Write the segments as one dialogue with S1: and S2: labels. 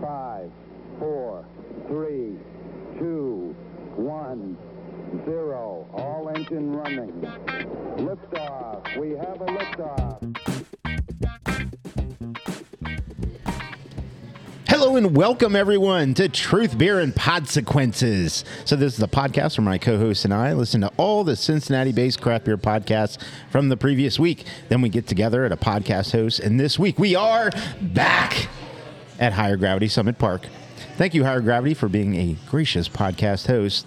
S1: five, four, three, two, one, zero. All engine running. Liftoff. We have a liftoff.
S2: Hello and welcome everyone to Truth, Beer, and Podsequences. So this is the podcast where my co-host and I listen to all the Cincinnati-based craft beer podcasts from the previous week. Then we get together at a podcast host, and this week we are back at Higher Gravity Summit Park. Thank you, Higher Gravity, for being a gracious podcast host.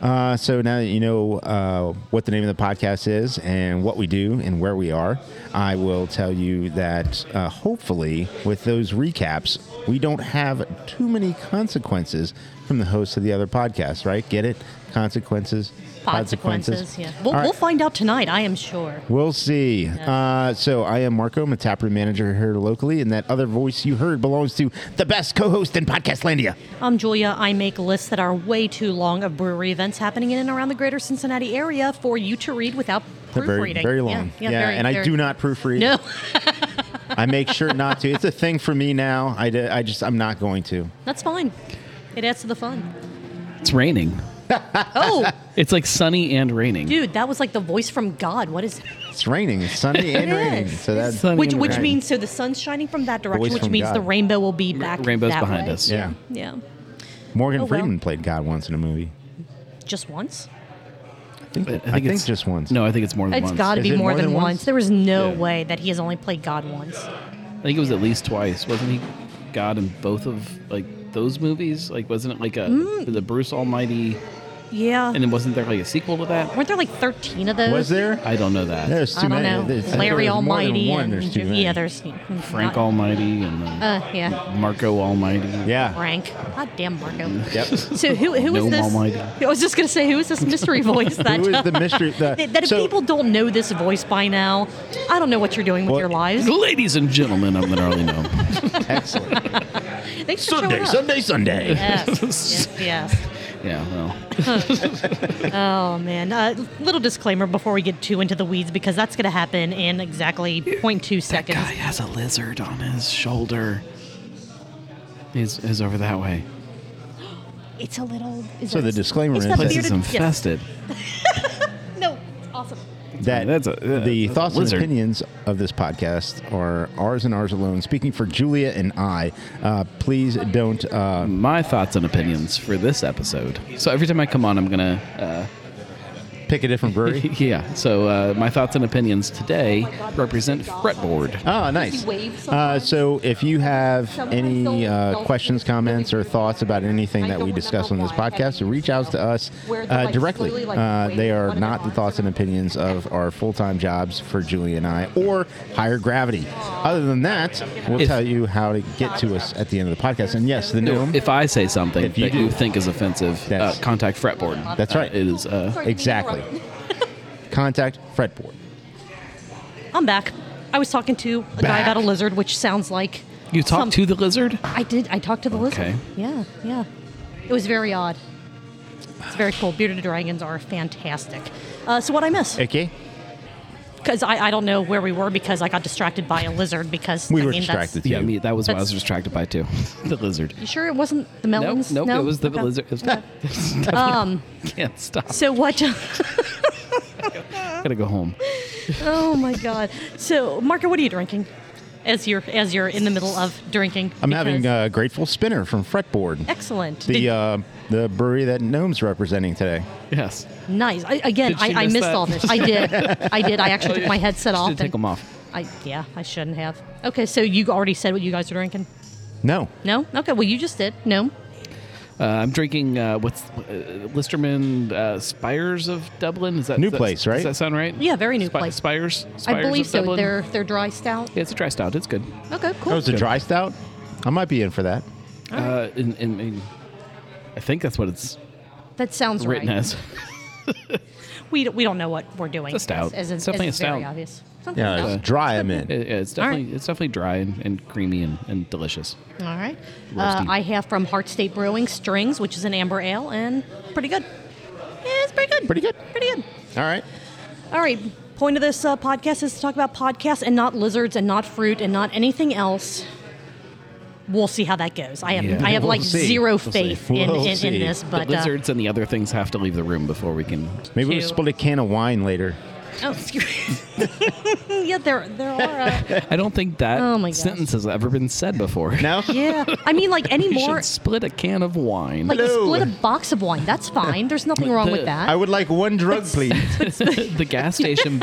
S2: Uh, so now that you know uh, what the name of the podcast is and what we do and where we are, I will tell you that uh, hopefully with those recaps, we don't have too many consequences from the hosts of the other podcasts, right? Get it? Consequences.
S3: consequences. Yeah, we'll,
S2: All right.
S3: we'll find out tonight. I am sure.
S2: We'll see. Uh, so I am Marco. I'm a taproom manager here locally, and that other voice you heard belongs to the best co-host in Podcastlandia.
S3: I'm Um, Julia. I make lists that are way too long of brewery events happening in and around the greater Cincinnati area for you to read without
S2: They're
S3: proofreading.
S2: Very, very long.
S3: Yeah, yeah, very-
S2: and I
S3: very-
S2: do not proofread.
S3: No,
S2: I make sure not to. It's a thing for me now. I, d- I just I'm not going to.
S3: that's fine. It adds to the fun.
S4: It's raining.
S3: Oh,
S4: It's like sunny and raining.
S3: dude, that was like the voice from God. What is?
S2: It's raining. It's sunny and
S3: It
S2: raining.
S3: is.
S2: So that's
S4: Sunny
S3: Which
S4: and
S3: which
S4: raining.
S3: means so the sun's shining from that direction,
S2: Voice
S3: which
S2: from
S3: means
S2: God.
S3: the rainbow will be back.
S4: rainbows
S3: that
S4: behind
S3: way.
S4: us.
S2: yeah.
S3: Yeah,
S2: Morgan
S3: Oh, well.
S2: Freeman played God once in a movie.
S3: just once.
S2: I think, I think
S4: it's-
S2: just once.
S4: No, I think it's more than
S3: It's
S4: once.
S3: got to
S2: Is
S3: be
S2: it
S3: more, than, once. There is no
S4: Yeah.
S3: way that he has only played God once.
S4: I think it was at least twice. Wasn't he God in both of like those movies? Like wasn't it like a
S3: Mm.
S4: the Bruce Almighty
S3: Yeah.
S4: and then wasn't there like a sequel to that?
S3: Weren't there like 13 of those?
S2: Was there?
S4: I don't know that.
S2: There's
S3: I
S2: too
S3: don't
S2: many.
S3: know.
S2: There's- I think
S3: Larry
S2: there was more than
S3: Almighty.
S2: one.
S3: and,
S2: There's too many.
S3: yeah, there's
S4: Frank
S3: not-
S4: Almighty and then
S3: Uh, yeah,
S4: Marco Almighty.
S2: Yeah.
S3: Frank. God damn, Marco.
S2: Yep.
S3: So who who is
S4: Gnome
S3: this?
S4: Almighty.
S3: I was just gonna say who is this mystery voice that uh,
S2: Who is the mystery? The,
S3: that, that if
S2: so-
S3: people don't know this voice by now, I don't know what you're doing with
S2: Well-
S3: your lives.
S4: Ladies and gentlemen, I'm gonna already know.
S2: Excellent.
S3: Thanks for showing
S2: Sunday,
S3: up.
S2: Sunday, Sunday.
S3: Yes, yes, yes.
S4: Yeah, well.
S3: Oh man! Uh, little disclaimer before we get too into the weeds because that's going to happen in exactly 0.2
S4: That
S3: seconds.
S4: guy has a lizard on his shoulder. He's, he's over that way.
S3: It's a little. Is
S2: So
S3: it-
S2: the disclaimer
S3: it's
S2: is
S3: the
S2: that-
S4: Place
S3: bearded,
S4: is infested.
S3: Yes. No, it's awesome.
S2: that
S4: That's a- uh,
S2: the
S4: that's a
S2: thoughts and
S4: lizard.
S2: opinions of this podcast are ours and ours alone. Speaking for Julia and I, uh, please don't. Uh,
S4: my thoughts and opinions for this episode. So every time I come on, I'm gonna
S2: pick a different
S4: uh,
S2: brewery.
S4: yeah. So uh, my thoughts and opinions today represent fretboard.
S2: Oh, nice.
S3: Does he wave
S2: Uh,
S3: sometimes?
S2: so, if you have
S3: Sometimes
S2: any
S3: don't-
S2: uh,
S3: don't-
S2: questions, comments, or thoughts about anything
S3: I
S2: that
S3: don't
S2: we discuss on
S3: remember
S2: this
S3: why I had
S2: podcast,
S3: these
S2: reach out to
S3: now.
S2: us
S3: Where they're,
S2: uh,
S3: like,
S2: directly.
S3: slowly, like,
S2: Uh, they
S3: waving
S2: are
S3: one of
S2: not
S3: their
S2: the thoughts and
S3: arms around.
S2: opinions of our full-time jobs for Julie and I, or higher gravity. Other than that, we'll
S4: If-
S2: tell you how to get to us at the end of the podcast. And yes, the gnome.
S4: If I say something
S2: If you
S4: that
S2: do.
S4: you think is offensive, uh,
S2: That's-
S4: contact fretboard.
S2: That's
S4: Uh,
S2: right.
S4: it is. Uh,
S2: Exactly. Contact fretboard.
S3: I'm back. I was talking to a guy
S2: Back.
S3: about a lizard, which sounds like
S4: you talk
S3: some-
S4: to the lizard.
S3: I did. I talked to the
S4: Okay.
S3: lizard. Yeah, yeah. It was very odd. It's very cool. Bearded dragons are fantastic. Uh, so what I miss?
S2: Okay.
S3: Because I, I don't know where we were because I got distracted by a lizard because
S2: We
S3: I
S2: were
S3: mean, that's-
S2: distracted.
S4: Yeah, I mean, that was what I
S3: That's-
S4: was distracted by too. the lizard.
S3: You sure it wasn't the
S4: Nope,
S3: melons?
S4: nope,
S3: no,
S4: it was the
S3: Okay.
S4: lizard. It was, definitely
S3: Um.
S4: can't stop.
S3: So what?
S4: Gotta go home.
S3: oh my god. So Marco, what are you drinking? As you're as you're in the middle of drinking.
S2: I'm having
S3: because-
S2: uh, Grateful Spinner from Fretboard,
S3: excellent. Did-
S2: the uh, the brewery that Gnome's representing today.
S4: Yes.
S3: Nice. I, again,
S4: Did she
S3: I, I
S4: miss
S3: missed
S4: that? Oh,
S3: all this. I did. I did. I actually took my headset
S4: Should
S3: off.
S4: have Take
S3: and-
S4: them off.
S3: I yeah, I shouldn't have. Okay, so you already said what you guys are drinking.
S2: No,
S3: No. Okay. Well, you just did. No.
S4: Uh, I'm drinking uh, what's uh, Listerman uh, Spires of Dublin. Is that
S2: New
S4: is that-
S2: place, right?
S4: Does that sound right?
S3: Yeah, very new place.
S4: Spires,
S3: I
S4: Spires
S3: believe
S4: of
S3: so.
S4: Dublin?
S3: They're they're dry stout.
S4: Yeah, it's a dry stout. It's good.
S3: Okay. Cool.
S2: that was a dry stout. I might be in for that.
S4: Uh, in, in, in- I think that's what it's
S3: that sounds
S4: written
S3: right.
S4: as.
S3: We don't, we don't know what we're doing.
S4: It's a stout.
S3: As, as,
S4: It's definitely
S3: as
S4: a
S3: Very
S4: stout.
S3: obvious. Something
S2: Yeah,
S3: else.
S2: it's dry. I'm in.
S4: Yeah, yeah, it's
S3: All right.
S4: definitely it's definitely dry and, and creamy and, and delicious.
S3: All right. Uh,
S4: Roasty.
S3: I have from Heart State Brewing Strings, which is an amber ale, and pretty good. Yeah, it's pretty good.
S2: Pretty good.
S3: Pretty good.
S2: All right.
S3: All right. Point of this uh, podcast is to talk about podcasts and not lizards and not fruit and not anything else. we'll see how that goes. I have
S4: Yeah.
S3: I have
S2: We'll
S3: like
S2: see.
S3: zero
S2: We'll see.
S3: faith
S2: We'll
S3: in, in,
S2: see.
S3: in this, but
S4: the
S3: uh,
S4: lizards and the other things have to leave the room before we can.
S2: Maybe we
S3: Two.
S2: split a can of wine later.
S3: oh, excuse yeah, there there are. Uh,
S4: I don't think that
S3: Oh my gosh.
S4: sentence has ever been said before.
S2: No?
S3: yeah, I mean like any
S4: You
S3: more
S4: should split a can of wine.
S3: like
S2: Hello.
S3: split a box of wine. That's fine. There's nothing wrong with that.
S2: I would like one drug, please.
S4: the gas station,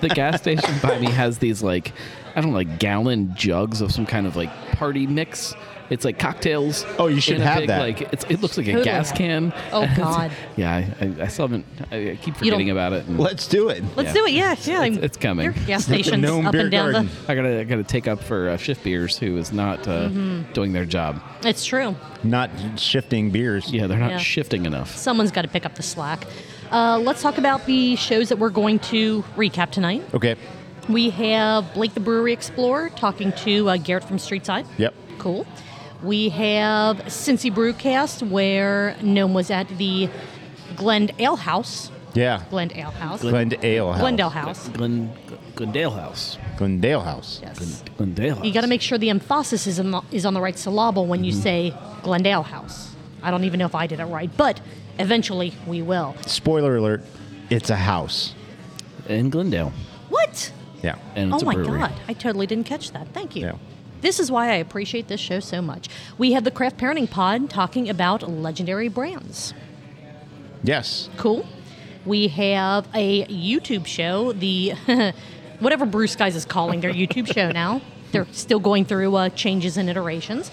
S4: the gas station by me has these like, I don't know, like gallon jugs of some kind of like party mix. It's like cocktails.
S2: Oh, you should
S4: in a
S2: have
S4: big,
S2: that.
S4: Like it's, it looks like a
S3: Totally.
S4: gas can.
S3: Oh,
S4: And it's-
S3: God.
S4: yeah, I, I, I still haven't. I, I keep
S3: You don't-
S4: forgetting about it. and
S2: Let's do it.
S3: Let's
S4: Yeah.
S3: do it. Yeah, yeah.
S4: It's- it's coming.
S3: Your gas stations
S2: Gnome
S3: up
S2: Beer
S3: and down
S2: Garden.
S4: I gotta I gotta take up for uh, shift beers who is not uh,
S3: Mm-hmm.
S4: doing their job.
S3: the. It's true.
S2: Not shifting beers.
S4: Yeah, they're not
S3: Yeah.
S4: shifting enough.
S3: Someone's got to pick up the slack. Uh, let's talk about the shows that we're going to recap tonight.
S2: Okay.
S3: We have Blake the Brewery Explorer talking to uh, Garrett from Streetside.
S2: Yep.
S3: Cool. We have Cincy Brewcast, where Gnome was at the Glend Ale House.
S2: Yeah.
S3: Glend Ale House.
S2: Glendale House.
S3: Glendale House.
S4: Glen, Glendale House.
S2: Glendale House.
S3: Yes.
S4: Glendale.
S3: You got to make sure the emphasis is on the, is on the right syllable when you say Glendale House. I don't even know if I did it right, but eventually we will.
S2: Spoiler alert, it's a house.
S4: in Glendale,
S3: What?
S2: Yeah.
S4: and it's
S3: oh
S4: a
S3: my
S4: brewery.
S3: god, I totally didn't catch that. Thank you.
S2: Yeah.
S3: This is why I appreciate this show so much. We have the Craft Parenting Pod talking about legendary brands.
S2: Yes.
S3: Cool. We have a YouTube show, the whatever Bruce Guys is calling their YouTube show now. They're still going through uh, changes and iterations.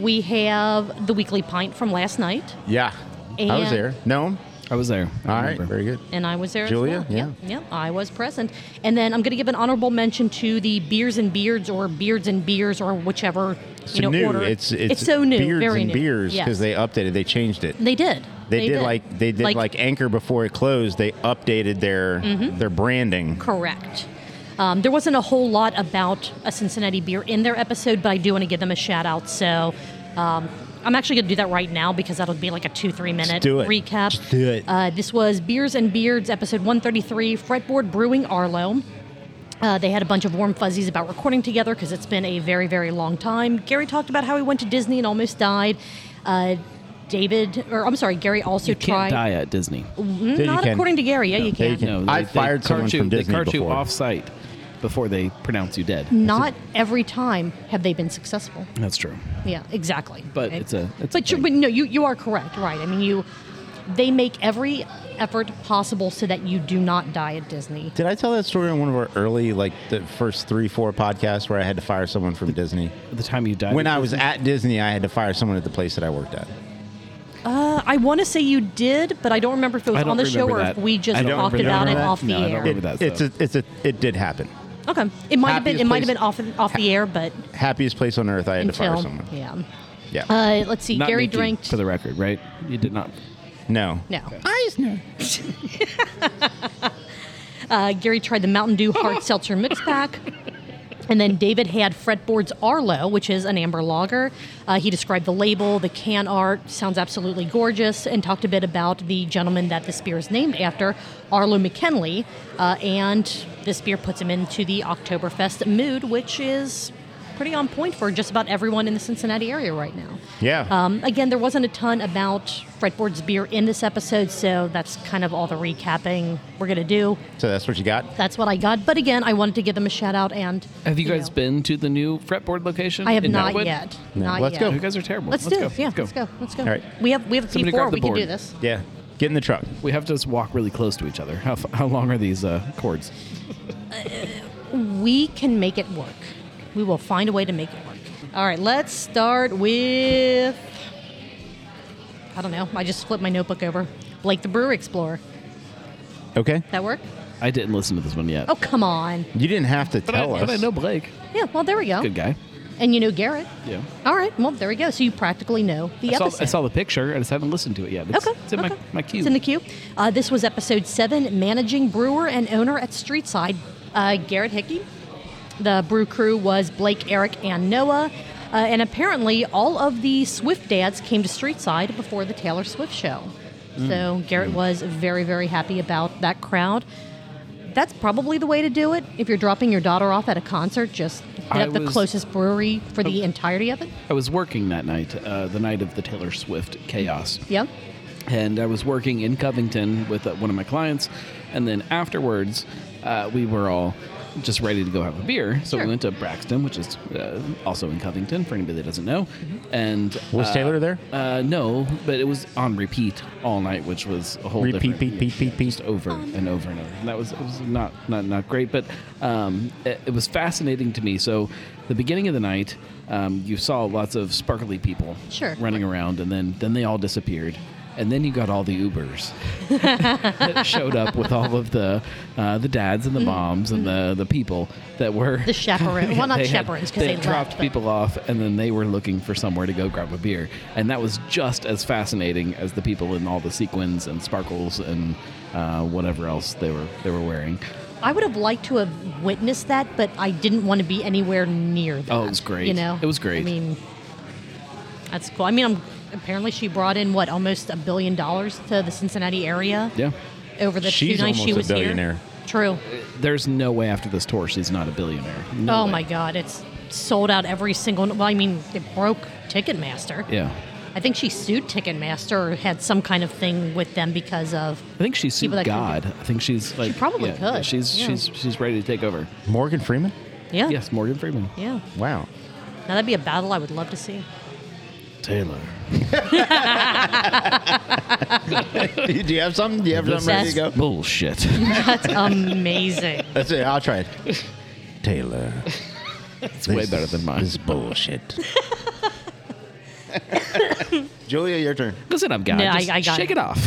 S3: We have the weekly pint from last night,
S2: Yeah. I was
S3: And-
S2: there. No?
S4: I was there. I
S2: All right.
S4: remember.
S2: Very good.
S3: and I was there.
S2: Julia?
S3: as well.
S2: Yeah.
S3: yeah, I was present. And then I'm going to give an honorable mention to the beers and beards, or beards and beers, or whichever
S2: It's
S3: you know
S2: new.
S3: order.
S2: It's, it's
S3: so new,
S2: Beards
S3: very
S2: and
S3: new.
S2: beers
S3: Yes.
S2: because they updated. They changed it.
S3: They did.
S2: They, did, like they did like, Anchor before it closed. They updated their
S3: Mm-hmm.
S2: their branding.
S3: Correct. Um, there wasn't a whole lot about a Cincinnati beer in their episode, but I do want to give them a shout out. So um, I'm actually going to do that right now because that'll be like a two, three minute
S2: do it.
S3: recap.
S2: Just do it.
S3: Uh, this was Beers and Beards, episode 133, Fretboard Brewing Arlo. Uh, they had a bunch of warm fuzzies about recording together because it's been a very, very long time. Gary talked about how he went to Disney and almost died. Uh, David, or I'm sorry, Gary also
S4: You
S3: tried.
S4: can't die at Disney.
S2: Yeah, you
S3: Mm-hmm. Not
S2: can.
S3: according to Gary. Yeah, you
S2: Yeah, you
S3: can.
S2: can.
S4: No,
S2: I fired
S4: cart
S2: someone
S4: you,
S2: from Disney
S4: They cart you
S2: before.
S4: off site before they pronounce you dead.
S3: Not every time have they been successful.
S4: That's true.
S3: Yeah, exactly.
S4: But
S3: Okay.
S4: it's a- it's a
S3: but you
S4: thing.
S3: but no, you you are correct, right? I mean, you they make every effort possible so that you do not die at Disney.
S2: Did I tell that story on one of our early, like the first three, four podcasts where I had to fire someone from Disney?
S4: At the time you died.
S2: When I was at Disney, I had to fire someone at the place that I worked at.
S3: Uh, I want to say you did, but I don't remember if it
S4: I
S3: was
S4: don't
S3: on the show
S4: remember
S3: or
S4: that.
S3: if we just
S4: I don't
S3: talked
S4: remember
S3: about it
S2: that.
S3: off the
S4: No, I don't
S3: air.
S4: remember
S2: It,
S4: that
S2: it's a,
S4: stuff.
S2: it's a, it did happen.
S3: Okay, it might have been
S2: Happiest
S3: it might have
S2: place-
S3: been off off the air, but
S2: Happiest place on earth, I had to fire
S3: until
S2: someone.
S3: yeah.
S2: Yeah.
S3: Uh, let's see.
S4: Not
S3: Gary
S4: Mickey,
S3: drank.
S4: For the record, right? You did not.
S2: no.
S3: No. uh, Gary tried the Mountain Dew Hard Seltzer Mix Pack. And then David had Fretboard's Arlo, which is an amber lager. Uh, he described the label, the can art, sounds absolutely gorgeous, and talked a bit about the gentleman that this beer is named after, Arlo McKinley. Uh, and this beer puts him into the Oktoberfest mood, which is pretty on point for just about everyone in the Cincinnati area right now.
S2: Yeah.
S3: Um, again, there wasn't a ton about Fretboard's beer in this episode, so that's kind of all the recapping we're going to do.
S2: so that's what you got?
S3: That's what I got. But again, I wanted to give them a shout out and.
S4: Have you guys
S3: know,
S4: been to the new fretboard location?
S3: I have
S4: in
S3: not
S4: Knotwood?
S3: yet.
S2: No.
S3: Not
S2: Let's
S3: yet.
S2: go.
S4: You guys are terrible.
S3: Let's, do. it. Yeah, let's go. Let's go.
S2: All right.
S3: We have we have
S4: Somebody
S3: P4.
S4: grab the
S3: We can do
S4: board.
S3: this.
S2: Yeah. Get in the truck.
S4: We have to just walk really close to each other. How, f- how long are these uh, cords?
S3: We can make it work. We will find a way to make it work. All right. Let's start with. I don't know. I just flipped my notebook over. Blake the Brewer Explorer.
S2: Okay.
S3: That work?
S4: I didn't listen to this one yet.
S3: Oh come on.
S2: You didn't have to
S4: but, I,
S2: tell us.
S4: but I know Blake.
S3: Yeah. Well, there we go.
S4: Good guy.
S3: And you know Garrett.
S4: Yeah.
S3: All right. Well, there we go. So you practically know the
S4: I
S3: episode.
S4: saw, I saw the picture. I just haven't listened to it yet. It's,
S3: Okay.
S4: It's in
S3: okay.
S4: my, my queue.
S3: It's in the queue. Uh, this was episode seven, managing brewer and owner at Streetside, uh, Garrett Hickey. The brew crew was Blake, Eric, and Noah. Uh, and apparently, all of the Swift dads came to Streetside before the
S4: Mm.
S3: Taylor Swift show. So Garrett was very, very happy about that crowd. that's probably the way to do it. If you're dropping your daughter off at a concert, just hit
S4: I
S3: up the
S4: was- Oh.
S3: closest brewery for the entirety of it.
S4: I was working that night, uh, the night of the Taylor Swift chaos.
S3: Yep.
S4: and I was working in Covington with uh, one of my clients, and then afterwards, uh, we were all just ready to go have a beer. So
S3: Sure.
S4: we went to Braxton, which is uh, also in Covington for anybody that doesn't know. And
S2: Was
S4: uh,
S2: Taylor there?
S4: Uh, no, but it was on repeat all night, which was a whole
S2: Repeat,
S4: different-
S2: peat, peat, peat, peat.
S4: just over and over and over. And that was, it was not, not not great, but um, it, it was fascinating to me. So the beginning of the night. Um, you saw lots of sparkly people
S3: Sure.
S4: running around, and then then they all disappeared, and then you got all the Ubers that showed up with all of the uh, the dads and the moms and the the people that were
S3: Mm-hmm. The chaperone. Well, not
S4: they had-
S3: chaperones, 'cause they left,
S4: dropped
S3: but-
S4: people off, and then they were looking for somewhere to go grab a beer, and that was just as fascinating as the people in all the sequins and sparkles and uh, whatever else they were they were wearing.
S3: I would have liked to have witnessed that, but I didn't want to be anywhere near that.
S4: Oh, it was great.
S3: You know,
S4: It was great.
S3: I mean, that's cool. I mean, I'm, apparently she brought in what almost a billion dollars to the Cincinnati area.
S4: Yeah.
S3: Over the
S2: She's
S3: two nights she
S2: almost a
S3: was
S2: billionaire.
S3: here. True.
S4: There's no way after this tour she's not a billionaire. No
S3: oh
S4: way.
S3: my God, it's sold out every single. Well, I mean, it broke Ticketmaster.
S4: Yeah.
S3: I think she sued Ticketmaster or had some kind of thing with them because of.
S4: I think she sued
S3: People that can-
S4: God. I think she's like
S3: probably
S4: yeah,
S3: could,
S4: She's
S3: yeah.
S4: she's she's ready to take over.
S2: Morgan Freeman?
S3: Yeah.
S4: Yes, Morgan Freeman.
S3: Yeah.
S2: Wow.
S3: Now that'd be a battle I would love to see.
S4: Taylor.
S2: Do you have something? Do you have something ready to go?
S4: Bullshit.
S3: That's amazing.
S2: That's it. I'll try it. Taylor. It's
S4: way better than mine.
S2: This is bullshit. Julia, your turn.
S4: Listen up, guys.
S3: No, I-
S4: Just
S3: I got
S4: shake
S3: it.
S4: it off.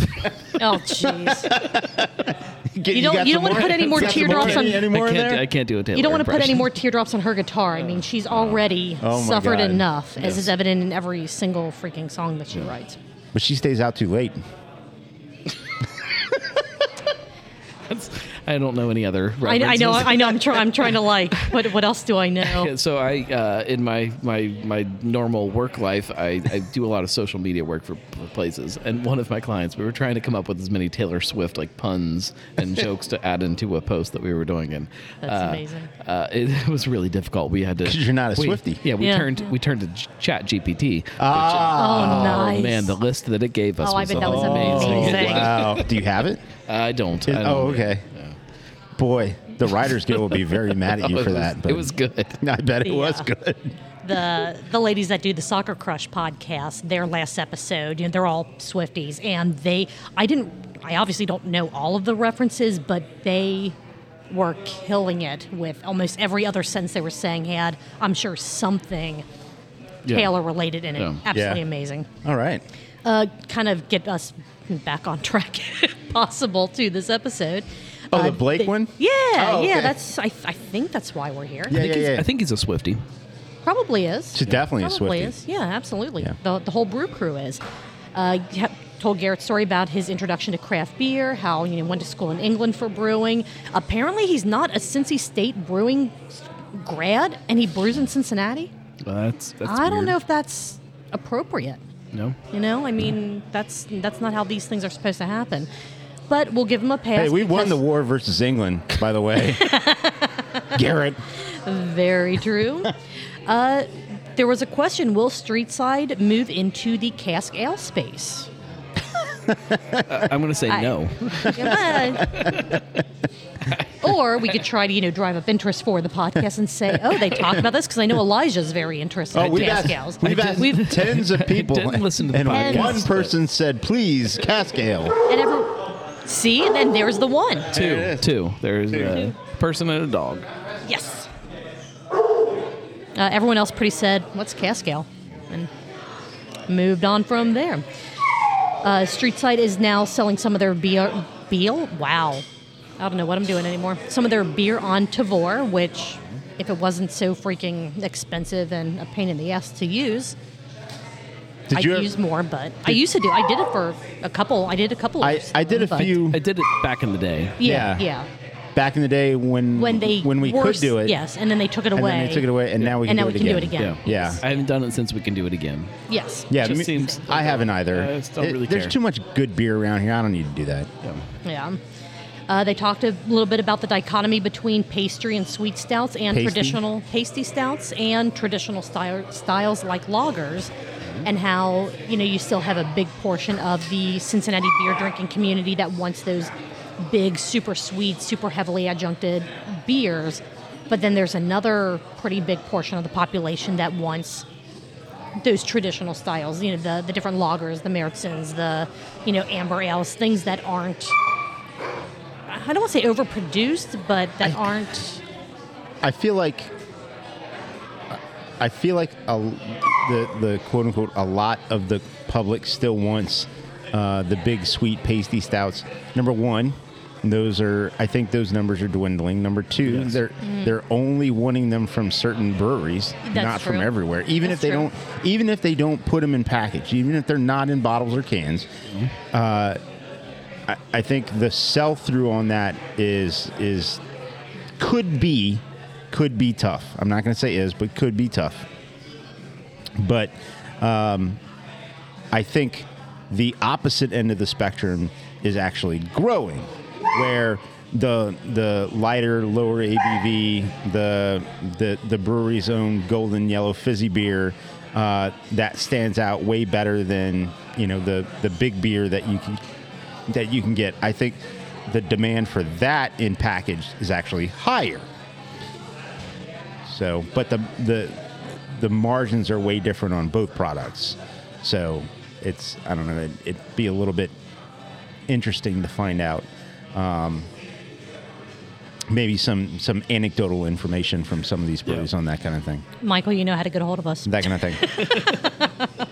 S3: Oh, jeez.
S2: Get-
S3: You don't-
S2: got
S3: you don't
S2: some
S3: wanna put any more
S2: Got some
S3: teardrops on-
S2: Any, any more
S4: I
S2: in
S4: can't,
S2: there?
S4: I can't do a Taylor
S3: You don't want to put any
S4: impression.
S3: more teardrops on her guitar. I mean, she's already
S2: Oh my
S3: suffered
S2: God.
S3: enough, as is evident in every single freaking song that she writes.
S2: But she stays out too late.
S4: I don't know any other.
S3: I, I know.
S4: references.
S3: I know. I'm, try, I'm trying to like. What What else do I know?
S4: so I, uh, in my, my my normal work life, I, I do a lot of social media work for p- places. And one of my clients, we were trying to come up with as many Taylor Swift like puns and jokes to add into a post that we were doing. And
S3: That's
S4: uh,
S3: amazing.
S4: Uh, it was really difficult. We had to
S2: 'Cause you're not a
S4: we-
S2: Swiftie.
S4: Yeah, we
S3: Yeah.
S4: turned we turned to Ch- Chat GPT.
S3: Oh,
S2: Ah.
S3: nice.
S4: uh, man, the list that it gave us.
S3: Oh, I
S4: was
S3: bet that was
S4: amazing.
S3: amazing.
S2: wow. Do you have it?
S4: I don't. I don't
S2: Oh, okay. Boy, the Writers Guild will be very mad at you
S4: It
S2: for
S4: was-
S2: that. But
S4: It was good.
S2: I bet it was
S3: Yeah.
S2: good.
S3: the the ladies that do the Soccer Crush podcast, their last episode, you know, they're all Swifties, and they I didn't I obviously don't know all of the references, but they were killing it with almost every other sentence they were saying had I'm sure something
S4: Yeah.
S3: Taylor related in it.
S4: Yeah.
S3: Absolutely
S2: Yeah.
S3: amazing.
S2: All right.
S3: Uh, kind of get us back on track, if possible, to this episode.
S2: Oh,
S3: Uh,
S2: the Blake
S3: they-
S2: one?
S3: Yeah,
S2: Oh, okay.
S3: yeah. That's I, I think that's why we're here.
S2: Yeah,
S4: I think
S2: yeah,
S4: he's-
S2: yeah.
S4: I think he's a Swifty.
S3: Probably is.
S2: She's definitely a
S3: Probably
S2: Swiftie.
S3: is. Yeah, absolutely.
S2: Yeah.
S3: The, the whole brew crew is. Uh, you ha- told Garrett's story about his introduction to craft beer, how you know went to school in England for brewing. Apparently, he's not a Cincy State brewing grad, and he brews in Cincinnati.
S4: Well, that's, that's
S3: I don't
S4: weird.
S3: know if that's appropriate.
S4: No.
S3: You know, I mean, that's that's not how these things are supposed to happen. But we'll give him a pass.
S2: Hey, we won
S3: because-
S2: the war versus England, by the way. Garrett.
S3: Very true. uh, there was a question: Will Streetside move into the cask ale space?
S4: I- I'm going to say
S3: I-
S4: no.
S3: Yeah. or we could try to you know drive up interest for the podcast and say, oh, they talk about this because I know Elijah's very interested
S2: Oh,
S3: in
S2: we've
S3: cask
S2: asked,
S3: ales.
S2: we've asked
S3: We've-
S2: tens of people.
S4: didn't listen to the
S2: and
S4: podcast,
S2: one
S4: but-
S2: person said, please, cask ale.
S3: and every, see, and then there's the one.
S2: There it
S4: Two.
S2: is.
S4: Two. There's a person and a dog.
S3: Yes. Uh, everyone else pretty said, "What's cask ale?" and moved on from there. Uh, Streetside is now selling some of their beer. Beal? Wow. I don't know what I'm doing anymore. Some of their beer on Tavor, which, if it wasn't so freaking expensive and a pain in the ass to use,
S2: Did
S3: I'd
S2: you?
S3: use more. But I used to do. I did it for a couple. I did a couple.
S2: I,
S3: of
S2: I did a
S3: but-
S2: few
S4: I did it back in the day.
S3: Yeah,
S2: yeah.
S3: yeah.
S2: back in the day when
S3: When they
S2: when we
S3: were
S2: could
S3: s-
S2: do it.
S3: yes, and then they took it
S2: And
S3: away.
S2: then they took it away, and now we
S3: and
S2: can,
S3: now
S2: do,
S3: we
S2: it
S3: can do it
S2: again.
S3: again.
S2: Yeah.
S4: I haven't done it since we can do it again.
S3: Yes.
S2: Yeah,
S4: Just
S2: me-
S4: seems-
S2: I haven't either.
S4: I just don't
S2: It-
S4: really
S2: There's
S4: care.
S2: too much good beer around here. I don't need to do that.
S4: Yeah.
S3: Yeah. Uh, they talked a little bit about the dichotomy between pastry and sweet stouts and
S2: Pasty.
S3: traditional pasty stouts and traditional style, styles like lagers and how you know you still have a big portion of the Cincinnati beer drinking community that wants those big super sweet super heavily adjuncted beers but then there's another pretty big portion of the population that wants those traditional styles, you know, the, the different lagers, the Meritzens, the, you know, amber ales, things that aren't, I don't want to say overproduced, but that
S2: I-
S3: aren't,
S2: I feel like I feel like a, the the quote unquote a lot of the public still wants uh, the big sweet pasty stouts. Number one, those are I think those numbers are dwindling. Number two,
S4: Yes.
S2: they're they're only wanting them from certain breweries,
S3: Mm. That's
S2: not from
S3: true.
S2: everywhere. Even
S3: That's
S2: if they
S3: true.
S2: don't, even if they don't put them in package, even if they're not in bottles or cans. Uh, I, I think the sell through on that is is could be could be tough. I'm not going to say is, but could be tough. But um, I think the opposite end of the spectrum is actually growing, where the the lighter, lower ABV, the the the brewery's own golden yellow fizzy beer. Uh, that stands out way better than you know the the big beer that you can that you can get. I think the demand for that in package is actually higher. So, but the the the margins are way different on both products. So, it's I don't know. It, it'd be a little bit interesting to find out. Um, maybe some some anecdotal information from some of these breweries on that kind of thing.
S3: Michael, you know how to get a hold of us.
S2: That kind of thing.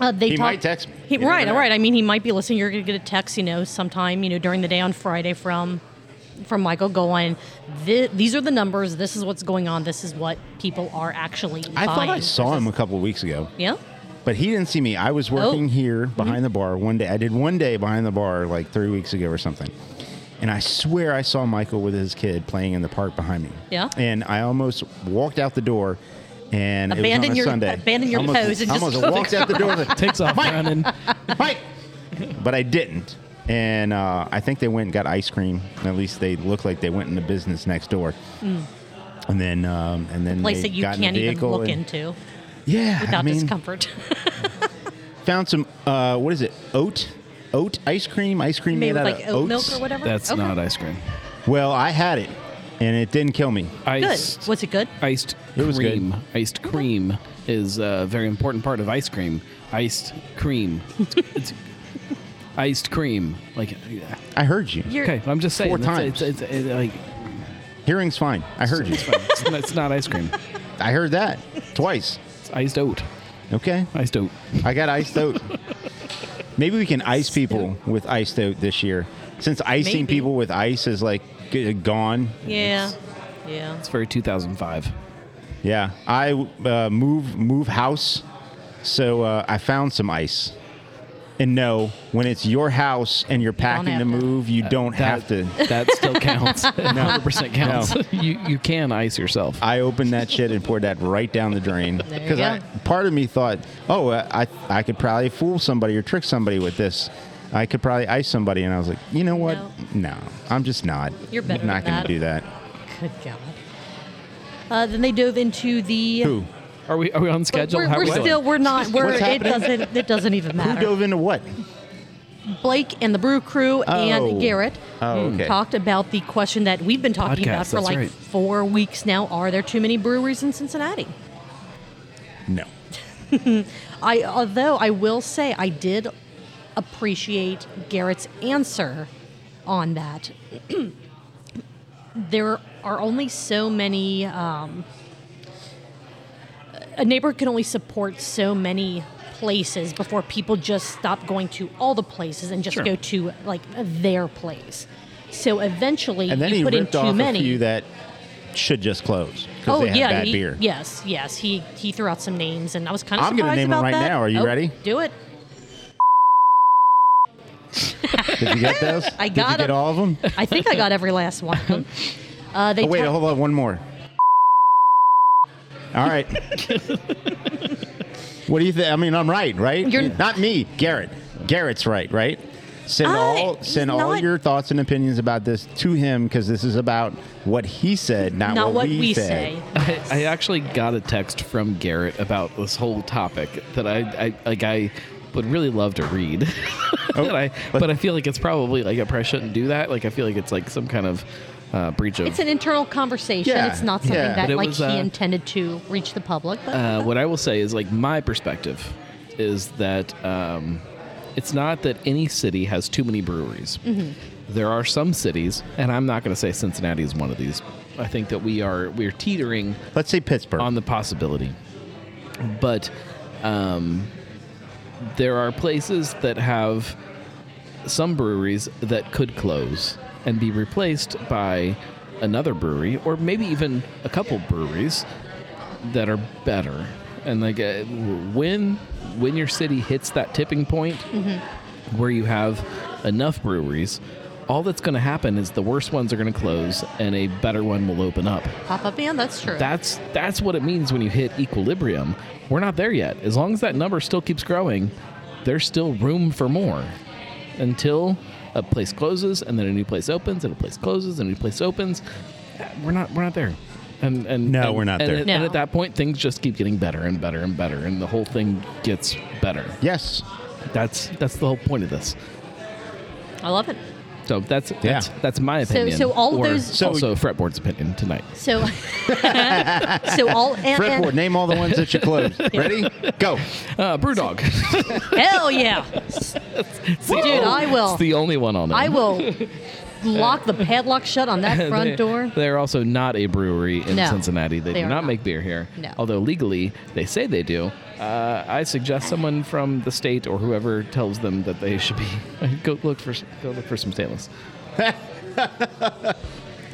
S3: Uh, they
S2: He
S3: talk-
S2: might text me.
S3: He,
S2: You never
S3: right,
S2: know.
S3: right. I mean, he might be listening. You're going to get a text, you know, sometime, you know, during the day on Friday from from Michael going, "Thi- these are the numbers. This is what's going on. This is what people are actually
S2: I thought I
S3: buying."
S2: saw him a couple of weeks ago.
S3: Yeah.
S2: But he didn't see me. I was working
S3: Oh.
S2: here behind the bar one day. I did one day behind the bar like three weeks ago or something. And I swear I saw Michael with his kid playing in the park behind me.
S3: Yeah.
S2: And I almost walked out the door and it was on
S3: Abandon
S2: a
S3: your-
S2: Sunday.
S3: abandon your
S2: almost,
S3: pose and just
S2: almost
S3: go.
S2: walked out the door. Like,
S4: Takes off running.
S2: Mike! But I didn't. And uh, I think they went and got ice cream. At least they looked like they went into business next door. And then, um, and then
S3: Mm. Place
S2: they
S3: that you
S2: got in the
S3: can't even
S2: vehicle
S3: look
S2: and-
S3: into
S2: Yeah,
S3: without
S2: I mean,
S3: discomfort.
S2: found some uh, what is it oat oat ice cream ice cream
S3: Maybe
S2: made,
S3: with
S2: out
S3: like
S2: of
S3: oat
S2: oats
S3: milk or whatever.
S4: That's
S3: Okay.
S4: not ice cream.
S2: well i had it and it didn't kill me
S3: Good.
S4: Iced,
S3: Was it good?
S4: iced
S2: It was good.
S4: cream. Iced cream is a very important part of ice cream. Iced cream. It's, it's iced cream. Like, yeah.
S2: i heard you
S3: You're,
S4: okay, I'm just saying.
S2: Four
S4: that's-
S2: times.
S4: It's, it's, it's, like,
S2: hearing's fine i heard you
S4: it's, fine. It's not- it's not ice cream.
S2: i heard that twice
S4: It's iced oat.
S2: okay
S4: Iced oat.
S2: i got iced oat maybe we can ice people with iced oat this year since icing
S3: Maybe.
S2: people with ice is like g- gone
S3: Yeah. Yeah.
S4: It's very 2005.
S2: yeah i uh, move move house so uh, i found some ice and no, when it's your house and you're packing
S3: have
S2: to
S3: to.
S2: move, you don't have to.
S4: That still counts. It 100% counts. You, you can ice yourself.
S2: I opened that shit and poured that right down the drain
S3: There you
S2: because I,
S3: go.
S2: part of me thought, oh, I I could probably fool somebody or trick somebody with this. I could probably ice somebody, and I was like, you know what? No, I'm just not.
S3: You're better
S2: I'm not
S3: than
S2: gonna
S3: that.
S2: do that.
S3: Good God. Uh, then they dove into the.
S2: Who?
S4: Are we are we on
S3: But
S4: schedule?
S3: we're,
S4: How are
S3: we're
S4: we doing?
S3: still we're not we're
S2: What's
S3: it
S2: happening?
S3: doesn't it doesn't even
S2: Who
S3: matter.
S2: dove into what?
S3: Blake and the Brew Crew
S2: Oh.
S3: and Garrett hmm,
S2: Oh, okay.
S3: talked about the question that we've been talking about
S4: Podcast,
S3: for
S4: that's
S3: like
S4: right.
S3: four weeks now. Are there too many breweries in Cincinnati?
S2: No.
S3: I although I will say I did appreciate Garrett's answer on that. there are only so many. Um, a neighborhood can only support so many places before people just stop going to all the places and just
S4: Sure.
S3: go to like their place. So eventually,
S2: And then
S3: you
S2: he
S3: put in
S2: ripped
S3: too
S2: off
S3: many.
S2: a few that should just close because
S3: oh
S2: they had
S3: yeah,
S2: bad
S3: he-
S2: beer.
S3: yes, yes. He he threw out some names, and I was kind of
S2: I'm
S3: surprised
S2: gonna name 'em
S3: about
S2: right
S3: that.
S2: now. Are you
S3: Oh,
S2: ready?
S3: Do it.
S2: Did you get those?
S3: I
S2: Did you
S3: got
S2: get
S3: 'em.
S2: all of them?
S3: I think I got every last one of them. Uh, they
S2: Oh, wait,
S3: ta-
S2: hold on, one more. All right. what do you think? I mean, I'm right, right?
S3: You're-
S2: not me, Garrett. Garrett's right, right? Send
S3: I-
S2: all send all
S3: not-
S2: your thoughts and opinions about this to him because this is about what he said, not,
S3: Not what
S2: we,
S3: we
S2: said.
S3: say.
S4: I, I actually got a text from Garrett about this whole topic that I, I like I would really love to read.
S2: Oh,
S4: And I-
S2: but-
S4: but, I feel like it's probably like I probably shouldn't do that. Like I feel like it's like some kind of uh, breach of
S3: It's an internal conversation.
S2: Yeah,
S3: it's not something
S2: yeah.
S3: that
S4: But it
S3: like
S4: was,
S3: he
S4: uh,
S3: intended to reach the public. But
S4: uh, what I will say is like my perspective is that um, it's not that any city has too many breweries. There are some cities, and I'm not going to say Cincinnati is one of these. I think that we are we're teetering
S2: Let's say Pittsburgh.
S4: on the possibility, but um, there are places that have some breweries that could close and be replaced by another brewery or maybe even a couple breweries that are better and like uh, when when your city hits that tipping point where you have enough breweries all that's going to happen is the worst ones are going to close and a better one will open up
S3: pop up man, that's true.
S4: that's that's what it means when you hit equilibrium we're not there yet as long as that number still keeps growing there's still room for more until a place closes and then a new place opens and a place closes and a new place opens we're not we're not there and and
S2: No,
S4: and-
S2: we're not
S4: and
S2: there.
S4: at-
S3: No.
S4: and at that point things just keep getting better and better and better and the whole thing gets better
S2: yes.
S4: that's that's the whole point of this
S3: I love it.
S4: so that's that's that's my
S3: So-
S4: opinion
S3: so all of
S4: Or
S3: those- So-
S4: also fretboard's opinion tonight
S3: So, so all and,
S2: Fretboard,
S3: and,
S2: name all the ones that you closed. Ready? Go.
S4: uh brewdog
S3: hell yeah, dude, I will.
S4: it's the only one on there
S3: I will lock the padlock shut on that front
S4: They-
S3: door.
S4: They're also not a brewery in
S3: No,
S4: Cincinnati. They,
S3: they
S4: do
S3: are
S4: not,
S3: not.
S4: make beer here.
S3: No.
S4: Although legally they say they do. Uh, I suggest someone from the state or whoever tells them that they should be go look for go look for some stainless.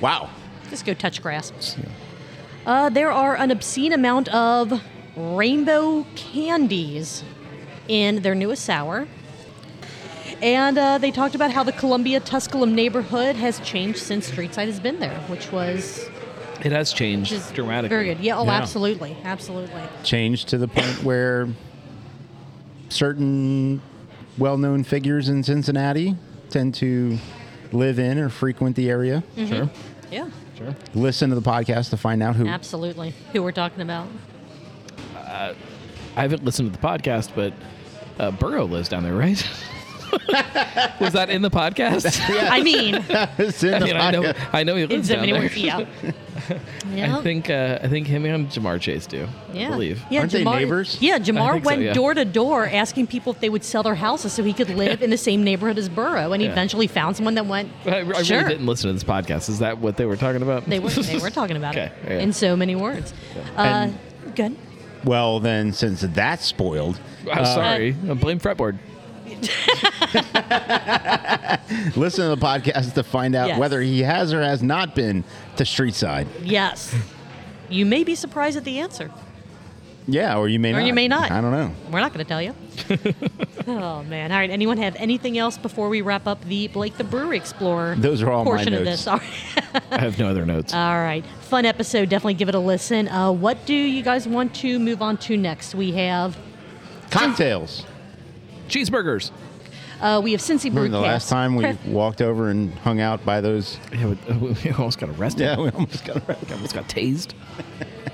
S2: Wow.
S3: Just go touch grass. Uh, there are an obscene amount of rainbow candies in their newest sour. And uh, they talked about how the Columbia Tusculum neighborhood has changed since Streetside has been there, which was
S4: It has changed
S3: just
S4: dramatically.
S3: very good. Yeah, oh,
S2: Yeah.
S3: absolutely, absolutely.
S2: Changed to the point where certain well-known figures in Cincinnati tend to live in or frequent the area.
S3: Mm. Mm-hmm.
S4: Sure.
S3: Yeah,
S4: Sure.
S2: Listen to the podcast to find out who.
S3: absolutely. Who we're talking about?
S4: I haven't listened to the podcast, but uh, Burrow lives down there, right? Was that in the podcast?
S3: I mean,
S2: It's in
S4: I
S2: the
S4: mean, I know,
S2: podcast.
S4: I know he
S3: in
S4: lives
S3: so
S4: down
S3: many
S4: there.
S3: ways. Yeah. yeah.
S4: I think uh, I think him and Jamar Chase do.
S3: Yeah.
S4: I believe.
S3: Yeah,
S2: Aren't they neighbors?
S3: Yeah,
S4: I
S3: Jamar
S4: think so,
S3: went
S4: yeah.
S3: door to door asking people if they would sell their houses so he could live in the same neighborhood as Burrow, and he
S4: Yeah.
S3: eventually found someone that went.
S4: I, I really
S3: sure.
S4: didn't listen to this podcast. Is that what they were talking about?
S3: They were they were talking about
S4: okay.
S3: it
S4: yeah.
S3: in so many words. Uh,
S2: And-
S3: good.
S2: Well, then, since that's spoiled,
S4: I'm sorry.
S3: Uh,
S4: I blame fretboard.
S2: listen to the podcast to find out
S3: Yes.
S2: whether he has or has not been to Streetside.
S3: Yes, you may be surprised at the answer.
S2: Yeah, or you may
S3: Or
S2: not.
S3: you may not.
S2: I don't know.
S3: We're not going to tell you. oh man! All right. Anyone have anything else before we wrap up the Blake the Brewery Explorer?
S2: Those are all my
S3: portion
S2: notes.
S3: of this. All right.
S4: I have no other notes.
S3: All right. Fun episode. Definitely give it a listen. Uh, what do you guys want to move on to next? We have
S2: Cocktails.
S4: Cheeseburgers.
S3: uh, we have Cincy Brewcast.
S2: Remember the last time we
S3: Craft-
S2: walked over and hung out by those?
S4: Yeah, we, we almost got arrested.
S2: Yeah, we almost got arrested.
S4: We almost got tased.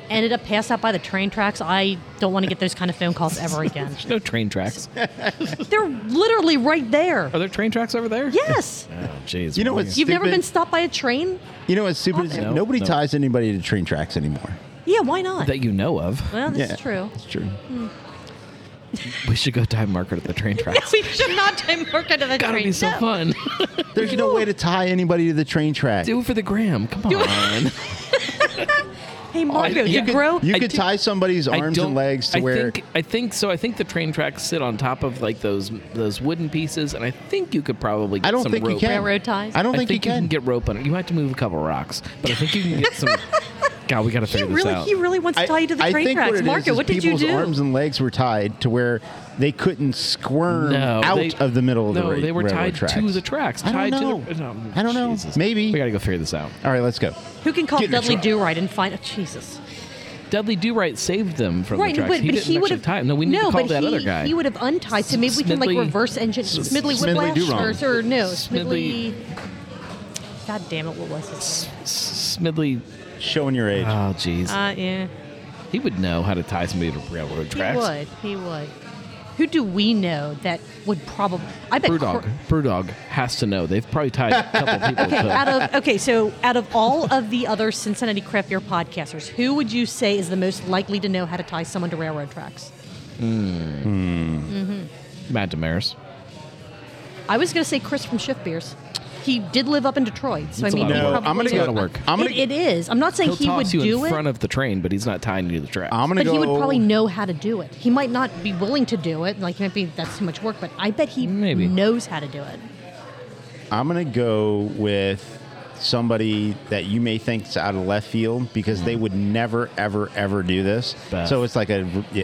S3: ended up passed out by the train tracks. I don't want to get those kind of phone calls ever again.
S4: There's no train tracks.
S3: They're literally right there.
S4: Are there train tracks over there?
S3: Yes.
S4: Oh, jeez.
S2: You know what's-
S3: You've never
S2: Stupid.
S3: been stopped by a train?
S2: You know what's stupid? is
S4: No,
S2: Nobody
S4: no.
S2: ties anybody to train tracks anymore.
S3: Yeah. Why not?
S4: that you know of?
S3: well, this
S2: yeah,
S3: is true. Mm.
S2: It's true.
S4: We should go time marker at the train tracks.
S3: we should not time work into the
S4: Gotta
S3: train.
S4: be so
S3: No.
S4: fun.
S2: There's no way to tie anybody to the train track.
S4: Do it for the gram. Come on.
S3: Hey, Margo,
S4: you
S3: you
S4: could-
S3: grow.
S2: Oh, You
S4: I
S2: could
S4: do-
S2: tie somebody's
S4: I
S2: arms and
S4: don't-
S2: legs to
S4: I
S2: where
S4: Think, I think so. I think the train tracks sit on top of like those those wooden pieces, and I think you could probably. Get
S2: I don't
S4: some
S2: think you
S4: rope.
S2: can.
S3: Railroad ties?
S2: I don't
S4: I
S2: think, you can.
S4: get rope under. You might have to move a couple rocks, but I think you can get some. God, we got to
S3: he
S4: figure
S3: really,
S4: this out.
S3: he really wants to tie you to the
S2: I
S3: train
S2: think
S3: tracks.
S2: What it is
S3: Margo,
S2: is
S3: what did you
S2: people's
S3: do?
S2: Arms and legs were tied to where they couldn't squirm
S4: no,
S2: out
S4: they-
S2: of the middle of the
S4: no,
S2: ra-
S4: they were
S2: railroad
S4: tied
S2: tracks.
S4: to the tracks.
S2: I don't
S4: tied
S2: know.
S4: To the, no,
S2: I don't know.
S4: Jesus.
S2: Maybe.
S4: we got to go figure this out.
S2: All right, let's go.
S3: Who can call
S2: Get in the
S3: Dudley
S2: truck.
S3: Do Right and find? Oh, Jesus.
S4: Dudley Do Right saved them from
S3: Right,
S4: the tracks.
S3: but
S4: he
S3: but
S4: didn't
S3: he would
S4: actually
S3: have
S4: tie them. No, we need
S3: no,
S4: to call
S3: but
S4: that
S3: he,
S4: other guy.
S3: He would have untied, so maybe we can
S4: Smidley-
S3: like reverse engine Smidley
S2: Smidley
S3: Whiplash
S2: Doorong.
S3: or, or no
S4: Smidley-
S3: Smidley. God damn it! What was his name?
S4: S- Smidley.
S2: Showing your age.
S4: Oh, jeez.
S3: Uh, yeah,
S4: he would know how to tie somebody to railroad tracks.
S3: he would. He would. Who do we know that would probably? I bet.
S4: Brewdog.
S3: Cro-
S4: Brewdog has to know. They've probably tied a couple people
S3: Okay,
S4: to
S3: out of okay, so out of all of the other Cincinnati craft beer podcasters, who would you say is the most likely to know how to tie someone to railroad tracks?
S4: Matt Damaris.
S3: I was going to say Chris from Shift Beers. He did live up in Detroit, so
S4: That's a
S3: I mean,
S4: lot of
S3: he
S4: work.
S3: probably
S2: I'm gonna
S4: It's a
S2: go
S4: lot of work.
S2: I'm gonna,
S3: It- it is. I'm not saying
S4: He'll
S3: he
S4: toss
S3: would
S4: you
S3: do
S4: in
S3: it,
S4: front of the train, but he's not tying you to the track.
S2: I'm gonna
S3: but
S2: go.
S3: he would probably know how to do it. He might not be willing to do it. Like, maybe that's too much work, but I bet he
S4: Maybe.
S3: knows how to do it.
S2: I'm gonna go with somebody that you may think's out of left field because they would never, ever, ever do this.
S4: Mm. Beth.
S2: So it's like a yeah,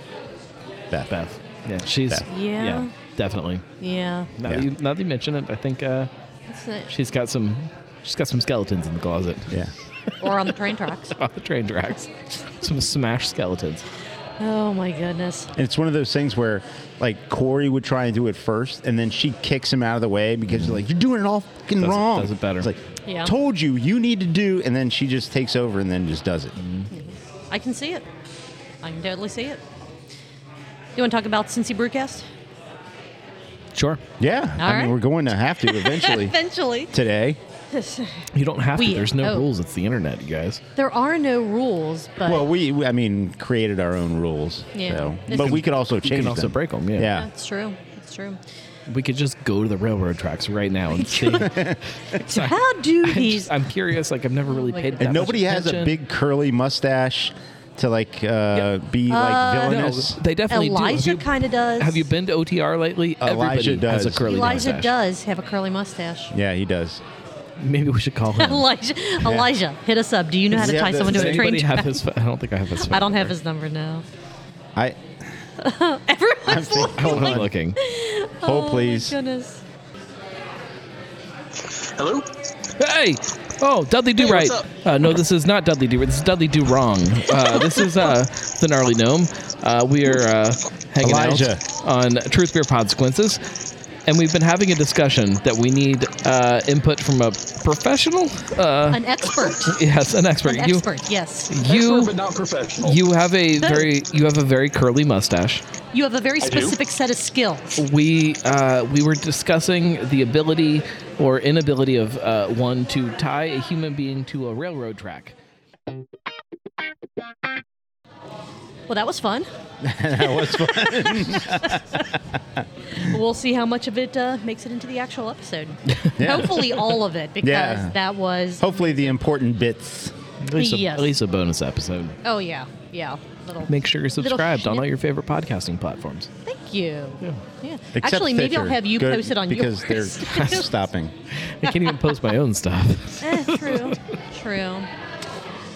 S2: Beth.
S4: Beth. Yeah, she's
S2: Beth.
S3: Yeah.
S4: definitely.
S3: Yeah.
S4: Now,
S2: Yeah.
S4: That you, now that you mention it, I think uh,
S3: That's it.
S4: she's got some she's got some skeletons in the closet
S2: Yeah.
S3: Or on the train tracks.
S4: on the train tracks. some smashed skeletons.
S3: Oh, my goodness.
S2: And it's one of those things where like Corey would try and do it first, and then she kicks him out of the way because like you're doing it all fucking
S4: Mm. Does it-
S2: wrong.
S4: does it better.
S2: It's like
S3: Yeah.
S2: told you you need to do, and then she just takes over and then just does it.
S3: I can see it. I can totally see it. You want to talk about Cincy Brewcast?
S4: Sure.
S2: Yeah. I
S3: All
S2: mean,
S3: right.
S2: we're going to have to eventually
S3: Eventually.
S2: today.
S4: You don't have
S3: We-
S4: to. There's no
S3: oh.
S4: rules. It's the internet, you guys.
S3: There are no rules, but
S2: Well, we, we- I mean, created our own rules.
S3: Yeah.
S2: so-
S3: It's-
S2: but we could also
S4: can
S2: change
S4: also
S2: them.
S4: break 'em, yeah.
S2: Yeah.
S3: that's true. That's true.
S4: We could just go to the railroad tracks right now and see.
S3: So how do
S4: I'm,
S3: these?
S4: just- I'm curious. Like I've never really
S3: my
S4: paid.
S3: God.
S4: That
S2: And
S4: much
S2: nobody has a
S4: attention.
S2: big curly mustache to like uh, be like
S3: Uh,
S4: No,
S2: villainous.
S4: they definitely do.
S3: Elijah
S4: Have you-
S3: kind of does.
S4: Have you been to OTR lately?
S2: Elijah
S4: Everybody has
S2: does.
S4: a curly
S3: Elijah
S4: mustache.
S3: does have a curly mustache.
S2: yeah, he does.
S4: Maybe we should call him.
S3: Elijah, Elijah, hit us up. Do you know how
S2: Does
S3: to
S2: he have
S3: tie
S2: the-
S3: someone
S4: Does
S3: to a train
S4: anybody have
S3: track?
S4: his? pho- I don't think I have his.
S3: I don't
S4: phone
S3: have
S4: number.
S3: his number now.
S2: I
S3: Everyone's
S2: think-
S3: looking.
S4: Hold
S3: like,
S4: on, looking.
S2: hold
S3: oh
S2: please.
S3: My goodness.
S5: Hello?
S4: Hey! Oh, Dudley Do
S5: Hey,
S4: Right.
S5: what's up?
S4: Uh, no, this is not Dudley Do Right. This is Dudley Do Wrong. Uh, this is uh, the Gnarly Gnome. Uh, we are uh, hanging
S2: Elijah.
S4: out on Truth Beer Consequences, and we've been having a discussion that we need uh, input from a professional. Uh,
S3: An expert.
S4: yes, an expert.
S3: An
S4: you,
S3: expert. Yes.
S4: you,
S5: Expert, but not professional.
S4: you have a
S3: No.
S4: very, you have a very curly mustache.
S3: You have a very
S5: do.
S3: specific set of skills.
S4: we uh, we were discussing the ability or inability of uh, one to tie a human being to a railroad track.
S3: Well, that was fun.
S2: that was fun.
S3: We'll see how much of it uh, makes it into the actual episode.
S2: Yeah.
S3: Hopefully, all of it, because
S2: Yeah.
S3: that was.
S2: Hopefully, the important bits.
S4: At least, a,
S3: Yes.
S4: at least a bonus episode.
S3: Oh yeah, yeah. Little.
S4: Make sure you're
S3: Little
S4: subscribed on
S3: snip-
S4: all your favorite podcasting platforms.
S3: Thank you. Yeah.
S2: Except
S3: Actually, maybe I'll
S2: Stitcher.
S3: have you
S2: Go-
S3: post it on
S2: because
S3: yours.
S2: they're stopping.
S4: I can't even post my own stuff,
S3: Eh, true. True.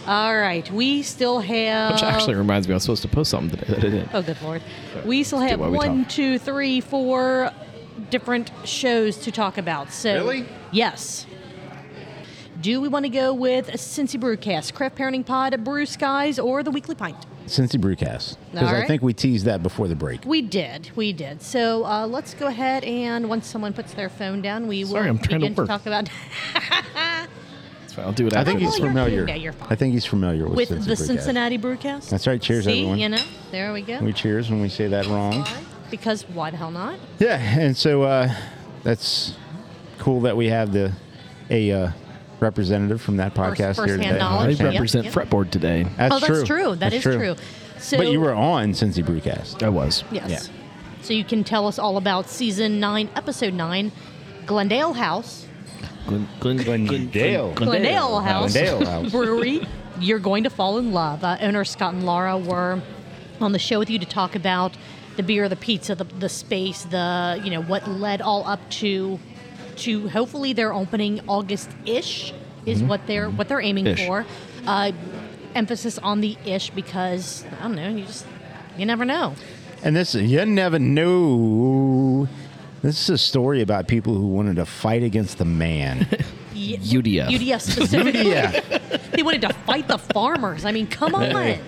S3: All right. We still have.
S4: which actually reminds me I was supposed to post something today that I didn't.
S3: Oh, good lord. We still
S4: do
S3: have
S4: while we
S3: one,
S4: talk.
S3: two, three, four different shows to talk about. So
S2: Really?
S3: Yes. Do we want to go with Cincy Brewcast, Craft Parenting Pod, Brew Skies, or the Weekly Pint?
S2: Cincy Brewcast.
S3: All
S2: Because I
S3: right.
S2: think we teased that before the break.
S3: We did, we did. So uh, let's go ahead and once someone puts their phone down, we
S4: Sorry,
S3: will
S4: I'm trying to
S3: begin
S4: work.
S3: talk about
S4: That's fine. I'll do it
S2: I
S4: after
S2: think
S3: Oh,
S4: this.
S2: he's
S3: you're-
S2: familiar.
S3: yeah, you're fine.
S2: I think he's familiar with,
S3: with
S2: Cincy
S3: the
S2: Brewcast.
S3: Cincinnati Brewcast.
S2: That's right. Cheers,
S3: See,
S2: everyone.
S3: you know, there we go.
S2: We cheers when we say that wrong.
S3: because why the hell not?
S2: Yeah, and so uh, that's cool that we have the a uh, representative from that podcast here
S3: firsthand
S2: today.
S4: I
S3: knowledge. Yeah,
S4: represent
S3: yeah.
S4: Fretboard today.
S2: That's
S3: oh, that's true. That
S2: That's
S3: is true. So,
S2: but you were on Cincy Brewcast.
S4: I was.
S3: Yes. So you can tell us all about season nine, episode nine, Glendale House,
S4: Glen, Glen, Glen,
S2: Glendale.
S3: Glendale House,
S2: Glendale House.
S3: Brewery. You're going to fall in love. Uh, owner Scott and Laura were on the show with you to talk about the beer, the pizza, the, the space, the you know what led all up to to hopefully their opening August ish is
S2: Mm-hmm.
S3: what they're what they're aiming
S4: Ish.
S3: for. Uh, emphasis on the ish because I don't know. You just you never know.
S2: And this, you never know. This is a story about people who wanted to fight against the man.
S3: Ye-
S4: UDF.
S3: UDF specifically.
S2: yeah.
S3: They wanted to fight the farmers. I mean, come on.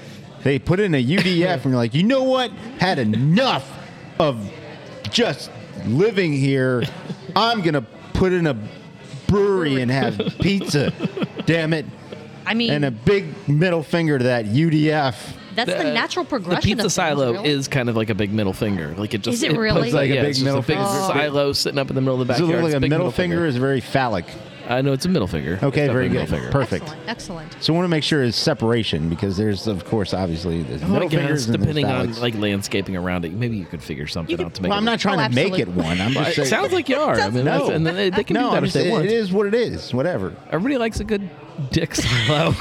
S2: They put in a UDF, and you're like, you know what? Had enough of just living here. I'm gonna put in a brewery and have pizza. Damn it!
S3: I mean,
S2: And a big middle finger to that UDF.
S3: that's the,
S4: Uh,
S3: natural progression.
S4: The pizza
S3: of things,
S4: silo
S3: really.
S4: is kind of like a big middle finger. Like it just
S3: Is it really?
S4: puts-
S3: It's like
S2: a
S4: yeah,
S2: big
S4: it's just
S2: middle
S4: big
S2: finger.
S4: silo sitting up in the middle of the
S2: Does it
S4: backyard.
S2: look like
S4: It's
S2: a
S4: big
S2: middle, finger, is very phallic.
S4: I know it's a middle finger. It's
S2: Okay,
S4: definitely
S2: very
S4: a
S2: good.
S4: middle finger.
S2: Perfect.
S3: Excellent, excellent.
S2: So I want to make sure it's separation because there's, of course, obviously there's
S4: I would
S2: middle
S4: guess,
S2: fingers and there's
S4: depending on
S2: phallics.
S4: like landscaping around it, maybe you could figure something
S3: could-
S4: out to make.
S2: well, I'm
S4: it
S2: not trying
S3: Oh,
S2: to make it
S3: absolutely.
S2: one. I'm just
S4: It
S2: saying.
S4: sounds like you are. I mean,
S2: No.
S4: that's- and they, they can
S2: no,
S4: do that
S2: I'm
S4: if
S2: just-
S4: they want.
S2: it is what it is. Whatever.
S4: Everybody likes a good dick silo.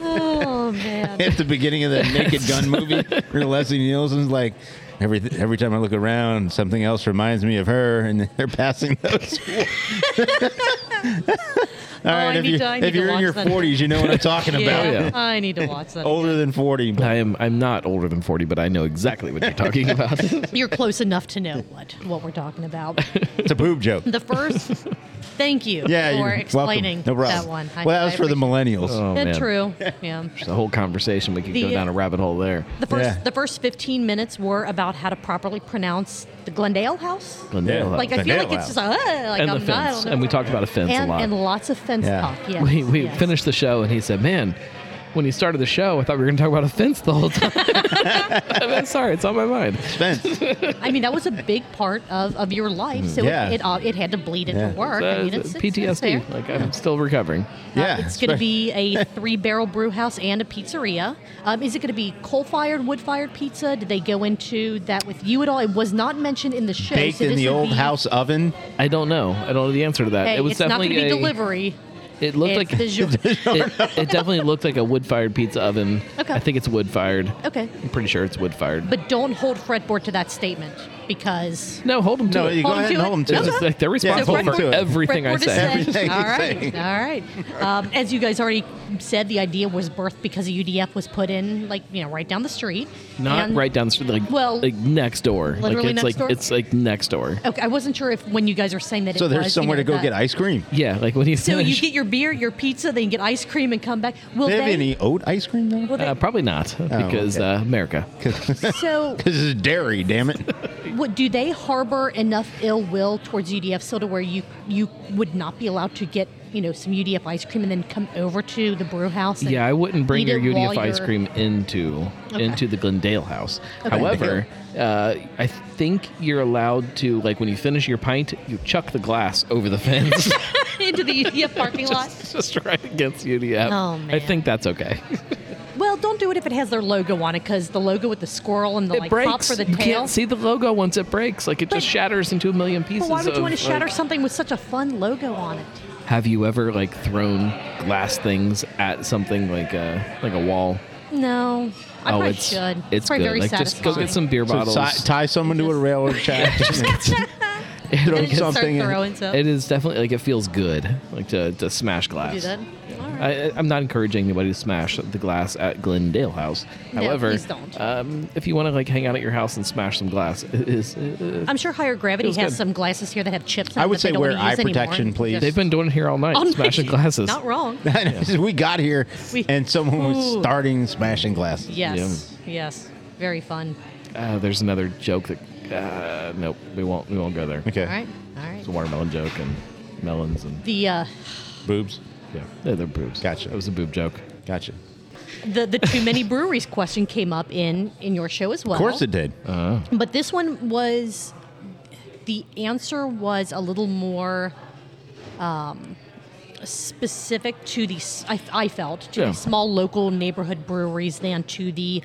S3: Oh man.
S2: At the beginning of the Naked Gun movie, where Leslie Nielsen's like, every every time I look around, something else reminds me of her, and they're passing those. All
S3: Oh, I
S2: right, if
S3: need
S2: you
S3: to- I need
S2: if
S3: to
S2: you're in
S3: watch
S2: your
S3: that.
S2: 40s, you know what I'm talking about. Oh.
S4: yeah.
S3: yeah, I need to watch that.
S2: Older than 40, but
S4: I am. I'm not older than 40, but I know exactly what you're talking about.
S3: You're close enough to know what what we're talking about.
S2: it's a boob joke.
S3: The first, thank you
S2: Yeah,
S3: for
S2: you're
S3: explaining
S2: welcome. No problem.
S3: that one.
S2: well, that was for the millennials.
S4: Oh,
S3: Yeah,
S4: man.
S3: true. Yeah.
S4: The whole conversation we could
S3: The,
S4: go
S3: uh,
S4: down a rabbit hole there.
S3: The first
S2: Yeah.
S3: the first 15 minutes were about how to properly pronounce the Glendale House.
S4: Glendale.
S3: Like I
S2: The
S3: feel
S2: nail
S3: like it's just
S2: house.
S3: uh, like
S4: and
S3: I'm
S4: the
S3: not. I don't
S4: fence,
S3: know.
S4: and we talked about a fence
S3: and,
S4: a lot.
S3: and lots of fence
S2: Yeah.
S3: talk. Yes,
S4: we we
S3: yes.
S4: finished the show, and he said, "Man, when he started the show, I thought we were going to talk about a fence the whole time." I'm sorry, it's on my mind.
S2: Spence.
S3: I mean, that was a big part of, of your life, so
S2: Yeah.
S3: it it, uh, it had to bleed into
S2: Yeah.
S3: work. I
S4: Uh,
S3: mean, it's, it's, it's
S4: PTSD.
S3: fair.
S4: like I'm still recovering.
S3: Uh,
S2: Yeah,
S3: it's going to
S2: spe-
S3: be a three barrel brew house and a pizzeria. Um, is it going to be coal fired, wood fired pizza? Did they go into that with you at all? It was not mentioned in the show.
S2: baked
S3: so
S2: in
S3: this
S2: the
S3: would
S2: old
S3: be-
S2: house oven.
S4: I don't know. I don't know the answer to that.
S3: Hey,
S4: it was
S3: it's not
S4: definitely
S3: going to be
S4: a-
S3: delivery.
S4: It looked
S3: It's
S4: like
S3: the jour-
S4: it, it definitely looked like a wood-fired pizza oven.
S3: Okay.
S4: I think it's wood-fired.
S3: okay,
S4: I'm pretty sure it's wood-fired.
S3: but don't hold fretboard to that statement because
S4: no, hold them to
S2: No,
S4: it.
S2: you go
S3: Hold 'em
S2: ahead
S3: to
S2: and
S3: it.
S2: hold them to
S4: It's
S3: Okay.
S2: it.
S4: just like they're
S2: Yeah,
S4: responsible
S2: hold 'em
S4: for
S2: to it.
S4: everything I
S3: fretboard is
S4: say.
S3: set.
S2: Everything
S3: all
S2: you
S3: right,
S2: say.
S3: all right. Um, as you guys already said, the idea was birthed because a UDF was put in, like you know, right down the street.
S4: Not
S3: And-
S4: right down the street, like
S3: Well,
S4: like next door. like
S3: literally
S4: it's
S3: next
S4: like
S3: door?
S4: it's like next door.
S3: Okay, I wasn't sure if when you guys are saying that.
S2: So
S3: it
S2: there's
S3: was,
S2: somewhere
S3: you
S2: to
S3: know,
S2: go
S3: that-
S2: get ice cream.
S4: Yeah, like when you
S3: So you
S4: finish-
S3: get your beer, your pizza, then you get ice cream and come back. Will
S2: Do they
S3: they?
S2: have any oat ice cream though?
S3: will they
S4: uh, probably not because
S2: Oh, okay.
S4: uh, America.
S3: so,
S2: This is dairy, damn it.
S3: what, do they harbor enough ill will towards UDF still to where you you would not be allowed to get you know some UDF ice cream and then come over to the brew house? and
S4: Yeah, I wouldn't bring
S3: eat
S4: your
S3: it while
S4: UDF ice
S3: you're-
S4: cream into
S3: Okay.
S4: into the Glendale house. However, uh, I think you're allowed to like when you finish your pint, you chuck the glass over the fence.
S3: into the UDF parking lot.
S4: It's just right against UDF.
S3: Oh,
S4: I
S3: man.
S4: think that's okay.
S3: Well, don't do it if it has their logo on it because the logo with the squirrel and the
S4: it
S3: like pop
S4: breaks.
S3: for the
S4: you
S3: tail.
S4: can't see the logo once it breaks. Like it just shatters into a million pieces.
S3: Well, why would you
S4: of,
S3: want to shatter
S4: like-
S3: something with such a fun logo on it?
S4: Have you ever like thrown glass things at something like a like a wall?
S3: No, I
S4: oh,
S3: probably
S4: it's
S3: should.
S4: it's,
S3: probably
S4: good.
S3: very
S4: like just
S3: satisfying.
S4: go get some beer
S2: So
S4: bottles.
S2: ti- tie someone to a railroad shaft. throw
S3: And just start
S2: something in-
S3: throwing stuff.
S4: It is definitely like it feels good, like to, to smash glass.
S3: do that.
S4: I, I- I'm not encouraging anybody to smash the glass at Glendale House.
S3: No,
S4: However,
S3: please don't.
S4: Um, if you want to like hang out at your house and smash some glass, it is. it- it-
S3: I'm sure higher gravity
S4: Feels
S3: has
S4: good.
S3: some glasses here that have chips. In
S2: I
S3: it
S2: would
S3: that
S2: say
S3: they don't
S2: wear
S3: use
S2: eye
S3: anymore.
S2: protection, please.
S3: Just-
S4: they've been doing it here all night,
S3: Oh, no,
S4: smashing glasses.
S3: Not wrong.
S2: I know, so we got here
S3: We-
S2: and someone was
S3: Ooh.
S2: starting smashing glasses.
S3: Yes. Yes. Very fun.
S4: Uh, there's another joke that. Uh, nope, we won't. We won't go there.
S2: Okay.
S3: All right. All right.
S4: It's a watermelon joke and melons and
S3: The uh,
S2: Boobs.
S4: yeah, they're, they're boobs.
S2: Gotcha.
S4: It was a boob joke.
S2: Gotcha.
S3: the the too many breweries question came up in in your show as well. Uh,
S2: Of course it did.
S3: But this one was the answer was a little more um, specific to the s- I, I felt to
S4: Yeah.
S3: the small local neighborhood breweries than to the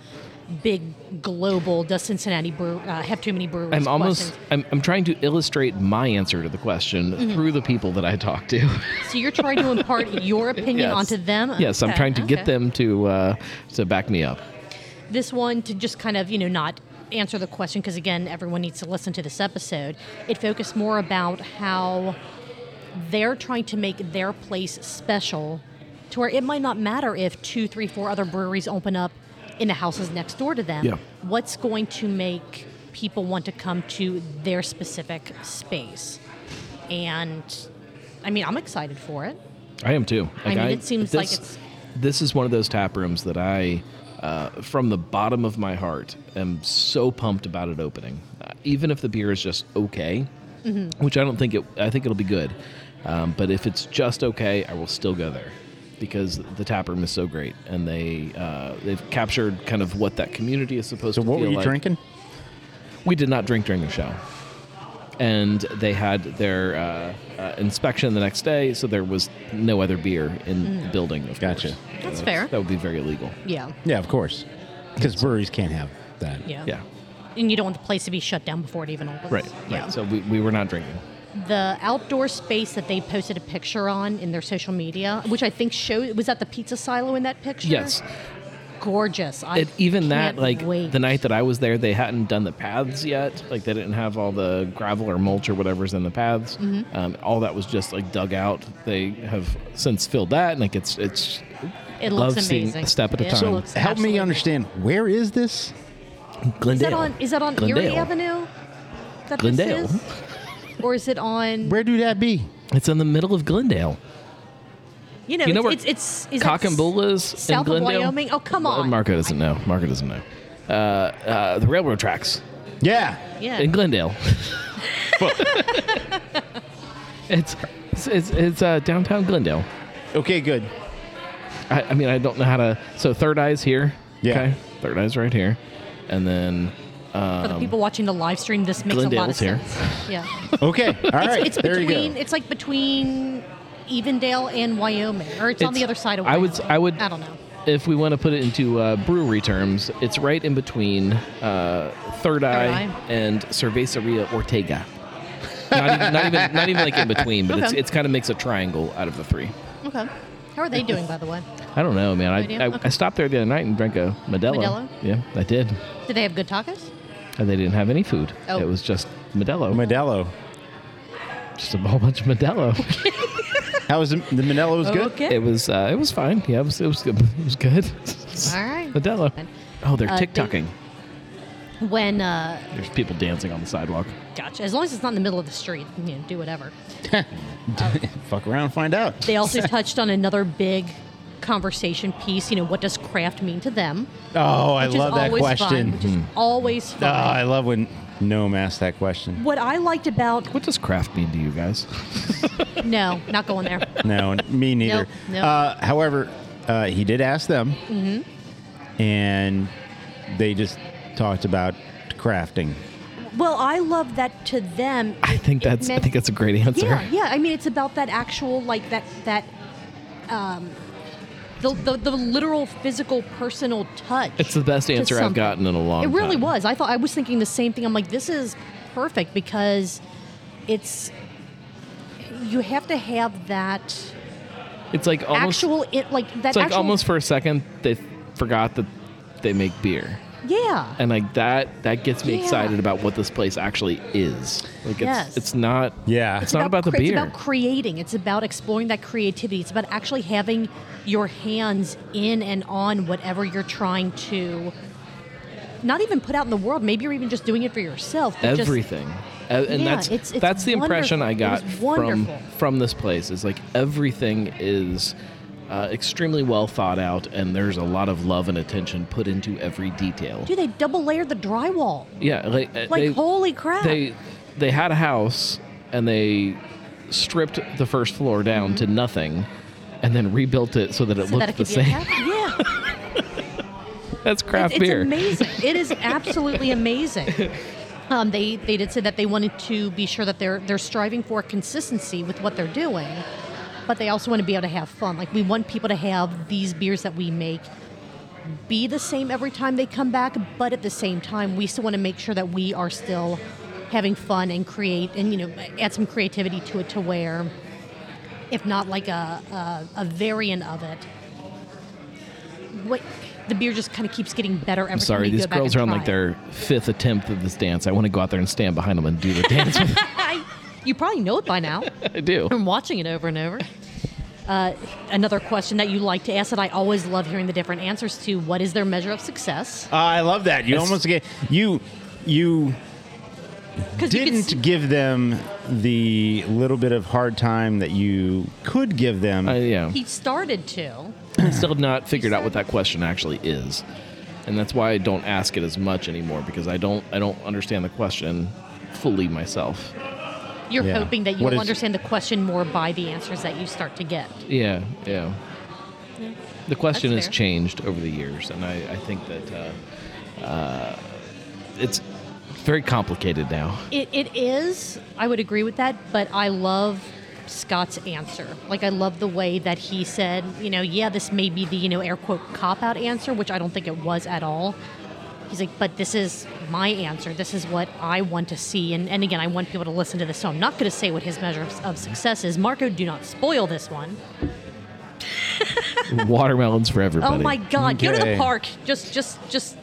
S3: big global does Cincinnati brew, uh, have too many breweries.
S4: I'm almost.
S3: questions.
S4: I'm, I'm trying to illustrate my answer to the question through the people that I talk to.
S3: so you're trying to impart your opinion
S4: Yes.
S3: onto them.
S4: Yes, I'm
S3: Okay,
S4: trying to get
S3: okay.
S4: them to uh, to back me up.
S3: this one to just kind of you know not answer the question because again everyone needs to listen to this episode it focused more about how they're trying to make their place special to where it might not matter if two three four other breweries open up in the houses next door to them
S4: Yeah.
S3: what's going to make people want to come to their specific space and i mean i'm excited for it
S4: I am too.
S3: I mean, it seems like it's-
S4: this is one of those tap rooms that I, uh, from the bottom of my heart, am so pumped about it opening. Uh, even if the beer is just okay,
S3: Mm-hmm.
S4: which I don't think it, I think it'll be good. Um, but if it's just okay, I will still go there because the tap room is so great and they uh, they've captured kind of what that community is supposed
S2: So
S4: to
S2: what were
S4: feel
S2: you
S4: like.
S2: drinking?
S4: We did not drink during the show. And they had their uh, uh, inspection the next day, so there was no other beer in the building. Of
S2: Gotcha.
S4: course.
S3: Mm. That's fair.
S4: That would be very illegal.
S3: Yeah.
S2: Yeah, of course, because breweries can't have that.
S3: Yeah.
S4: Yeah.
S3: And you don't want the place to be shut down before it even opens.
S4: Right.
S3: Yeah.
S4: Right. So we, we were not drinking.
S3: the outdoor space that they posted a picture on in their social media, which I think showed was that the pizza silo in that picture.
S4: Yes.
S3: gorgeous. I
S4: And even that,
S3: can't
S4: like
S3: wait.
S4: the night that I was there, they hadn't done the paths yet. Like they didn't have all the gravel or mulch or whatever's in the paths.
S3: Mm-hmm.
S4: Um, all that was just like dug out. They have since filled that, and like it's it's
S3: it
S4: love
S3: looks
S4: seeing
S3: amazing.
S4: a step at a
S3: It
S4: time.
S3: looks
S2: Help me
S3: absolutely-
S2: understand. Where is this?
S4: Glendale.
S3: Is that on? Is that on Erie
S4: Glendale.
S3: Avenue? That this
S4: Glendale.
S3: is? Or is it on?
S2: Where do that be?
S4: It's in the middle of Glendale.
S3: you know,
S4: You know where
S3: it's, it's, it's is
S4: Cock
S3: that
S4: and Bull is
S3: south
S4: in Glendale.
S3: of Wyoming. Oh come
S4: Uh,
S3: on,
S4: Marco doesn't know. Marco doesn't know. Uh, uh, the railroad tracks
S2: Yeah.
S3: Yeah.
S4: in Glendale. it's it's it's, it's uh, downtown Glendale.
S2: Okay, good.
S4: I, I mean, I don't know how to. So third eyes here.
S2: Yeah.
S4: Third eyes right here, and then
S3: For the people watching the live stream, this makes a lot of
S4: Glendale's here.
S3: sense. Yeah.
S2: Okay. All right.
S3: it's
S2: there
S3: between.
S2: you go.
S3: It's like between Evendale and Wyoming, or it's, on
S4: It's-
S3: the other side of.
S4: I
S3: Wyoming.
S4: would- I would-
S3: I don't know.
S4: if we want to put it into uh, brewery terms, it's right in between uh, third, eye
S3: Eye.
S4: and Cerveceria Ortega. not, even, not even not even like in between, but it's
S3: Okay.
S4: it's kind of makes a triangle out of the three.
S3: Okay. How are they doing, by the way?
S4: I don't know, man.
S3: idea?
S4: I, I,
S3: Okay.
S4: I stopped there the other night and drank a Modelo.
S3: Modelo?
S4: Yeah, I did.
S3: Do they have good tacos?
S4: And they didn't have any food.
S3: Oh.
S4: It was just Modelo.
S2: Modelo.
S4: just a whole bunch of Modelo.
S2: How was the, the Modelo was good?
S3: Okay.
S4: It was uh, it was fine. Yeah, it was it was good. It was good.
S3: All right.
S4: Modelo. Oh, they're
S3: Uh, they-
S4: TikToking.
S3: When, uh,
S4: There's people dancing on the sidewalk.
S3: gotcha. As long as it's not in the middle of the street, you know, do whatever.
S2: Fuck around, and find out.
S3: They also touched on another big conversation piece. You know, what does craft mean to them?
S2: Oh, I
S3: Which
S2: love
S3: is
S2: that
S3: always Fun,
S2: question.
S3: which
S4: Hmm.
S3: is always
S2: Oh,
S3: fun.
S2: I love when Noam asks that question.
S3: what I liked about
S4: What does craft mean to you guys?
S3: no, not going there.
S2: No, me neither.
S3: no.
S2: Uh, however, uh, he did ask them,
S3: Mm-hmm.
S2: and they just talked about crafting.
S3: Well, I love that to them.
S4: I think
S3: it
S4: that's I
S3: meant-
S4: think that's a great answer.
S3: Yeah, yeah. I mean, it's about that actual like that that um, the, the the literal physical personal touch.
S4: It's the best
S3: to
S4: answer I've
S3: something.
S4: gotten in a long
S3: It
S4: time.
S3: really was. I thought I was thinking the same thing. I'm like, this is perfect because it's you have to have that
S4: It's like almost
S3: actual it like that
S4: it's like
S3: actual,
S4: almost for a second they forgot that they make beer.
S3: yeah
S4: And like that that gets me
S3: Yeah.
S4: excited about what this place actually is. Like it's
S3: Yes.
S4: it's not
S2: Yeah.
S4: It's, not about, the
S3: cre-
S4: beer.
S3: It's about creating. It's about exploring that creativity. It's about actually having your hands in and on whatever you're trying to not even put out in the world. Maybe you're even just doing it for yourself. but just-
S4: everything. A- and
S3: Yeah,
S4: that's
S3: it's- it's
S4: that's the impression I
S3: wonderful. It
S4: got
S3: was
S4: from
S3: wonderful.
S4: from this place. Is like everything is uh, extremely well thought out, and there's a lot of love and attention put into every detail.
S3: dude, they double layered the drywall.
S4: Yeah, like, uh,
S3: Like,
S4: they,
S3: holy crap.
S4: They they had a house and they stripped the first floor down to nothing, and then rebuilt it so that it
S3: so
S4: looked
S3: that it
S4: the
S3: could be a
S4: same.
S3: cafe. Yeah.
S4: that's craft
S3: it's,
S4: beer.
S3: It's amazing. It is absolutely amazing. Um, they they did say that they wanted to be sure that they're they're striving for consistency with what they're doing, but they also want to be able to have fun. Like we want people to have these beers that we make be the same every time they come back, but at the same time, we still want to make sure that we are still having fun and create and you know add some creativity to it to where, if not like a a, a variant of it, what the beer just kind of keeps getting better every
S4: I'm
S3: time
S4: sorry,
S3: you
S4: these
S3: go back
S4: girls
S3: and
S4: are on
S3: try
S4: like
S3: it.
S4: their fifth attempt at this dance. I want to go out there and stand behind them and do the dance. with them.
S3: you probably know it by now
S4: I do.
S3: from watching it over and over. Uh, another question that you like to ask that I always love hearing the different answers to: What is their measure of success?
S2: Uh, I love that. You
S4: It's-
S2: almost get you you
S3: Because you can
S2: didn't
S3: see-
S2: give them the little bit of hard time that you could give them.
S4: Uh, yeah.
S3: he started to.
S4: I still have not figured out what that question actually is, and that's why I don't ask it as much anymore because I don't I don't understand the question fully myself.
S3: You're
S2: Yeah.
S3: hoping that
S2: What
S3: you'll
S2: is-
S3: understand the question more by the answers that you start to get.
S4: Yeah, yeah. The question
S3: That's
S4: has
S3: fair.
S4: changed over the years, and I, I think that uh, uh, it's very complicated now.
S3: It, it is. I would agree with that, but I love Scott's answer. Like I love the way that he said, you know, yeah, this may be the you know air quote cop out answer, which I don't think it was at all. He's like, but this is my answer. This is what I want to see. And, and again, I want people to listen to this, so I'm not going to say what his measure of- of success is. Marco, do not spoil this one.
S4: Watermelons for everybody.
S3: Oh my God! Go to
S2: Okay.
S3: the park. Just, just, just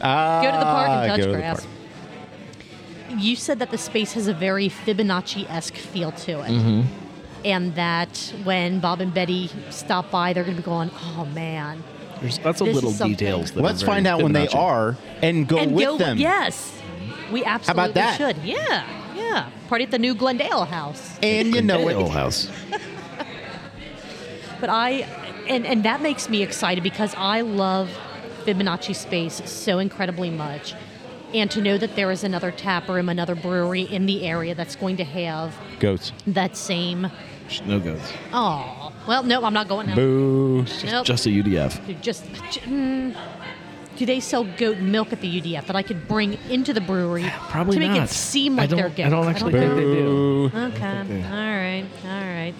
S2: Ah,
S3: Go to the park and touch
S2: go to the
S3: grass.
S2: park.
S3: You said that the space has a very Fibonacci esque feel to it.
S2: Mm-hmm.
S3: And that when Bob and Betty stop by, they're going to be going, oh man.
S4: There's lots of
S3: This is
S4: little
S3: something.
S4: details. That are
S2: Let's
S4: very
S2: find out when they
S4: Fibonacci.
S2: are and go
S3: and
S2: with
S3: go,
S2: them.
S3: yes. We absolutely
S2: that?
S3: should. Yeah, yeah. Party at the new Glendale house.
S2: And you know
S4: Glendale
S2: it.
S4: House.
S3: But I, and, and that makes me excited because I love Fibonacci space so incredibly much. And to know that there is another tap room, another brewery in the area that's going to have
S2: Goats.
S3: that same
S4: No goats.
S3: Oh, well, no, I'm not going now.
S2: Boo.
S3: Nope.
S4: Just a UDF.
S3: Dude, just, j- mm, do they sell goat milk at the UDF that I could bring into the brewery
S4: Probably
S3: to make
S4: not.
S3: it seem
S4: I
S3: like
S4: don't-
S3: they're goat?
S4: I don't actually
S2: Boo.
S4: think they do.
S3: Okay. All right. All right.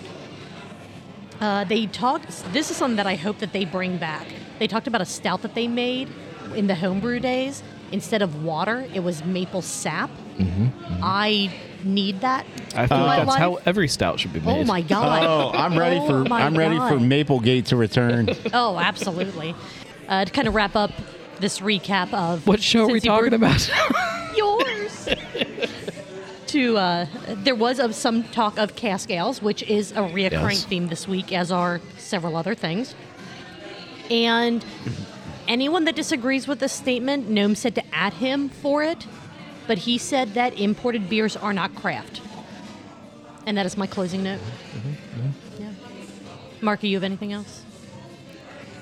S3: Uh, they talked. This is something that I hope that they bring back. They talked about a stout that they made in the homebrew days. Instead of water, it was maple sap.
S2: Mm-hmm,
S3: I need that.
S4: I
S3: in
S4: feel
S3: Oh my
S4: like that's
S3: life.
S4: how every stout should be made.
S3: Oh my god!
S2: Oh, I'm ready
S3: Oh
S2: for
S3: my
S2: I'm ready for
S3: God.
S2: Maplegate to return.
S3: Oh, absolutely. Uh, to kind of wrap up this recap of
S4: What show are we
S3: Cincy Brew-
S4: talking about?
S3: Yours. to uh, there was of some talk of cask ales, which is a reoccurring
S4: Yes.
S3: theme this week, as are several other things. And anyone that disagrees with this statement, Gnome said to at him for it, but he said that imported beers are not craft. And that is my closing note. Yeah. Mark, do you have anything else?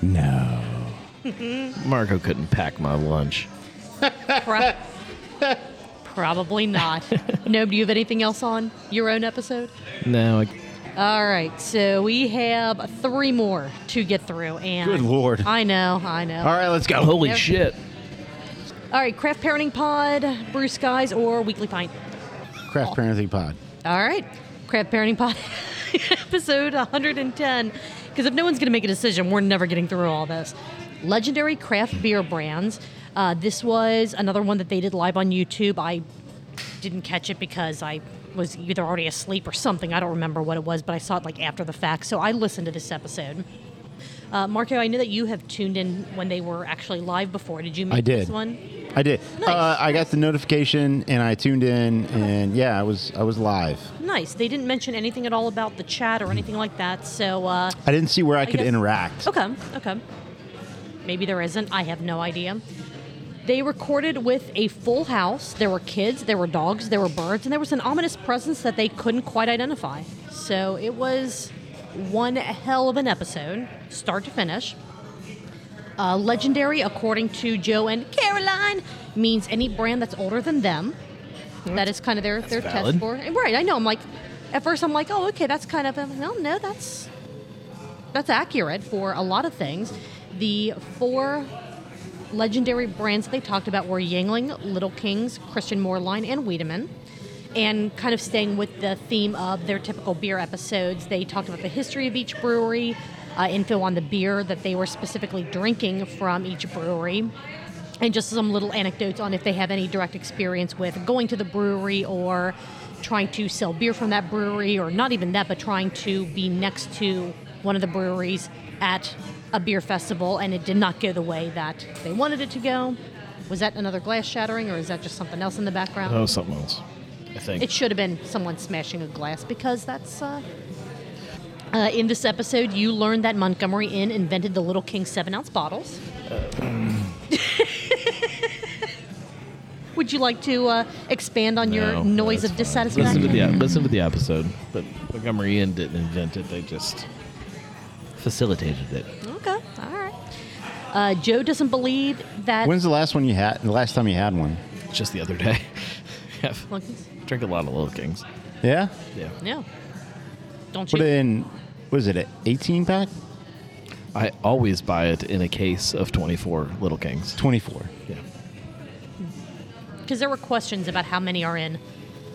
S2: no.
S4: Marco couldn't pack my lunch.
S3: Pro- Probably not. No, do you have anything else on your own episode?
S4: No, I,
S3: All right, so we have three more to get through, and
S2: Good Lord.
S3: I know, I know.
S2: All right, let's go.
S4: holy
S3: Yep.
S4: shit.
S3: All right, Craft Parenting Pod, Bruce Skies, or Weekly Pint.
S2: Craft Parenting Pod.
S3: All right, Craft Parenting Pod, episode 110. Because if no one's going to make a decision, we're never getting through all this. Legendary craft beer brands. Uh, this was another one that they did live on YouTube. I didn't catch it because I was either already asleep or something. I don't remember what it was, but I saw it like after the fact. So I listened to this episode. Uh, Marco, I know that you have tuned in when they were actually live before. Did you make
S2: I did.
S3: this one?
S2: I did.
S3: Nice,
S2: Uh, I got the notification and I tuned in and yeah, I was I was live.
S3: Nice. They didn't mention anything at all about the chat or anything like that. So uh,
S2: I didn't see where I, could
S3: guess-
S2: interact.
S3: Okay, okay. Maybe there isn't. I have no idea. They recorded with a full house. There were kids, there were dogs, there were birds, and there was an ominous presence that they couldn't quite identify. So it was one hell of an episode, start to finish. Uh, legendary, according to Joe and Caroline, means any brand that's older than them. That is kind of their, their test
S4: valid.
S3: for. Right, I know. I'm like, at first I'm like, oh, okay, that's kind of, I'm like, no, no, that's that's accurate for a lot of things. The four legendary brands that they talked about were Yingling, Little Kings, Christian Moorline, and Wiedemann. And kind of staying with the theme of their typical beer episodes, they talked about the history of each brewery, uh, info on the beer that they were specifically drinking from each brewery, and just some little anecdotes on if they have any direct experience with going to the brewery or trying to sell beer from that brewery, or not even that, but trying to be next to one of the breweries at a beer festival, and it did not go the way that they wanted it to go. Was that another glass shattering, or is that just something else in the background?
S4: Oh, something else. I think.
S3: It should have been someone smashing a glass because that's. Uh, uh, in this episode, you learned that Montgomery Inn invented the Little King seven ounce bottles. Would you like to uh, expand on your
S4: No,
S3: noise of
S4: that's fine.
S3: dissatisfaction?
S4: Listen to, the, yeah, listen to the episode. But Montgomery Inn didn't invent it, they just facilitated it.
S3: Okay. All right. Uh, Joe doesn't believe that.
S2: When's the last one you had? The last time you had one?
S4: Just the other day. I've
S3: Monkeys?
S4: Drink a lot of Little Kings.
S2: Yeah.
S4: Yeah.
S3: Yeah. Don't
S2: Put
S3: you?
S2: it in. Was it an 18 pack?
S4: I always buy it in a case of 24 Little Kings.
S2: 24.
S4: Yeah.
S3: Because there were questions about how many are in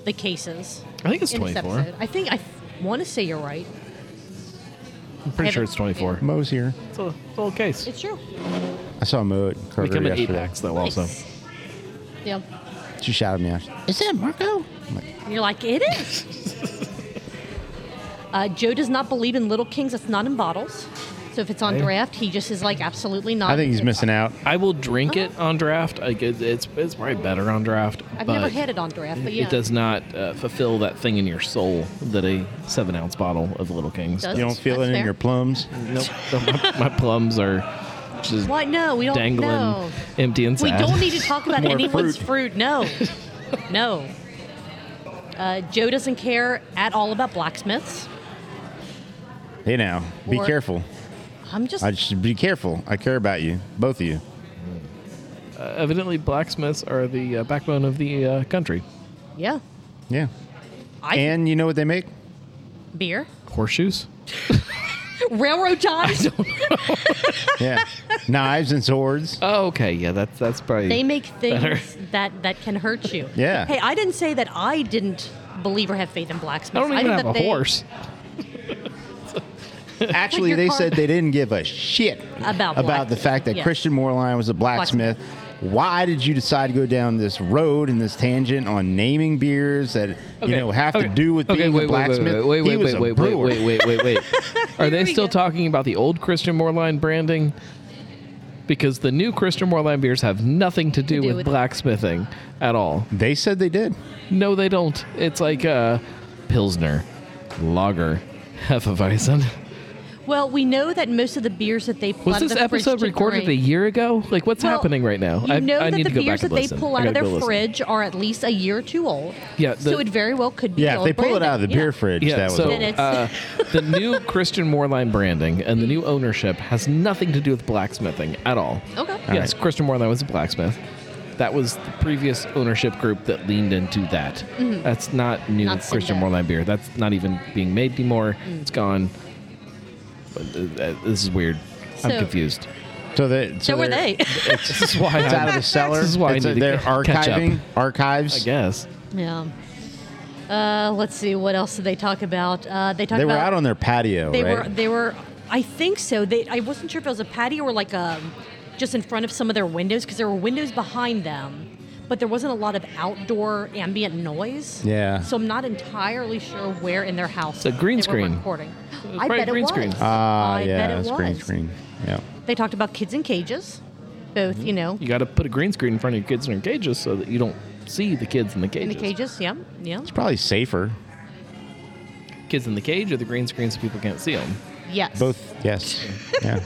S3: the cases
S4: I think it's
S3: in this
S4: 24.
S3: episode. I think I want to say you're right.
S4: I'm pretty sure it's
S3: Yeah.
S4: 24.
S2: Mo's here.
S4: It's a, it's a little case.
S3: It's true.
S2: I saw Mo at
S4: we
S2: Kroger
S4: come in eight
S2: yesterday.
S4: packs though, also.
S3: Nice. Yeah.
S2: She shouted me out. Is that Marco? I'm like,
S3: And you're like, it is. uh, Joe does not believe in Little Kings. It's not in bottles. So if it's on
S4: Yeah.
S3: draft, he just is like, absolutely not.
S2: I think he's
S3: It's-
S2: missing out.
S4: I will drink
S3: Uh-huh.
S4: it on draft. I get, it's it's probably better on draft.
S3: I've
S4: but
S3: never had it on draft, but yeah.
S4: It does not uh, fulfill that thing in your soul that a seven ounce bottle of Little Kings.
S3: Does
S2: You don't feel
S3: That's
S2: it in
S3: fair.
S2: your plums.
S4: Nope. my, my plums are just
S3: What? No, we don't
S4: dangling,
S3: know.
S4: empty and
S3: We
S4: sad.
S3: don't need to talk about
S2: More
S3: anyone's
S2: fruit.
S3: fruit. No, no. Uh, Joe doesn't care at all about blacksmiths.
S2: Hey now, be
S3: Or-
S2: careful.
S3: I'm just,
S2: I should be careful. I care about you, both of you.
S4: Uh, evidently, blacksmiths are the uh, backbone of the uh, country.
S3: yeah.
S2: Yeah.
S3: I
S2: And you know what they make?
S3: beer,
S4: Horseshoes.
S3: railroad ties.
S2: Yeah. Knives and swords.
S4: Oh, okay. Yeah, that's that's probably.
S3: They make things
S4: Better.
S3: that that can hurt you.
S2: Yeah.
S3: Hey, I didn't say that I didn't believe or have faith in blacksmiths.
S4: I don't even
S3: know
S4: have
S3: that
S4: a
S3: they-
S4: horse.
S2: Actually,
S3: your
S2: they
S3: car-
S2: said they didn't give a shit
S3: About
S2: about
S3: black-
S2: the fact that
S3: yeah.
S2: Christian Moreline was a blacksmith. Why did you decide to go down this road and this tangent on naming beers that you
S4: Okay,
S2: know have
S4: okay,
S2: to do with
S4: okay,
S2: being
S4: wait,
S2: a blacksmith?
S4: Wait,
S2: he
S4: wait,
S2: was
S4: wait,
S2: a
S4: wait, wait,
S2: brewer.
S4: wait, wait, wait, wait, Are they
S3: we
S4: still
S3: go.
S4: talking about the old Christian Moorline branding? Because the new Christian Moorline beers have nothing to do,
S3: do
S4: with,
S3: with-
S4: blacksmithing at all.
S2: They said they did.
S4: No, they don't. It's like uh, Pilsner, Lager, Hefeweizen.
S3: Well, we know that most of the beers that they pull
S4: Was
S3: out of
S4: this
S3: the fridge
S4: episode
S3: to
S4: recorded a
S3: drink-
S4: year ago? Like, what's
S3: Well,
S4: happening right now?
S3: You know that
S4: need
S3: the
S4: to go
S3: beers
S4: back
S3: that
S4: and
S3: they
S4: listen.
S3: pull
S4: I
S3: out of
S4: gotta
S3: their
S4: go listen.
S3: fridge are at least a year or two old.
S4: Yeah, the-
S3: so it very well could be.
S2: Yeah, if
S3: old
S2: they pull it
S3: branding.
S2: out of the
S3: Yeah.
S2: beer fridge,
S4: Yeah,
S2: that was
S4: so
S2: old.
S3: Then it's-
S4: uh, the new Christian Moorline branding and the new ownership has nothing to do with blacksmithing at all.
S3: Okay.
S4: yes, Christian Moreland was a blacksmith. That was the previous ownership group that leaned into that. That's not new
S3: Mm-hmm. Not Mm.
S4: Christian
S3: Sinbad.
S4: Moreland beer. That's not even being made anymore. It's gone. But, uh, uh, This is weird. I'm
S3: So-
S4: confused.
S2: So they so
S3: So were
S2: they're-
S3: they?
S4: This is why
S2: It's
S4: I'm-
S2: out of the cellar.
S4: This is why I
S2: It's a-
S4: need to
S2: they're
S4: ca- catch up.
S2: archiving
S4: I
S2: archives.
S4: guess.
S3: yeah. Uh, let's see. What else did they talk about? Uh, they talked
S2: They were
S3: about
S2: out on their patio,
S3: they
S2: right?
S3: were they were. I think so. They I wasn't sure if it was a patio or like a just in front of some of their windows because there were windows behind them, but there wasn't a lot of outdoor ambient noise.
S2: Yeah.
S3: So I'm not entirely sure where in their house.
S4: It's a green
S3: they were
S4: screen.
S3: recording.
S4: was
S3: I
S4: probably
S3: bet
S4: green
S3: it was.
S4: screen.
S2: Ah,
S3: I
S2: yeah,
S3: bet it
S2: it's
S3: was.
S2: green screen. Yeah.
S3: They talked about kids in cages, both you know
S4: You got to put a green screen in front of your kids in their cages so that you don't see the kids in the
S3: in
S4: cages.
S3: the cages. Yeah, yeah,
S2: It's probably safer.
S4: Kids in the cage or the green screen so people can't see them.
S3: yes.
S2: Both, yes. Yeah.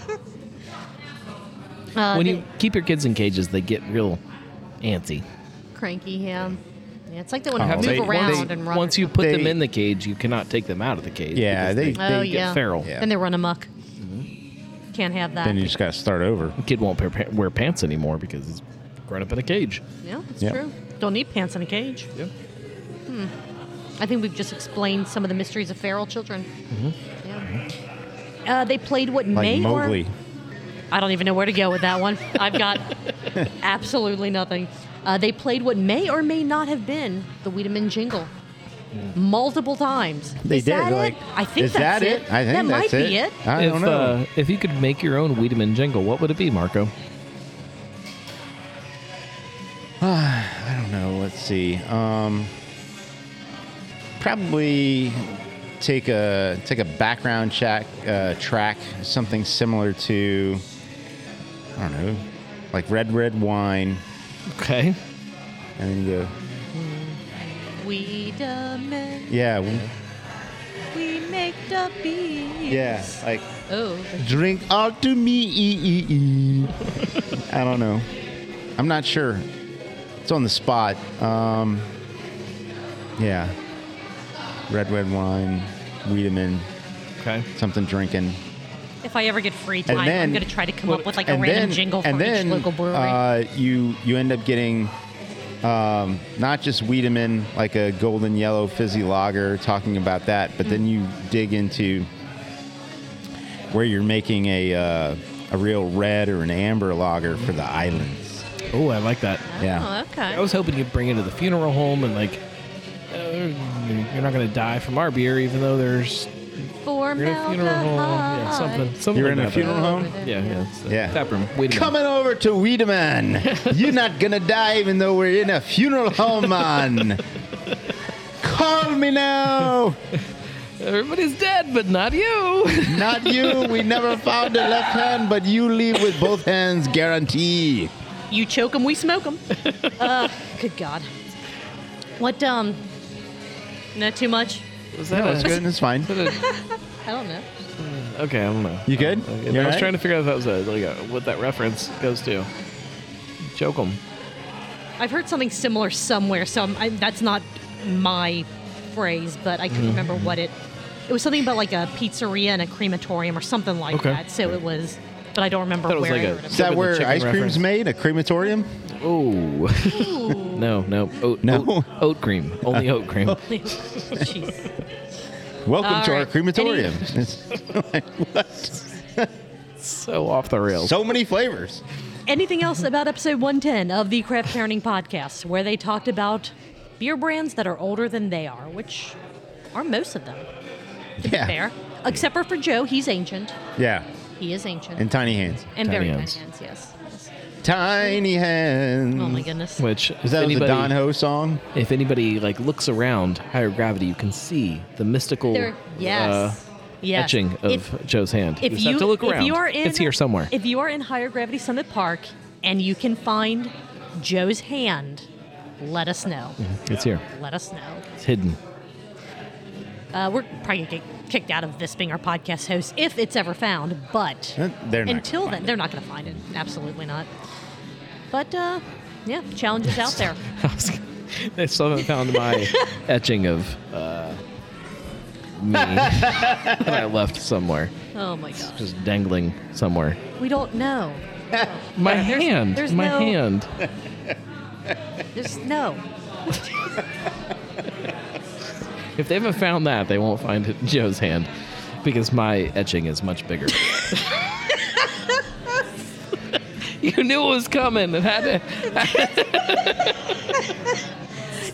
S3: Uh,
S4: when
S3: they-
S4: you keep your kids in cages, they get real antsy.
S3: cranky. Yeah. yeah, it's like they want
S2: Oh,
S3: to move
S2: they-
S3: around
S2: they-
S3: and run.
S4: Once you put them
S2: They-
S4: in the cage, you cannot take them out of the cage.
S2: Yeah,
S4: because
S2: they-
S3: oh
S4: get
S3: yeah,
S4: feral.
S2: Yeah. Mm-hmm.
S3: Then they run amok. Can't have that.
S2: then you just got to start over.
S4: Kid won't pair, pa- wear pants anymore because he's grown up in a cage.
S3: yeah, that's
S2: Yep.
S3: true. Don't need pants in a cage.
S4: Yeah.
S3: I think we've just explained some of the mysteries of feral children. Yeah. Uh, they played what
S2: Mm-hmm. Like
S3: may or-
S2: Mowgli.
S3: I don't even know where to go with that one. I've got absolutely nothing. Uh, they played what may or may not have been the Wiedemann jingle multiple times.
S2: Hmm. They
S3: Is
S2: did.
S3: That
S2: like,
S3: it? I think
S2: is
S3: that's
S2: that it? I think
S3: that
S2: that's
S3: might
S2: it.
S3: be it.
S2: I
S4: if,
S2: don't know.
S4: Uh, if you could make your own Wiedemann jingle, what would it be, Marco?
S2: I don't know. Let's see. Um, probably take a take a background check uh, track, something similar to I don't know, like red red wine,
S4: Okay.
S2: and then you go,
S3: Wiedemann,
S2: yeah, w-
S3: we make the beats.
S2: yeah, like
S3: Oh,
S2: drink all to me. E, e, e. I don't know. I'm not sure. It's on the spot. Um, yeah, red red wine, Wiedemann.
S4: Okay.
S2: something drinking.
S3: If I ever get free time, I'm going to try to come up with like a
S2: and
S3: random
S2: then-
S3: jingle for
S2: and then,
S3: each local brewery.
S2: Uh, you you end up getting um, not just Wiedemann, like a golden yellow fizzy lager, talking about that, but
S3: Mm.
S2: then you dig into where you're making a uh, a real red or an amber lager for the islands.
S4: Oh, I like that.
S2: Yeah.
S3: Oh, okay.
S4: I was hoping you'd bring it to the funeral home and like, uh, you're not gonna die from our beer, even though there's you're in a funeral home, yeah, something, something.
S2: You're in
S4: like
S2: a
S4: that.
S2: funeral home.
S4: Yeah, yeah, it's the
S2: Yeah.
S4: Tap room. Wait a minute.
S2: Coming over to Wiedemann. You're not gonna die even though we're in a funeral home, man. Call me now.
S4: Everybody's dead, but not you.
S2: Not you. We never found a left hand, but you leave with both hands, guarantee.
S3: You choke them, we smoke them. uh, good God. What, um, not too much?
S4: Was that
S2: No, it's
S4: a-
S2: good. It's fine.
S4: was that
S3: I don't know.
S4: a- okay, I don't know.
S2: You good?
S4: Okay,
S2: You
S4: I was
S2: alright?
S4: trying to figure out if that was a, like a, what that reference goes to. Choke 'em.
S3: I've heard something similar somewhere, so I'm- I, that's not my phrase, but I
S4: Mm-hmm.
S3: couldn't remember what it. It was something about like a pizzeria and a crematorium or something like
S4: Okay.
S3: that. So it was, but I don't remember
S4: Thought it was
S3: where.
S4: like
S3: I
S4: a-
S3: heard
S2: Is
S3: it.
S2: that
S4: Look at the
S2: where
S4: chicken
S2: ice cream's
S4: reference.
S2: made? A crematorium?
S4: Oh. no, no. Oat,
S2: No.
S4: Oat, oat cream. Only oat cream.
S3: Jeez.
S2: Welcome
S3: All
S2: to our
S3: right.
S2: crematorium.
S4: so off the rails.
S2: so many flavors.
S3: Anything else about episode 110 of the Craft Parenting Podcast, where they talked about beer brands that are older than they are, which are most of them.
S4: Ah.
S2: Yeah.
S3: Fair. Except for, for Joe, he's ancient.
S2: Yeah.
S3: He is ancient.
S2: And tiny hands.
S3: And
S4: Tiny
S3: very tiny
S4: hands.
S3: hands, yes. yes.
S2: Tiny hands.
S3: Oh my goodness.
S4: Which
S2: Is that
S4: anybody,
S2: the Don Ho song?
S4: if anybody like looks around higher gravity, you can see the mystical
S3: There- yes.
S4: uh,
S3: yes.
S4: etching of
S3: If-
S4: Joe's hand.
S3: if
S4: you just
S3: you,
S4: have to look around.
S3: If you are in,
S4: it's here somewhere.
S3: If you are in Higher Gravity Summit Park and you can find Joe's hand, let us know.
S4: it's here.
S3: Let us know.
S4: It's hidden.
S3: Uh, we're probably gonna get kicked out of this being our podcast host if it's ever found, but
S2: Uh, they're not gonna
S3: until
S2: find
S3: then, they're not going to find it. Absolutely not. But uh, yeah, challenges out there.
S4: I still haven't found my etching of uh, me that I left somewhere,
S3: Oh my gosh,
S4: just dangling somewhere.
S3: we don't know.
S4: My
S3: There's-
S4: hand,
S3: there's
S4: my
S3: no-
S4: hand.
S3: There's no.
S4: If they haven't found that, they won't find it- Joe's hand because my etching is much bigger. you knew it was coming. It had to.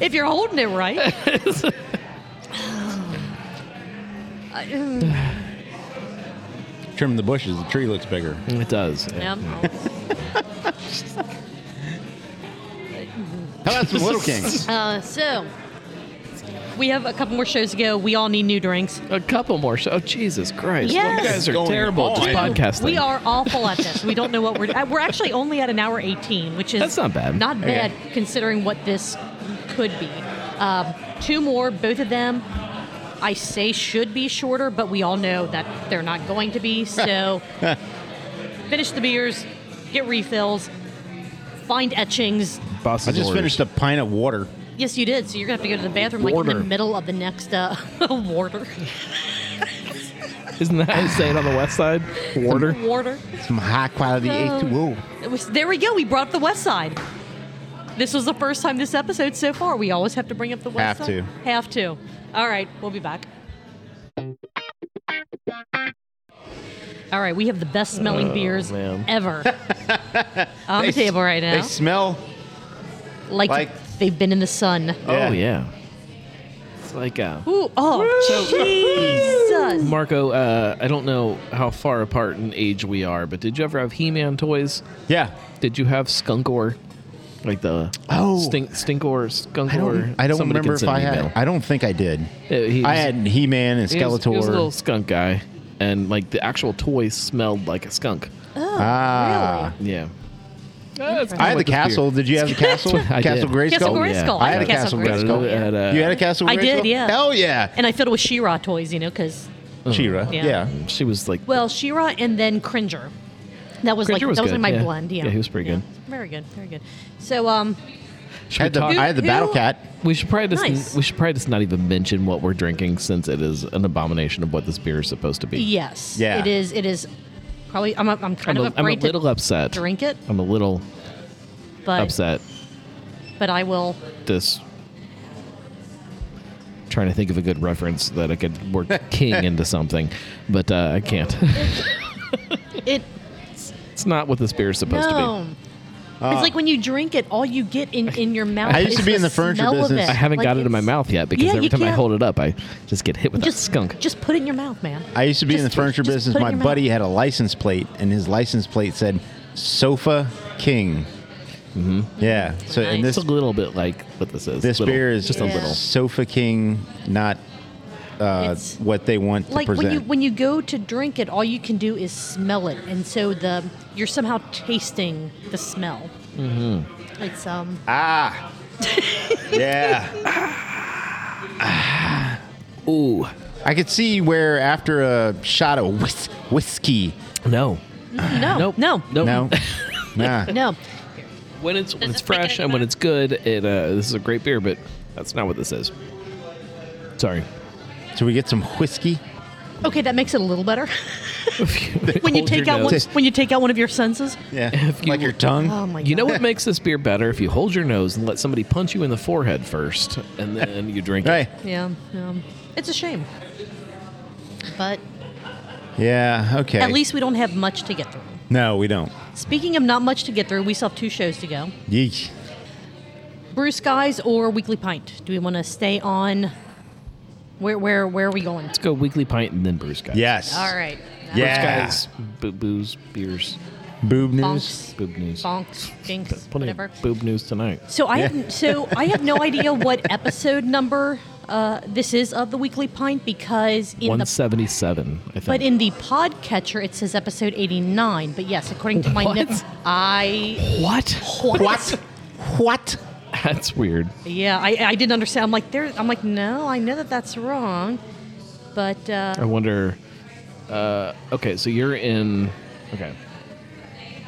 S3: If you're holding it right. I- mm,
S2: Trim the bushes. The tree looks bigger.
S4: It does.
S3: yeah.
S2: How about some Little Kings?
S3: Uh, so we have a couple more shows to go. We all need new drinks.
S4: A couple more. Sh- oh Jesus Christ!
S3: Yes.
S4: You guys are
S2: Going
S4: terrible. at Just
S2: on.
S4: podcasting.
S3: We are awful at this. We don't know what we're. uh, We're actually only at an hour 18, which is
S4: That's not bad.
S3: Not
S2: Okay.
S3: bad considering what this could be. Um, two more, both of them. I say should be shorter, but we all know that they're not going to be. So finish the beers, get refills, find etchings.
S4: Bosses
S2: I just finished a pint of water.
S3: Yes, you did. So you're gonna have to go to the bathroom like in
S2: Warder.
S3: the middle of the next uh, water.
S4: Isn't that how you say it on the west side? Warder.
S3: Water.
S2: Some high quality
S3: Oh.
S2: H2O.
S3: It was, there we go. We brought up the West Side. This was the first time this episode so far. We always have to bring up the West
S2: Have
S3: Side.
S2: to.
S3: Have to. All right, we'll be back. All right, we have the best smelling beers
S4: man.
S3: ever on the
S2: They s-
S3: table right now.
S2: They smell.
S3: like,
S2: like-
S3: they've been in the sun.
S4: Oh yeah. It's like uh,
S3: Ooh, oh, Jesus.
S4: Marco. Uh, I don't know how far apart in age we are, but did you ever have He-Man toys?
S2: Yeah.
S4: Did you have Skunkor? Like the
S2: Oh.
S4: stink Stinkor Skunkor.
S2: I don't, I don't
S4: Somebody
S2: remember
S4: can
S2: if
S4: send
S2: I
S4: an
S2: had.
S4: email.
S2: I don't think I did.
S4: Yeah, he
S2: I
S4: was-
S2: had He Man and
S4: He was-
S2: Skeletor.
S4: He was a little skunk guy, and like the actual toy smelled like a skunk.
S3: Oh,
S2: ah.
S4: Yeah. Uh, it's kinda
S2: I had the
S4: like this beer.
S2: castle. Did you have the castle?
S4: I
S2: castle
S4: did.
S2: Grayskull.
S3: Castle
S4: Skull, yeah.
S3: Grayskull.
S4: I
S2: I had a
S4: had
S2: castle
S4: Grayskull.
S2: Grayskull.
S4: Yeah. At, uh,
S2: you had a castle.
S3: I
S2: Grayskull?
S3: did, yeah.
S2: Hell yeah.
S3: And I filled it with She-Ra toys, you know, because
S4: Oh.
S2: Shira.
S3: Yeah.
S2: Yeah.
S4: She was like
S3: well, She-Ra and then Cringer. That was
S4: Cringer
S3: like
S4: was
S3: that was
S4: good,
S3: like my
S4: yeah.
S3: blend. Yeah,
S4: Yeah, he was pretty good.
S3: Very good, very good. So um,
S4: Should
S2: I
S4: we
S2: had the,
S4: talk-
S2: I had the
S3: Who-
S2: battle
S3: who-
S2: cat.
S4: We should probably just
S3: Nice.
S4: we should probably just not even mention what we're drinking since it is an abomination of what this beer is supposed to be.
S3: Yes.
S2: Yeah.
S3: It is. It is. Probably. I'm. I'm
S4: I'm
S3: kind
S4: a,
S3: of
S4: I'm a
S3: afraid
S4: little
S3: to
S4: upset.
S3: drink it,
S4: I'm a little
S3: but
S4: upset.
S3: but I will.
S4: This trying to think of a good reference that I could work king into something, but uh, I can't.
S3: It.
S4: it's not what this beer is supposed to
S3: No. It's like when you drink it, all you get in, in your mouth.
S2: Uh, I used
S3: is
S2: to be in the furniture
S3: smell of
S2: business.
S3: it.
S4: be. I haven't
S3: Like,
S4: got it in my
S3: it's-
S4: mouth yet because
S3: Yeah,
S4: every
S3: you
S4: time I
S3: can't-
S4: hold it up, I just get hit with
S3: Just
S4: that skunk.
S3: Just put it in your mouth, man.
S2: I used to be in the
S3: Just-
S2: furniture
S3: just
S2: business.
S3: put it
S2: My
S3: in your
S2: buddy
S3: mouth.
S2: had a license plate, and his license plate said "Sofa King." Mm-hmm. Yeah. So and
S3: Nice.
S2: this
S4: it's a little bit like what this is.
S2: this
S4: Little-
S2: beer is
S4: just
S3: Yeah.
S4: a little.
S2: Sofa King, not uh,
S3: It's-
S2: what they want to
S3: like
S2: present.
S3: when you when you go to drink it, all you can do is smell it, and so the you're somehow tasting the smell. Mm-hmm. It's um.
S2: ah. yeah.
S4: Ooh,
S2: I could see where after a shot of whis- whiskey.
S4: no,
S3: No.
S4: Nope.
S3: Oh, No.
S4: Nope.
S2: No. nah.
S3: No.
S4: when it's when it's
S3: this make
S4: fresh
S3: any
S4: and when it's good, it uh, this is a great beer. But that's not what this is. Sorry.
S2: So we get some whiskey.
S3: Okay, that makes it a little better. when
S4: when
S3: you take out one,
S2: nose.
S3: when you take out one of your senses.
S2: Yeah.
S4: If you-
S2: like your tongue.
S3: Oh my god.
S4: You know what makes this beer better? If you hold your nose and let somebody punch you in the forehead first, and then you drink
S2: right.
S3: Yeah. Um, it's a shame. But
S2: Yeah. Okay.
S3: at least we don't have much to get through.
S2: No, we don't.
S3: Speaking of not much to get through, we still have two shows to go.
S2: Yeesh.
S3: Brew Skies or Weekly Pint? Do we want to stay on? Where where where are we going?
S4: it. Let's go weekly pint and then brew skies.
S2: Yes.
S3: All right.
S2: Yeah.
S4: Skies, boo- booze, beers,
S2: Boob news.
S3: Bonks,
S4: boob news.
S3: bonks, ginks,
S4: Plenty of
S3: whatever.
S4: boob news tonight.
S3: So I have, so I have no idea what episode number uh, this is of the Weekly Pint because in
S4: One
S3: the
S4: seventy seven. I think.
S3: but in the podcatcher it says episode eighty nine. But yes, according to my
S4: What?
S3: notes, I
S4: what?
S2: What? What?
S4: That's weird.
S3: yeah I, I didn't understand. I'm like there. I'm like no, I know that that's wrong, but uh,
S4: I wonder. Uh, okay, so you're in. Okay.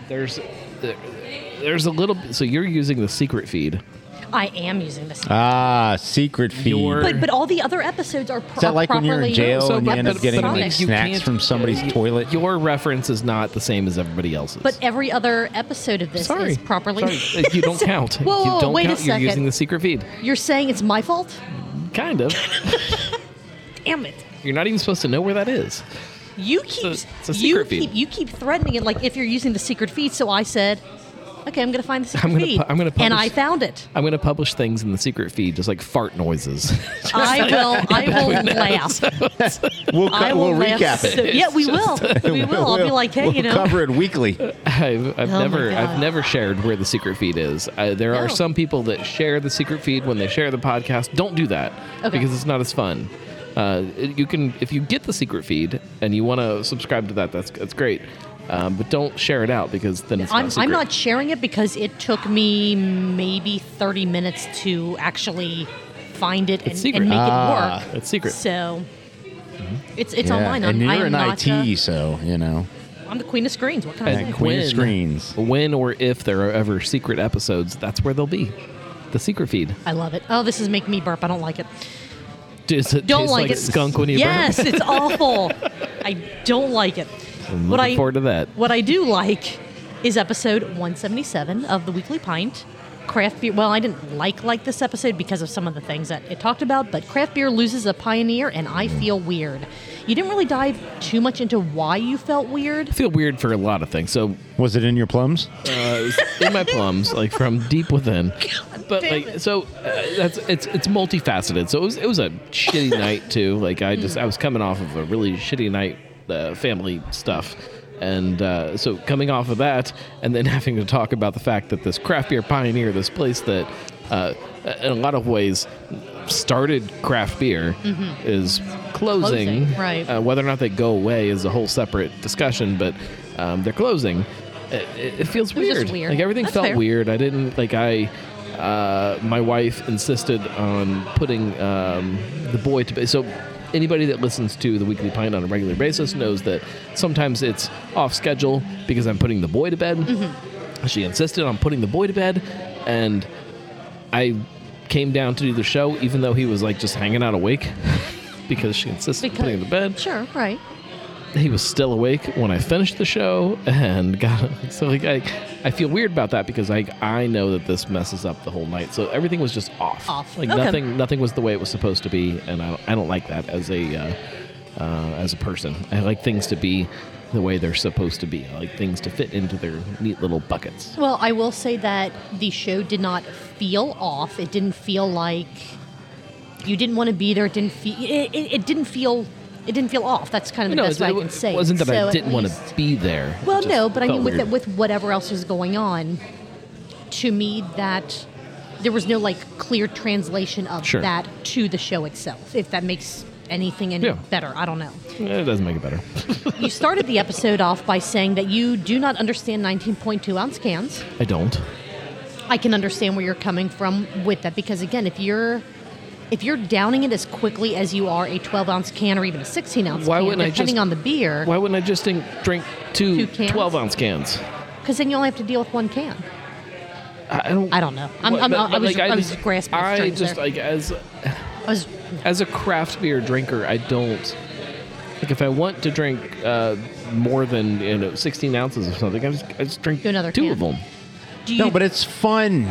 S4: There's there- there's a little. So you're using the secret feed.
S3: I am using this.
S2: Ah, secret feed.
S4: Your-
S2: Is
S3: But but all the other episodes are, pro-
S2: that like when
S3: properly.
S2: you're in jail
S4: So,
S2: and you
S4: but-
S2: end up
S4: but-
S2: getting
S4: but
S2: like
S4: you
S2: snacks
S4: can't-
S2: from somebody's toilet?
S4: Your reference is not the same as everybody else's.
S3: But every other episode of this
S4: sorry,
S3: is properly.
S4: Sorry. Uh, You don't count.
S3: Whoa,
S4: you
S3: whoa,
S4: don't
S3: wait a
S4: count. You're
S3: second.
S4: using the secret feed.
S3: You're saying it's my fault?
S4: Kind of.
S3: Damn it!
S4: You're not even supposed to know where that is.
S3: You keep
S4: It's a- it's a
S3: you
S4: secret feed.
S3: keep you keep threatening it like if you're using the secret feed. So I said, okay, I'm gonna find the secret
S4: I'm gonna
S3: feed.
S4: pu- I'm gonna
S3: and I
S4: publish-
S3: found it.
S4: I'm going to publish things in the secret feed, just like fart noises.
S3: I will I will laugh.
S2: We'll, co-
S3: I will
S2: we'll
S3: laugh
S2: recap
S3: so-
S2: it.
S3: yeah, we will. We will. I'll be
S2: We'll-
S3: like, hey,
S2: we'll
S3: you know,
S2: cover it weekly.
S4: I've, I've
S3: Oh my
S4: never
S3: God.
S4: I've never shared where the secret feed is. Uh, there are
S3: No.
S4: some people that share the secret feed when they share the podcast. Don't do that
S3: Okay.
S4: because it's not as fun. Uh, it- you can if you get the secret feed and you want to subscribe to that. That's that's great, um, but don't share it out because then it's
S3: I'm
S4: not
S3: I'm
S4: secret.
S3: not sharing it because it took me maybe 30 minutes to actually find it and,
S4: secret.
S3: and make
S2: Ah,
S3: it work.
S4: it's secret.
S3: So it's it's
S2: Yeah,
S3: online.
S2: And
S3: I'm, I
S2: you're
S3: am
S2: in
S3: not,
S2: IT,
S3: uh,
S2: so, you know.
S3: I'm the queen of screens. What can I
S4: And
S3: say?
S2: Queen of
S4: when-
S2: Screens.
S4: When or if there are ever secret episodes, that's where they'll be. The secret feed.
S3: I love it. Oh, this is making me burp. I don't like it.
S4: Does it
S3: Don't
S4: taste
S3: like,
S4: like,
S3: it.
S4: skunk when you
S3: yes,
S4: burp?
S3: it's awful. I don't like it.
S4: I'm
S3: what
S4: looking
S3: I
S4: forward to that.
S3: what I do like is episode 177 of the Weekly Pint. Craft beer. Well, I didn't like like this episode because of some of the things that it talked about, but craft beer loses a pioneer, and I
S4: Mm.
S3: feel weird. You didn't really dive too much into why you felt weird.
S4: I feel weird for a lot of things. So
S2: Was it in your plums?
S4: uh, it was in my plums, like from deep within. but
S3: damn
S4: like,
S3: it.
S4: so uh, that's it's it's multifaceted. So it was it was a shitty night too. Like I
S3: Hmm.
S4: just I was coming off of a really shitty night, uh, family stuff, and uh, so coming off of that, and then having to talk about the fact that this craft beer pioneer, this place that. Uh, in a lot of ways, started craft beer is
S3: Mm-hmm.
S4: closing.
S3: Closing, right.
S4: Uh, whether or not they go away is a whole separate discussion, but um, they're closing. It, it- it feels
S3: was just
S4: weird.
S3: weird.
S4: Like everything
S3: That's
S4: felt
S3: fair.
S4: weird. I didn't like I. Uh, my wife insisted on putting um, the boy to bed. So anybody that listens to the Weekly Pint on a regular basis knows that sometimes it's off schedule
S3: Mm-hmm.
S4: because I'm putting the boy to bed. She insisted on putting the boy to bed, and I came down to do the show, even though he was like just hanging out awake because she insisted on putting him to bed.
S3: Sure, right.
S4: He was still awake when I finished the show and got so like I, I feel weird about that because I I know that this messes up the whole night. So everything was just off.
S3: Off.
S4: Like
S3: Okay.
S4: nothing nothing was the way it was supposed to be, and I I don't like that as a uh, uh, as a person. I like things to be the way they're supposed to be. I like things to fit into their neat little buckets.
S3: Well, I will say that the show did not feel off. It didn't feel like you didn't want to be there. It didn't feel. It, it, it didn't feel. It didn't feel off. That's kind of the
S4: No,
S3: best
S4: it,
S3: way I
S4: it
S3: can say.
S4: wasn't that
S3: So
S4: I
S3: at
S4: didn't want
S3: least-
S4: to be there. It
S3: Well,
S4: just
S3: no, but I
S4: felt
S3: mean, with
S4: weird.
S3: it, with whatever else was going on, to me that there was no like clear translation of
S4: Sure.
S3: that to the show itself. If that makes anything any
S4: Yeah.
S3: better, I don't know.
S4: Yeah, Eh, it doesn't make it better.
S3: you started the episode off by saying that you do not understand 19.2 ounce cans.
S4: I don't.
S3: I can understand where you're coming from with that because again, if you're if you're downing it as quickly as you are a 12 ounce can or even a 16 ounce
S4: Why
S3: can,
S4: wouldn't I
S3: depending
S4: just-
S3: on the beer,
S4: Why wouldn't I just think, drink
S3: Two
S4: two,
S3: cans?
S4: 12 ounce cans?
S3: because then you only have to deal with one can.
S4: I don't.
S3: I don't know. I'm,
S4: What-
S3: I'm,
S4: but-
S3: I,
S4: but,
S3: was,
S4: like,
S3: I was
S4: just-
S3: grasping. at
S4: I
S3: strings
S4: just
S3: there.
S4: like as
S3: I was
S4: as a craft beer drinker, I don't. Like if I want to drink uh, more than you know 16 ounces or something, I just, I just drink
S3: Do another
S4: two
S3: can.
S4: of them.
S3: do you,
S2: No, but it's fun.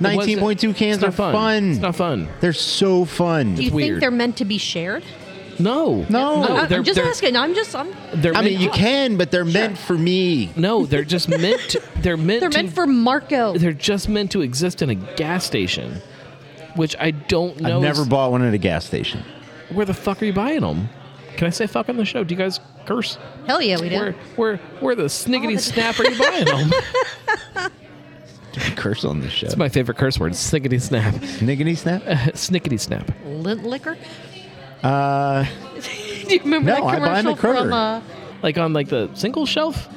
S4: It wasn't-
S2: 19.2
S4: it's
S2: cans
S4: not
S2: are fun.
S4: It's not fun.
S2: They're so
S3: do
S2: fun.
S3: you think
S4: weird.
S3: they're meant to be shared?
S4: No,
S2: No.
S4: no.
S3: I,
S4: they're-
S3: am just
S4: they're-
S3: asking. I'm just I'm
S4: They're
S2: I mean,
S4: meant-
S2: you can, but they're meant for me.
S4: No, they're just meant. To, they're meant.
S3: they're
S4: to
S3: meant for Marco.
S4: they're just meant to exist in a gas station, which I don't know.
S2: I've never bought one at a gas station.
S4: Where the fuck are you buying them? Can I say fuck on the show? Do you guys curse?
S3: Hell yeah, we
S4: Where,
S3: do.
S4: where, where the sniggity
S3: All the-
S4: snap are you buying them?
S2: Curse on this show.
S4: It's my favorite curse word. Sniggity snap.
S2: Niggity snap?
S4: Snickety snap.
S3: Lint liquor.
S2: Uh,
S3: do you remember
S2: No,
S3: that
S2: I buy 'em
S3: commercial
S2: at Kroger.
S3: from? Uh,
S4: Like on like the single shelf.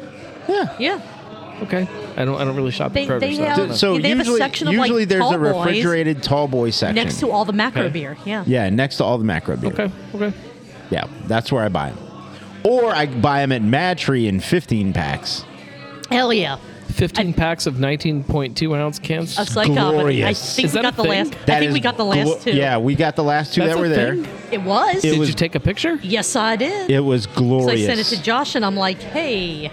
S2: yeah.
S3: yeah.
S4: Okay. I don't. I don't really shop
S3: They-
S4: at Kroger.
S3: they
S4: so I
S3: have-
S4: don't know.
S3: Dude,
S2: So
S3: They have a
S2: usually,
S3: section of, like,
S2: usually there's
S3: tall
S2: a
S3: boys
S2: refrigerated tall boy section.
S3: next to all the macro
S4: Okay.
S3: beer. Yeah.
S2: yeah, next to all the macro beer.
S4: okay. Okay.
S2: Yeah, that's where I buy them. Or I buy them at Madtree in 15 packs.
S3: Hell yeah.
S4: Fifteen packs of nineteen point two ounce cans.
S3: Of psychopathy. I
S2: Glorious.
S3: think
S4: Is
S3: we
S4: that a
S3: got the
S4: thing?
S3: last. I
S2: That
S3: think
S2: is
S3: we got the last
S2: glo-
S3: two.
S2: Yeah, we got the last two
S4: That's
S2: that
S4: a
S2: were there.
S4: thing?
S3: It was.
S2: It
S4: Did
S2: was-
S4: you take a picture?
S3: yes, I did.
S2: It was
S3: so I
S2: glorious.
S3: sent it to Josh, and I'm like, "Hey,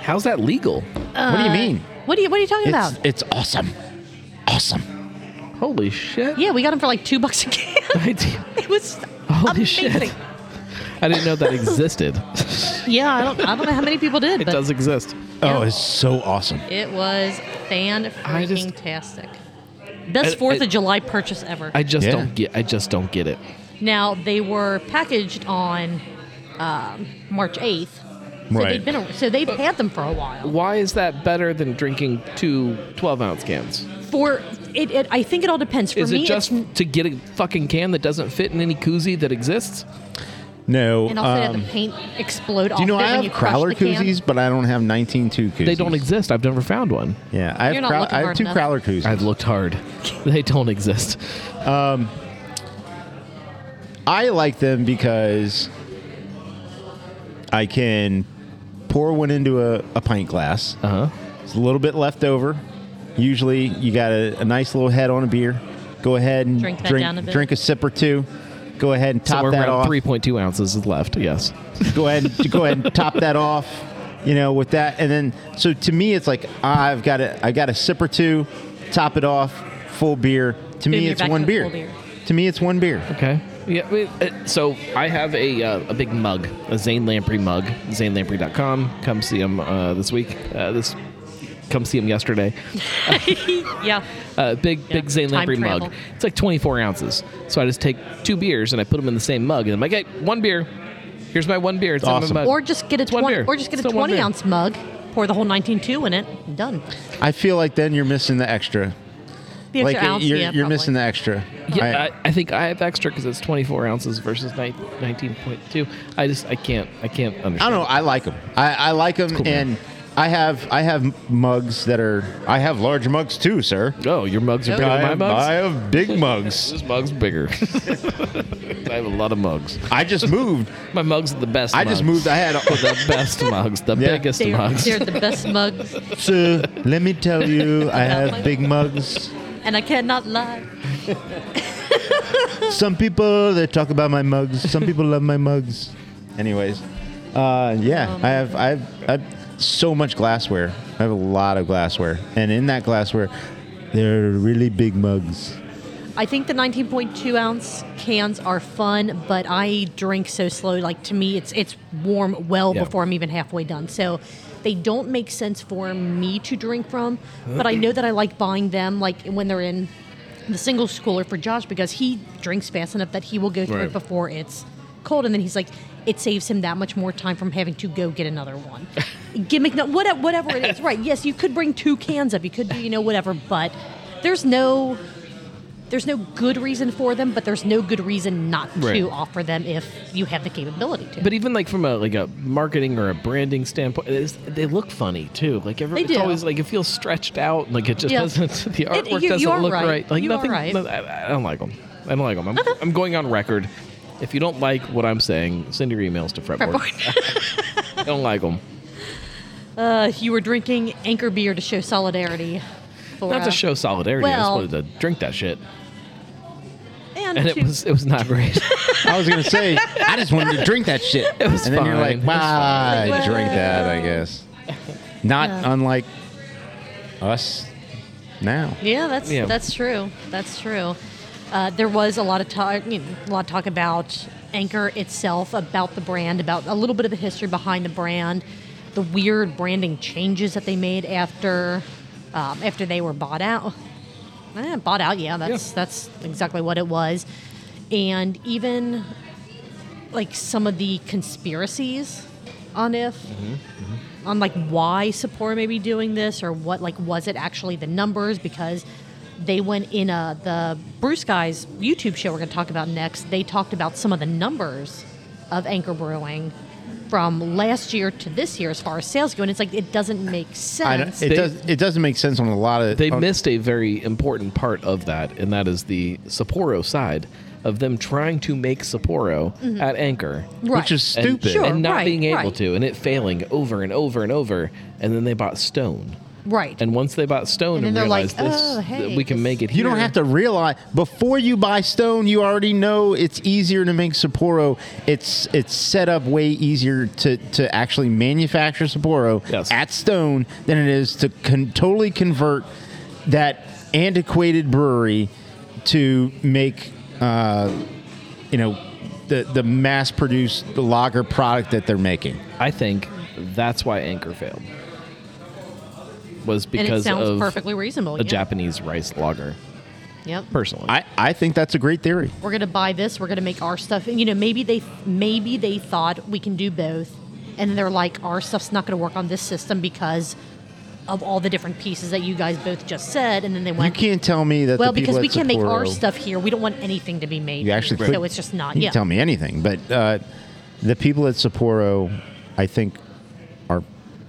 S4: How's that legal?
S2: what do you mean?
S3: what are you What are you talking
S2: It's,
S3: about?"
S2: it's awesome. Awesome.
S4: Holy shit.
S3: Yeah, we got them for like two bucks a can. it was
S4: Holy
S3: amazing.
S4: shit. I didn't know that existed.
S3: Yeah, I don't. I don't know how many people did,
S4: it
S3: but
S4: does exist.
S2: Oh, it's so awesome.
S3: it was fan
S4: I just-
S3: freaking tastic. Best
S4: I-
S3: Fourth
S4: I-
S3: of July purchase ever.
S4: I just
S2: Yeah.
S4: don't get. I just don't get it.
S3: now they were packaged on um, March 8th, so
S2: Right.
S3: they've been a, so they've had them for a while.
S4: Why is that better than drinking two 12 ounce cans?
S3: For it, it I think it all depends. For
S4: Is
S3: me,
S4: it just
S3: it's,
S4: to get a fucking can that doesn't fit in any koozie that exists?
S2: No.
S3: and also they had
S2: um,
S3: the paint explode off.
S2: do you know
S3: it
S2: I
S3: when
S2: have
S3: you crush
S2: Crowler
S3: the can.
S2: koozies, but I don't have 19.2 koozies.
S4: They don't exist. I've never found one.
S2: Yeah, I have,
S3: You're not
S2: crow-
S3: looking
S2: I have
S3: hard
S2: two
S3: enough.
S2: Crowler koozies.
S4: I've looked hard. They don't exist.
S2: I like them because I can pour one into a, a pint glass.
S4: Uh huh.
S2: It's a little bit left over. Usually, you got a, a nice little head on a beer. Go ahead and
S3: Drink that
S2: drink,
S3: down a bit.
S2: drink a sip or two. Go ahead and top
S4: Somewhere
S2: that
S4: around
S2: off.
S4: 3.2 ounces is left. Yes.
S2: Go ahead, and, go ahead and top that off. You know, with that, and then so to me, it's like I've got a, I've got a sip or two. Top it off, full beer. To
S3: Boom,
S2: me,
S3: you're
S2: it's
S3: back to
S2: one
S3: the
S2: beer.
S3: full beer.
S2: To me, it's one beer.
S4: Okay. Yeah. I mean, uh, so I have a uh, a big mug, a Zane Lamprey mug, ZaneLamprey.com. Come see him uh, this week. Uh, this come see him yesterday.
S3: Yeah,
S4: Uh, big
S3: Yeah,
S4: big Zane
S3: time
S4: Lamprey
S3: travel.
S4: mug. It's like 24 ounces. So I just take two beers and I put them in the same mug, and I'm like, hey, one beer. Here's my one beer. It's in
S2: Awesome.
S4: my mug.
S3: or just get a
S4: It's one
S3: twenty,
S4: beer.
S3: or just get a
S4: Still one
S3: twenty
S4: beer.
S3: ounce mug, pour the whole 19.2 in it, and done.
S2: I feel like then you're missing the extra.
S3: The extra
S2: like
S3: ounce,
S2: you're,
S3: yeah,
S2: you're
S3: probably.
S2: missing the extra. I-
S4: Yeah, I, I think I have extra because it's 24 ounces versus nine- 19.2. I just I can't I can't
S2: I
S4: understand.
S2: don't know. I like them. I, I like them,
S4: cool, man.
S2: and I have I have mugs that are I have large mugs too, sir.
S4: Oh, your mugs are bigger
S2: I,
S4: than
S2: have,
S4: my mugs.
S2: I have big mugs.
S4: this mug's bigger. I have a lot of mugs.
S2: I just moved.
S4: My mugs are the best.
S2: I just
S4: mugs.
S2: moved. I had. a-
S4: the best mugs, the
S2: Yeah.
S4: biggest
S3: They're,
S4: mugs.
S3: they're the best mugs,
S2: Sir, let me tell you, I have big mugs.
S3: and I cannot lie.
S2: Some people they talk about my mugs. Some people love my mugs. Anyways, uh, yeah,
S4: Um,
S2: I have I have, I have so much glassware. I have a lot of glassware, and in that glassware, they're really big mugs.
S3: I think the 19.2 ounce cans are fun, but I drink so slow. Like to me, it's it's warm well
S4: Yeah.
S3: before I'm even halfway done. So they don't make sense for me to drink from. But I know that I like buying them, like when they're in the single schooler for Josh because he drinks fast enough that he will go through
S4: Right.
S3: it before it's cold, and then he's like, it saves him that much more time from having to go get another one. Gimmick, no, whatever, whatever it is. Right? Yes, you could bring two cans up. You could do, you know, whatever. But there's no there's no good reason for them, but there's no good reason not
S4: Right.
S3: to offer them if you have the capability to.
S4: But even like from a like a marketing or a branding standpoint, it is, they look funny too. Like every,
S3: They
S4: it's
S3: do.
S4: always like it feels stretched out. Like it just
S3: Yeah.
S4: doesn't. The artwork
S3: you- you
S4: doesn't
S3: are
S4: look right.
S3: right.
S4: Like
S3: You are
S4: nothing.
S3: right.
S4: no, I, I don't like them. I don't like them. I'm, I'm going on record. If you don't like what I'm saying, send your emails to fretboard. I don't like them.
S3: uh, you were drinking Anchor beer to show solidarity. For,
S4: Not
S3: uh,
S4: to show solidarity. I just
S3: well-
S4: wanted to drink that shit,
S3: and,
S4: and it
S3: to-
S4: was it was not great.
S2: I was gonna say, I just wanted to drink that shit,
S4: was
S2: and then you're
S4: fine.
S2: like,
S4: It was
S2: "Wow,
S3: fine."
S2: drink that," I guess. Not
S3: Yeah.
S2: unlike us now.
S3: Yeah, that's
S4: Yeah.
S3: that's true. That's true. Uh, there was a lot of talk, you know, a lot of talk about Anchor itself, about the brand, about a little bit of the history behind the brand, the weird branding changes that they made after um, after they were bought out. Eh, bought out, yeah, that's
S4: Yeah.
S3: that's exactly what it was, and even like some of the conspiracies on if
S4: Mm-hmm,
S3: on like why Sephora may be doing this or what like was it actually the numbers because they went in a the Bruce guys YouTube show we're going to talk about next. They talked about some of the numbers of Anchor Brewing from last year to this year as far as sales go, and it's like it doesn't make
S2: I don't,
S3: sense.
S2: it
S4: They-
S2: does. It doesn't make sense on a lot of.
S4: they
S2: on-
S4: missed a very important part of that, and that is the Sapporo side of them trying to make Sapporo at Anchor.
S3: Mm-hmm. Right.
S2: which is
S4: And-
S2: stupid.
S3: Sure.
S4: and not
S3: right,
S4: being able
S3: right.
S4: to, and it failing over and over and over, and then they bought Stone.
S3: right.
S4: And once they bought Stone
S3: And
S4: and,
S3: then they're like,
S4: realized this,
S3: "Oh,
S4: that
S3: hey,
S4: we can
S3: this-
S4: make it.
S2: You don't
S4: here."
S2: have to realize before you buy stone. You already know it's easier to make Sapporo. It's it's set up way easier to, to actually manufacture Sapporo
S4: Yes.
S2: at stone than it is to con- totally convert that antiquated brewery to make uh, you know the the mass produced lager product that they're making.
S4: I think that's why Anchor failed. Was
S3: And it
S4: because
S3: sounds
S4: of
S3: perfectly reasonable.
S4: a
S3: yeah.
S4: Japanese rice lager.
S3: Yep.
S4: Personally,
S2: I, I think that's a great theory.
S3: we're gonna buy this we're gonna make our stuff you know maybe they maybe they thought we can do both and they're like our stuff's not gonna work on this system because of all the different pieces that you guys both just said and then they
S2: You
S3: went
S2: can't tell me that.
S3: well
S2: the people
S3: because we
S2: at
S3: can't make our
S2: Sapporo-
S3: stuff here we don't want anything to be made
S2: You actually
S3: here."
S2: could,
S3: so it's just not
S2: You can
S3: yeah
S2: tell me anything, but uh, the people at Sapporo, I think, are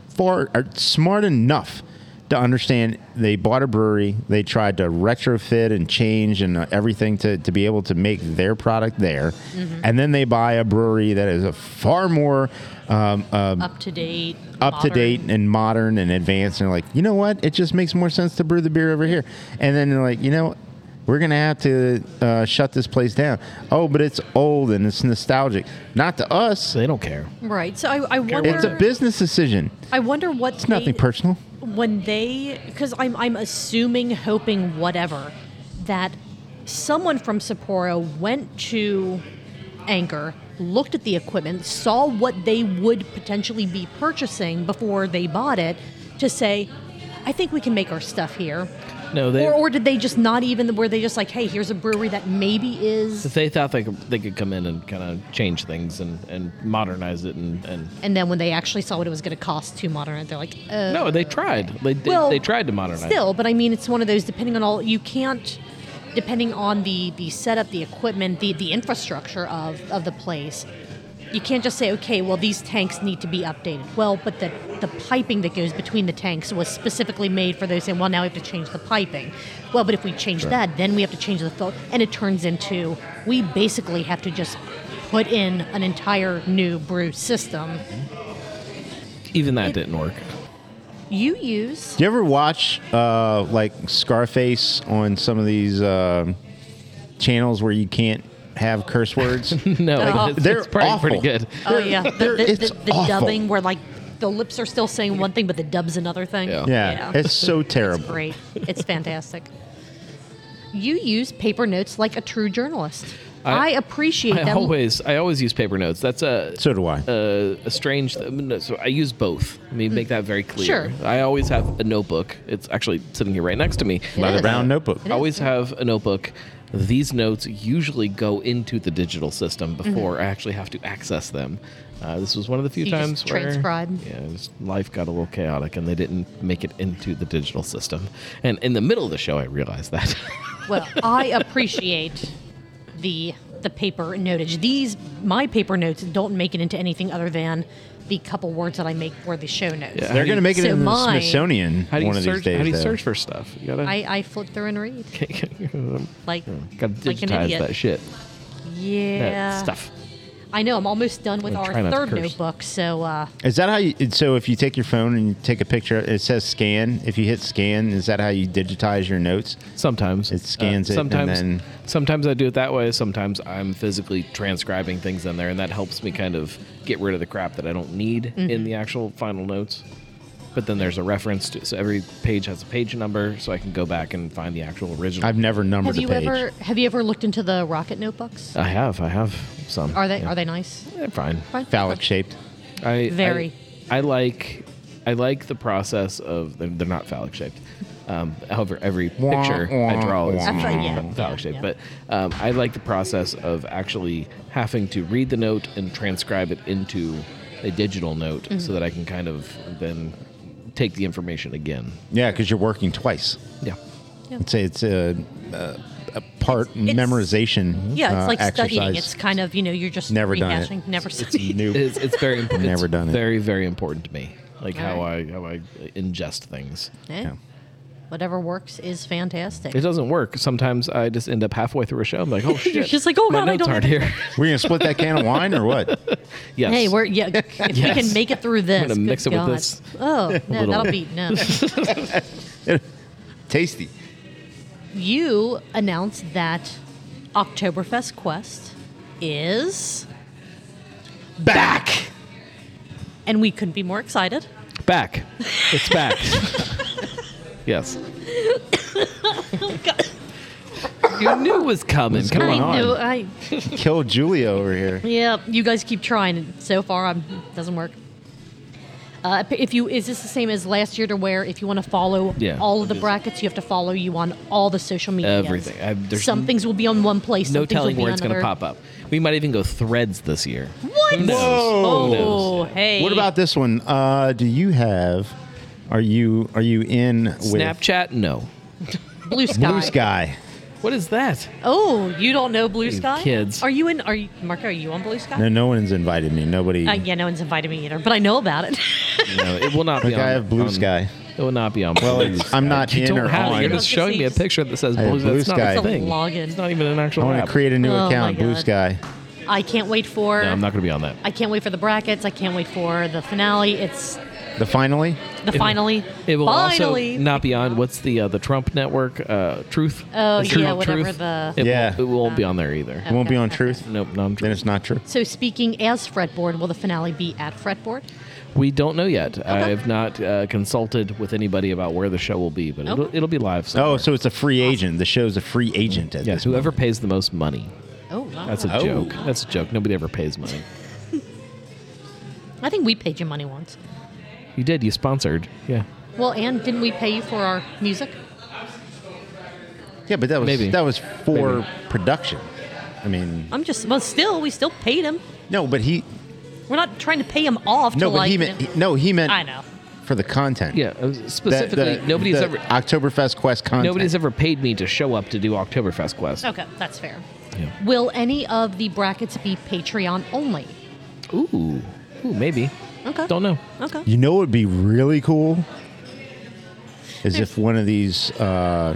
S2: far are smart enough to understand. They bought a brewery. They tried to retrofit and change and uh, everything to to be able to make their product there,
S3: Mm-hmm.
S2: and then they buy a brewery that is a far more um, um,
S3: up to date
S2: up to
S3: modern.
S2: date and modern and advanced and like you know what it just makes more sense to brew the beer over here and then they're like you know we're gonna have to uh, shut this place down oh but it's old and it's nostalgic not to us
S4: they don't care.
S3: right so i, I wonder
S2: it's a business decision
S3: i wonder what
S2: it's nothing personal
S3: when they because I'm I'm assuming, hoping, whatever, that someone from Sapporo went to Anchor, looked at the equipment, saw what they would potentially be purchasing before they bought it, to say, I think we can make our stuff here.
S4: No, they
S3: or, or did they just not even were they just like, hey, here's a brewery that maybe is,
S4: if they thought they could, they could come in and kind of change things and, and modernize it and, and
S3: and then when they actually saw what it was going to cost to modern, it, they're like, uh,
S4: no, they tried. They did,
S3: Well,
S4: they tried to modernize. it.
S3: Still, but I mean, it's one of those depending on all you can't, depending on the the setup, the equipment, the the infrastructure of of the place. you can't just say, okay, well, these tanks need to be updated. Well, but the, the piping that goes between the tanks was specifically made for those saying, well, now we have to change the piping. Well, but if we change that, then we have to change the fill. And it turns into, we basically have to just put in an entire new brew system.
S4: Even that didn't work.
S3: You use,
S2: Do you ever watch uh, like Scarface on some of these uh, channels where you can't have curse words?
S4: No,
S3: Oh.
S4: it's,
S2: They're
S4: it's probably pretty
S2: awful.
S4: good.
S3: oh yeah, the,
S2: There-
S3: the,
S2: it's
S3: the, the
S2: awful.
S3: dubbing where like the lips are still saying one thing, but the dub's another thing.
S4: Yeah.
S2: yeah, it's so terrible.
S3: Great. It's fantastic. You use paper notes like a true journalist. I,
S4: I-
S3: appreciate
S4: I
S3: that.
S4: always I always use paper notes. That's a
S2: So do I.
S4: a, a strange. I mean, no, So I use both. Let me make that very clear.
S3: Hmm. Sure.
S4: I always have a notebook. It's actually sitting here right next to me.
S3: By the
S2: the
S3: is.
S2: brown notebook.
S4: I always have a notebook. These notes usually go into the digital system before I actually have to access them. Uh, this was one of the few
S3: Mm-hmm. You
S4: times
S3: just
S4: where
S3: transcribe.
S4: Yeah, it was- life got a little chaotic, and they didn't make it into the digital system. And in the middle of the show, I realized that.
S3: Well, I appreciate the the paper notage. These my paper notes don't make it into anything other than the couple words that I make for the show notes.
S4: Yeah.
S2: They're
S4: How do
S2: going to
S4: you-
S2: make it
S3: So
S2: in the
S3: mine-
S2: Smithsonian
S4: how do you
S2: one of
S4: search?
S2: these days.
S4: how do you
S2: though.
S4: search for stuff? You gotta
S3: I, I flip through and read like like
S4: gotta
S3: an
S4: digitize
S3: idiot.
S4: that shit.
S3: Yeah,
S4: That stuff.
S3: I know. I'm almost done with
S4: I'm
S3: our
S4: trying not to
S3: third
S4: curse.
S3: notebook, so uh,
S2: Is that how you? So if you take your phone and you take a picture, it says scan. If you hit scan, is that how you digitize your notes?
S4: Sometimes uh,
S2: It scans it and
S4: Sometimes,
S2: then-
S4: sometimes I do it that way. Sometimes I'm physically transcribing things in there, and that helps me kind of get rid of the crap that I don't need
S3: Mm-hmm.
S4: in the actual final notes. But then there's a reference to so every page has a page number, so I can go back and find the actual original.
S2: I've never numbered
S3: have
S2: a
S3: you
S2: page.
S3: ever have you ever looked into the rocket notebooks?
S4: I have, I have some.
S3: Are they
S4: Yeah.
S3: are they nice?
S4: They're fine.
S3: Fine.
S2: Phallic shaped.
S4: I
S3: Very.
S4: I, I like I like the process of they're, they're not phallic shaped. Um, however, every
S2: Wah,
S4: picture
S2: wah,
S4: I draw is
S2: wah.
S3: That's right, yeah, yeah,
S4: phallic shaped.
S3: yeah.
S4: But um, I like the process of actually having to read the note and transcribe it into a digital note
S3: Mm-hmm.
S4: so that I can kind of then take the information again.
S2: Yeah, because you're working twice.
S4: Yeah.
S2: I'd say it's a, a, a part
S3: it's-
S2: memorization.
S3: Yeah,
S2: uh,
S3: it's like studying.
S2: exercise.
S3: It's kind of you know you're just
S2: Never done it.
S3: rehashing, never studying.
S2: Nope.
S4: It's, it's very important.
S2: Never done it.
S4: Very, very important to me. Like
S3: All
S4: how
S3: right.
S4: I how I ingest things.
S3: Eh,
S2: Yeah.
S3: Whatever works is fantastic.
S4: It doesn't work. Sometimes I just end up halfway through a show. I'm like, oh shit!
S3: just like, oh,
S4: my
S3: God, I
S4: notes
S3: don't
S4: aren't
S3: have
S4: here.
S2: We're gonna split that can of wine or what?
S4: yes.
S3: Hey, we're yeah. If we can
S4: Yes.
S3: make it through this,
S4: gonna
S3: good
S4: mix it with
S3: God.
S4: this
S3: Oh no,
S4: little-
S3: that'll be no.
S2: Tasty.
S3: you announced that Oktoberfest Quest is
S4: back,
S3: and we couldn't be more excited.
S4: back. It's back. yes. you knew it was coming. Come
S2: going
S4: on.
S2: on?
S3: I know. I
S2: Kill Julia over here.
S3: yeah. You guys keep trying. and So far, I'm doesn't work. Uh, if you is this the same as last year to where if you want to follow
S4: Yeah.
S3: all of the brackets, you have to follow you on all the social media.
S4: Everything. I- there's
S3: some things will be on one place.
S4: No
S3: some things will
S4: telling
S3: be
S4: where it's
S3: on
S4: going to
S3: another.
S4: pop up. We might even go threads this year.
S3: What?
S4: Who knows?
S2: Whoa.
S4: Who knows?
S3: Oh, hey.
S2: What about this one? Uh, do you have? Are you are you in with
S4: Snapchat? No.
S3: Blue Sky?
S2: Blue Sky?
S4: What is that?
S3: Oh, you don't know Blue Sky?
S4: kids.
S3: Are you in? Are you Marco? Are you on Blue Sky?
S2: No, no one's invited me. Nobody.
S3: Uh, yeah, no one's invited me either, but I know about it.
S4: No, it will not be.
S2: Like, I
S4: on-
S2: have Blue
S4: on-
S2: Sky.
S4: It will not be on.
S2: Well,
S4: Blue
S2: it's-
S4: Sky.
S2: I'm not
S4: you
S2: in
S4: don't
S2: or
S4: have it.
S2: on.
S4: You're just showing me a picture that says
S2: I have
S4: Blue.
S2: Blue
S4: That's
S2: Sky.
S4: not a
S2: It's a
S4: thing.
S3: login.
S4: It's not even an actual
S2: I want
S4: app.
S2: to create a new
S3: Oh,
S2: account.
S3: my
S2: Blue
S3: God.
S2: Sky.
S3: I can't wait for.
S4: No, I'm not going to be on that.
S3: I can't wait for the brackets. I can't wait for the finale. It's
S2: The finally.
S3: the finally.
S4: It will
S3: finally.
S4: also not be on. What's the uh, the Trump network? Uh, Truth.
S3: Oh,
S4: Is it
S3: yeah,
S4: called
S3: whatever the-
S4: It
S2: Yeah.
S4: Won't, it won't be on there either.
S2: It won't be
S3: Okay,
S2: on
S3: okay.
S2: Truth.
S4: Nope, not on
S2: Then
S4: Truth.
S2: it's not true.
S3: so speaking as fretboard, will the finale be at fretboard?
S4: We don't know yet. I have not uh, consulted with anybody about where the show will be, but it'll,
S3: Okay.
S4: it'll be live. Somewhere.
S2: Oh, so it's a free agent. The show's a free agent at
S4: yeah,
S2: this.
S4: whoever
S2: moment.
S4: pays the most money.
S3: Oh, wow.
S4: That's a
S2: Oh.
S4: joke. That's a joke. Nobody ever pays money.
S3: I think we paid you money once.
S4: You did. You sponsored. Yeah.
S3: Well, and didn't we pay you for our music?
S2: Yeah, but that was
S4: Maybe.
S2: that was for
S4: Maybe.
S2: production. I mean,
S3: I'm just. Well, still, we still paid him.
S2: no, but he
S3: We're not trying to pay him off.
S2: no,
S3: to
S2: but
S3: like,
S2: he meant he- no, he meant
S3: I know.
S2: for the content.
S4: Yeah. uh,
S2: That-
S4: Specifically,
S2: the-
S4: nobody's
S2: the
S4: ever
S2: Oktoberfest Quest content.
S4: nobody's ever paid me to show up to do Oktoberfest Quest.
S3: Okay, that's fair.
S4: Yeah.
S3: Will any of the brackets be Patreon only?
S4: Ooh, ooh, maybe.
S3: Okay.
S4: Don't know.
S3: Okay.
S2: You know what would be really cool? Is if one of these, uh,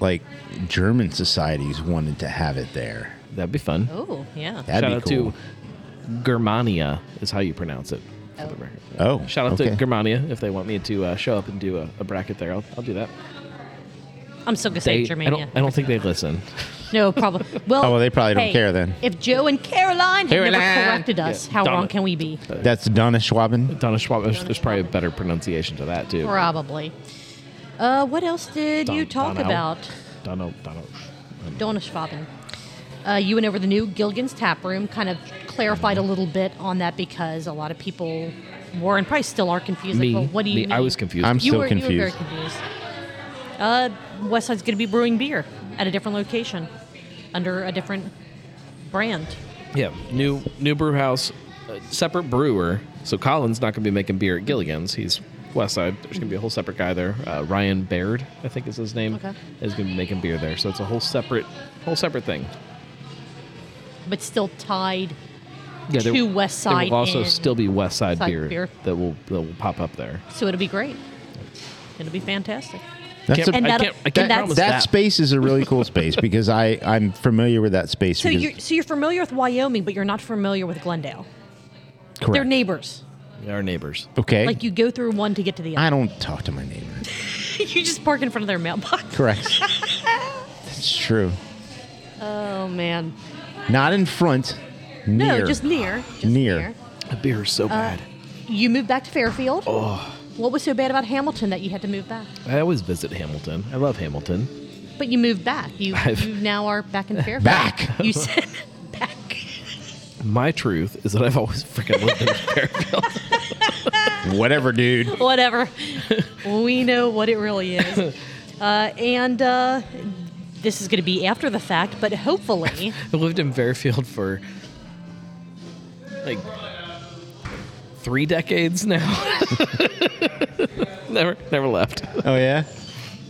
S2: like, German societies wanted to have it there.
S4: That'd be fun.
S3: Oh, yeah.
S2: That'd
S4: Shout
S2: be cool.
S4: out to Germania is how you pronounce it. for the record.
S2: oh,
S4: Shout out
S2: okay.
S4: to Germania if they want me to uh, show up and do a, a bracket there. I'll, I'll do that.
S3: I'm still gonna
S4: They,
S3: say
S4: I
S3: Germania.
S4: don't. I don't think they listen.
S3: No problem. Well,
S2: Oh, well, they probably don't
S3: hey,
S2: care then.
S3: If Joe and Caroline, had
S2: Caroline.
S3: never corrected us,
S4: Yeah.
S3: how
S4: Darn
S3: wrong
S4: it.
S3: can we be?
S2: That's Donna Schwaben.
S4: Donna Schwab. There's, there's probably a better pronunciation to that too.
S3: Probably. Uh, what else did
S4: Don-
S3: you talk
S4: Donnell.
S3: about?
S4: Donna. Donna.
S3: Donna Schwaben. Uh, you went over the new Gilligan's Tap Room, kind of clarified a little bit on that because a lot of people were and probably still are confused.
S4: Me.
S3: like, well, what do you
S4: me.
S3: mean?
S4: I was confused.
S2: I'm
S3: You
S2: still
S3: were, You were very
S2: confused.
S3: confused. Uh, Westside's going to be brewing beer at a different location under a different brand.
S4: Yeah, new new brew house, uh, separate brewer. So Colin's not going to be making beer at Gilligan's. He's West Side. There's going to be a whole separate guy there. Uh, Ryan Baird, I think is his name,
S3: Okay.
S4: is going to be making beer there. So it's a whole separate whole separate thing.
S3: but still tied.
S4: Yeah,
S3: To West Side
S4: There will also
S3: and
S4: still be West Side,
S3: Side
S4: beer,
S3: beer.
S4: that will that will pop up there.
S3: So it'll be great. It'll be fantastic.
S2: That's
S4: Can't-
S2: a,
S3: And
S4: I
S3: that'll-
S4: can't, I can't
S3: and that's-
S4: promise
S2: that,
S4: that.
S2: space is a really cool space because I I'm familiar with that space.
S3: So
S2: because,
S3: you're so you're familiar with Wyoming, but you're not familiar with Glendale.
S2: correct.
S3: They're neighbors.
S4: Our neighbors.
S2: Okay.
S3: Like you go through one to get to the
S2: I
S3: other.
S2: don't talk to my neighbor.
S3: you just park in front of their mailbox.
S2: Correct. That's true.
S3: Oh man.
S2: Not in front. Near.
S3: No, just near. Just
S2: Near.
S3: near.
S4: The beer is so
S3: Uh,
S4: bad.
S3: You moved back to Fairfield. What was so bad about Hamilton that you had to move back?
S4: I always visit Hamilton. I love Hamilton.
S3: But you moved back. You
S4: I've-
S3: you now are back in Fairfield.
S2: Back.
S3: You said back.
S4: My truth is that I've always freaking lived in Fairfield.
S2: Whatever, dude.
S3: whatever. we know what it really is. Uh, and uh, this is going to be after the fact, but hopefully,
S4: I lived in Fairfield for like three decades now. never, never left.
S2: Oh yeah.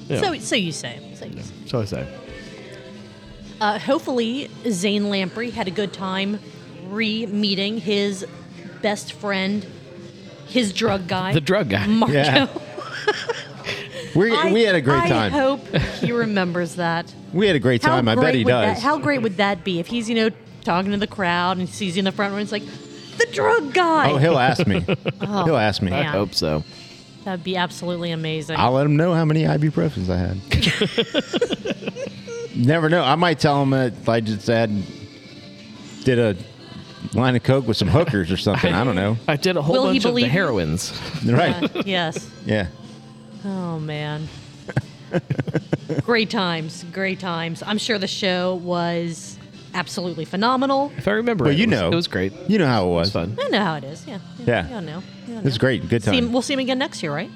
S4: Yeah.
S3: so so you say. So you say.
S4: So I say.
S3: Uh, hopefully, Zane Lamprey had a good time re-meeting his best friend, his drug guy,
S4: The drug guy.
S3: Marco.
S2: Yeah. We
S3: I-
S2: we had a great
S3: I
S2: time.
S3: hope he remembers that.
S2: we had a great time. I bet
S3: great
S2: he
S3: would that-
S2: does.
S3: how great would that be if he's you know talking to the crowd and sees you in the front row? and It's like the drug guy.
S2: oh, he'll ask me.
S3: Oh,
S2: he'll ask me.
S4: I
S3: man.
S4: hope so.
S3: That'd be absolutely amazing.
S2: I'll let him know how many ibuprofens I had. Never know. I might tell him that I just had did a line of coke with some hookers or something. I don't know.
S4: I did a whole
S3: Will he
S4: bunch of the
S3: believe you?
S4: heroines.
S2: Right.
S3: Uh, yes.
S2: Yeah.
S3: Oh man. great times, great times. I'm sure the show was absolutely phenomenal.
S4: If I remember,
S2: Well,
S4: it
S2: you
S4: was-
S2: know.
S4: it was great. It
S2: You know how it was.
S4: was fun.
S3: I know how it is. Yeah.
S2: Yeah.
S3: You all know. You all
S2: It was
S3: know.
S2: great. Good
S3: See him-
S2: time.
S3: we'll see him again next year, right?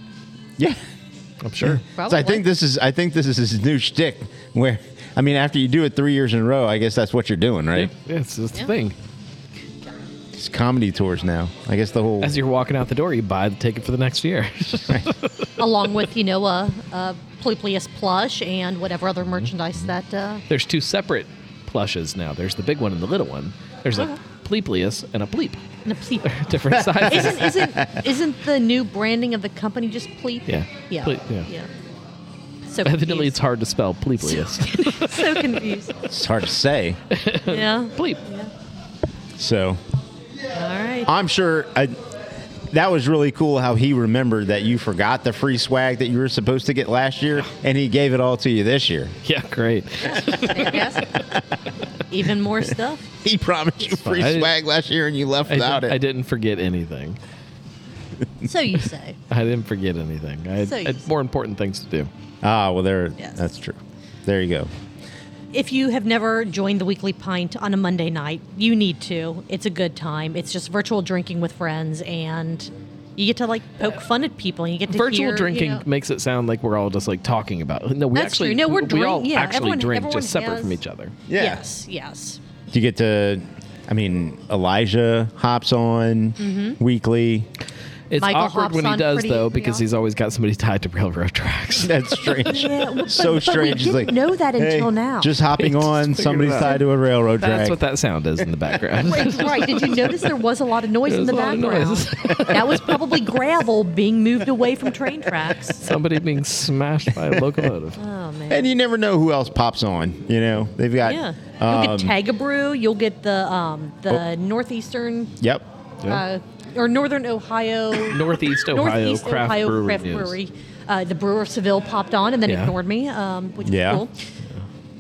S2: Yeah.
S4: I'm sure.
S2: So I
S3: Probably.
S2: think this is I think this is his new shtick where I mean after you do it three years in a row, I guess that's what you're doing,
S4: Yeah,
S2: right?
S4: yeah, it's just
S3: Yeah.
S4: the thing.
S2: It's comedy tours now. I guess the whole
S4: As you're walking out the door, you buy the ticket for the next year.
S3: Along with you know a uh, uh, Polyplius plush and whatever other merchandise
S4: Mm-hmm.
S3: that. Uh,
S4: There's two separate plushes now. There's the big one and the little one. There's a
S3: Okay.
S4: pleplius and a pleep.
S3: and a pleat.
S4: Different sizes.
S3: isn't isn't isn't the new branding of the company just pleat?
S4: Yeah.
S3: Yeah.
S4: Pleat, yeah.
S3: So
S4: Evidently,
S3: confused.
S4: it's hard to spell pleplius.
S3: so confused.
S2: it's hard to say.
S3: Yeah.
S4: Bleep.
S3: yeah.
S2: So
S3: All right.
S2: I'm sure I, that was really cool how he remembered that you forgot the free swag that you were supposed to get last year and he gave it all to you this year.
S4: Yeah, great.
S3: I guess. Even more stuff.
S2: He promised you free
S4: I didn't-
S2: swag last year and you left
S4: I,
S2: without it.
S4: did, I didn't forget anything.
S3: So you say.
S4: I didn't forget anything. I had,
S3: So you
S4: had more important things to do.
S2: Ah, well there
S3: Yes.
S2: that's true. There you go.
S3: If you have never joined the weekly pint on a Monday night, you need to. It's a good time. It's just virtual drinking with friends and you get to like poke fun at people and you get to
S4: Virtual
S3: hear, you
S4: drinking
S3: know-
S4: makes it sound like we're all just like talking about. No, we
S3: That's
S4: actually
S3: true. No, we're
S4: we
S3: drink-
S4: all
S3: yeah,
S4: actually
S3: everyone-
S4: drink
S3: everyone
S4: just separate from
S3: has-
S4: each other.
S2: Yeah.
S3: Yes, yes.
S2: You get
S3: Mm-hmm.
S2: to I mean Elijah hops on weekly.
S4: It's
S3: Michael
S4: awkward
S3: hops
S4: when he
S3: on
S4: does
S3: pretty-
S4: though because he's always got somebody tied to railroad tracks.
S2: That's strange.
S3: Yeah, well, but-
S2: so
S3: but we
S2: strange. It's
S3: didn't
S2: like,
S3: know that
S2: hey,
S3: until now.
S2: Just hopping
S4: Just
S2: on
S4: figured it
S2: somebody's
S4: out.
S2: tied to a railroad track.
S4: That's what that sound is in the background.
S3: right. Did you notice there was a lot of noise
S4: There
S3: in
S4: was
S3: the
S4: a lot of
S3: background?
S4: noise.
S3: that was probably gravel being moved away from train tracks.
S4: Somebody being smashed by a locomotive.
S3: Oh man.
S2: and you never know who else pops on. You know, they've got.
S3: yeah. You'll
S2: um, oh.
S3: get Tagabrew. You'll get the um, the northeastern
S2: Yep.
S3: uh, or northern Ohio.
S4: Northeast Ohio
S3: Northeast
S4: Craft
S3: Ohio
S4: Brewery
S3: Craft
S4: News.
S3: Brewery. Uh, the brewer of Seville popped on and then
S4: Yeah.
S3: ignored me, um, which
S2: Yeah.
S3: was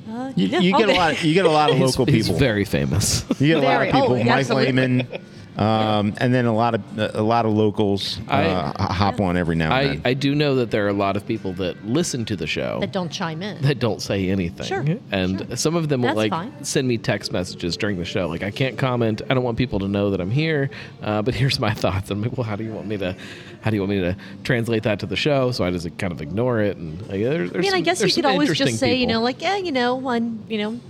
S3: cool. Uh,
S2: You,
S3: yeah,
S2: you
S3: all
S2: get a
S3: good.
S2: lot. you get a lot of
S4: He's-
S2: local
S4: he's
S2: people.
S4: very famous.
S2: you get a lot of
S3: very- oh,
S2: people. Mike
S3: absolutely.
S2: Lehman, um, and then a lot of a lot of locals
S4: I-
S2: uh, hop on every now and
S4: I,
S2: then.
S4: I do know that there are a lot of people that listen to the show
S3: that don't chime in.
S4: that don't say anything.
S3: Sure,
S4: And
S3: sure.
S4: some of them will
S3: That's
S4: like
S3: fine.
S4: send me text messages during the show. Like, I can't comment. I don't want people to know that I'm here. Uh, but here's my thoughts. I'm like, well, how do you want me to, how do you want me to translate that to the show? So I just kind of ignore it. And like, there, there's
S3: I mean, I
S4: some-
S3: guess you
S4: there's
S3: could
S4: some
S3: always just
S4: interesting
S3: say, you know,
S4: people.
S3: like, yeah, you know, one, you know,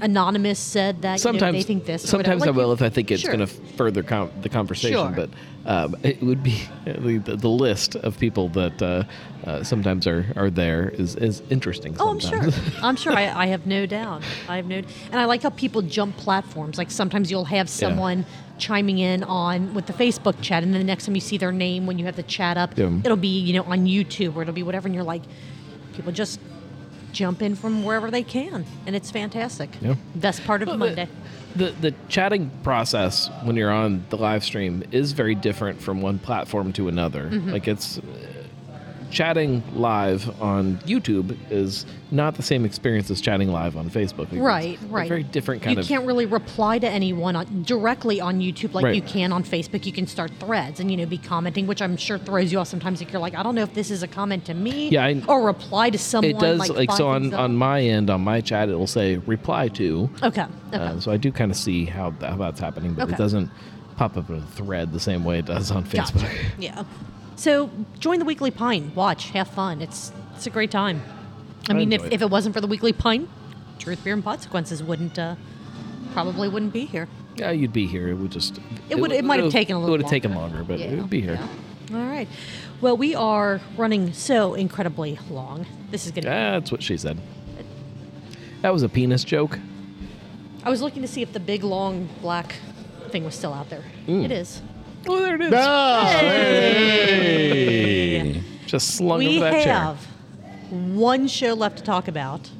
S3: anonymous said that you know,
S4: sometimes
S3: they think this. or
S4: sometimes
S3: whatever.
S4: I
S3: Like,
S4: will if I think it's
S3: sure.
S4: going to further com- the conversation.
S3: Sure.
S4: But um, it would be the, the, the list of people that uh, uh, sometimes are, are there is is interesting.
S3: Oh, I'm sure.
S4: sometimes.
S3: I'm sure. I, I have no doubt. I have no. And I like how people jump platforms. Like sometimes you'll have someone chiming in on with the Facebook chat, and then the next time you see their name when you have the chat up,
S4: Yeah.
S3: it'll be you know on YouTube or it'll be whatever, and you're like, people just jump in from wherever they can, and it's fantastic.
S4: Yeah.
S3: Best part of
S4: Well,
S3: Monday.
S4: The, the the chatting process when you're on the live stream is very different from one platform to another.
S3: Mm-hmm.
S4: Like it's uh, chatting live on YouTube is not the same experience as chatting live on Facebook. Like, it's
S3: Right,
S4: a
S3: right.
S4: Very different kind
S3: you
S4: of.
S3: can't really reply to anyone on, directly on YouTube like
S4: Right.
S3: you can on Facebook. You can start threads and you know be commenting, which I'm sure throws you off sometimes. If you're like, I don't know if this is a comment to me,
S4: Yeah, I-
S3: or reply to someone.
S4: it does
S3: like,
S4: like, so
S3: five
S4: on
S3: things up.
S4: on my end on my chat it'll say reply to.
S3: Okay, Oh, okay.
S4: Uh, so I do kind of see how, th- how that's happening, but
S3: Okay.
S4: it doesn't pop up in a thread the same way it does on Facebook.
S3: gotcha. yeah. So join the Weekly Pine. Watch, have fun. It's it's a great time. I,
S4: I
S3: mean, if,
S4: enjoy it.
S3: if it wasn't for the Weekly Pine, Truth, Beer, and Consequences wouldn't uh, probably wouldn't be here.
S4: Yeah, you'd be here. It would just.
S3: It would- it might have taken a little
S4: It would have
S3: longer.
S4: taken longer, but
S3: Yeah,
S4: it would be here.
S3: yeah. All right. Well, we are running so incredibly long. This is going to be
S4: That's what she said. That was a penis joke.
S3: I was looking to see if the big long black thing was still out there.
S2: Mm.
S3: It is.
S4: Well, Oh, there it is.
S2: Ah, hey.
S4: Just slung
S3: we
S4: over that
S3: have
S4: chair.
S3: one show left to talk about.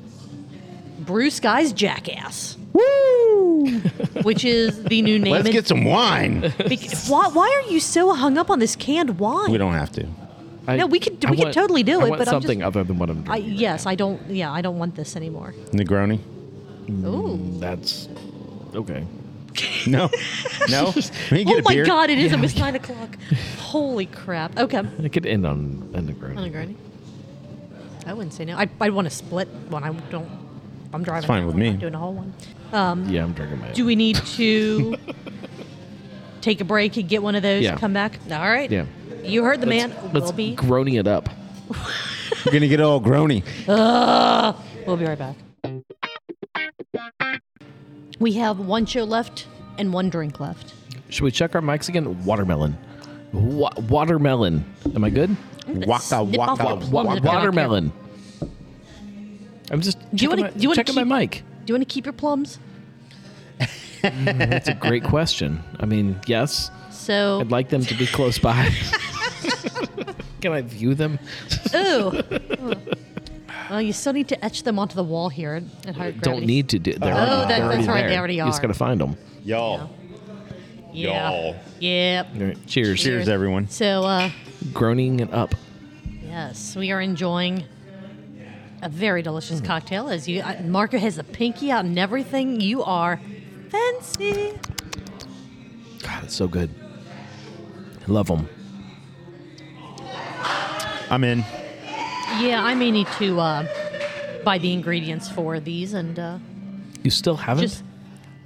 S3: Bruce Guy's Jackass,
S2: Woo!
S3: which is the new name.
S2: Let's
S3: in-
S2: get some wine.
S3: bec- why, why are you so hung up on this canned wine?
S2: we don't have to.
S4: I-
S3: No, we could-
S4: I
S3: we could
S4: want-
S3: totally do
S4: I
S3: it,
S4: want
S3: but I'm just-
S4: something other than what I'm
S3: I,
S4: doing.
S3: yes, I don't. Yeah, I don't want this anymore.
S2: Negroni?
S3: Ooh.
S4: That's okay.
S2: No. No. We can get
S3: Oh
S2: a
S3: my
S2: beer.
S3: God! It is almost nine o'clock. Holy crap! Okay.
S4: I could end on a Negroni.
S3: Pellegrini. I wouldn't say no. I'd, I'd want to split one. I don't. if I'm driving.
S2: fine
S3: now,
S2: with
S3: I'm not
S2: me.
S3: Doing a whole one.
S4: Yeah, I'm drinking my.
S3: Do we need to take a break and get one of those?
S4: Yeah.
S3: Come back. All right.
S4: Yeah.
S3: You heard the
S4: Let's-
S3: man.
S4: Let's
S3: We'll be.
S4: grony it up.
S2: We're going to get all groany.
S3: uh, We'll be right back. We have one show left and one drink left.
S4: Should we check our mics again? Watermelon. Wa- watermelon. Am I good?
S2: Waka,
S3: Snip off
S2: waka,
S3: your plums
S2: waka.
S3: if you don't care.
S4: Watermelon. I'm just
S3: you
S4: checking,
S3: wanna-
S4: my,
S3: do you wanna
S4: checking my
S3: keep-
S4: mic.
S3: Do you want to keep your plums?
S4: That's a great question. I mean, yes,
S3: So.
S4: I'd like them to be close by. Can I view them?
S3: Ooh. well, you still need to etch them onto the wall here at, at higher gravity.
S4: Don't need to do. They're
S2: Oh,
S4: already,
S2: that-
S4: they're
S2: that's
S4: already
S3: right,
S4: There.
S3: they already
S4: You just
S3: are.
S4: gotta find them.
S2: Y'all.
S3: Yeah.
S2: Y'all.
S3: Yep.
S4: Cheers.
S2: Cheers, everyone.
S3: So, uh,
S4: Groaning and up.
S3: yes, we are enjoying a very delicious
S2: Hmm.
S3: cocktail. As you, uh, Marco has the pinky out and everything. You are fancy.
S4: God, it's so good. I love them.
S2: I'm in.
S3: Yeah, I may need to uh, buy the ingredients for these and uh,
S4: You still haven't?
S3: just.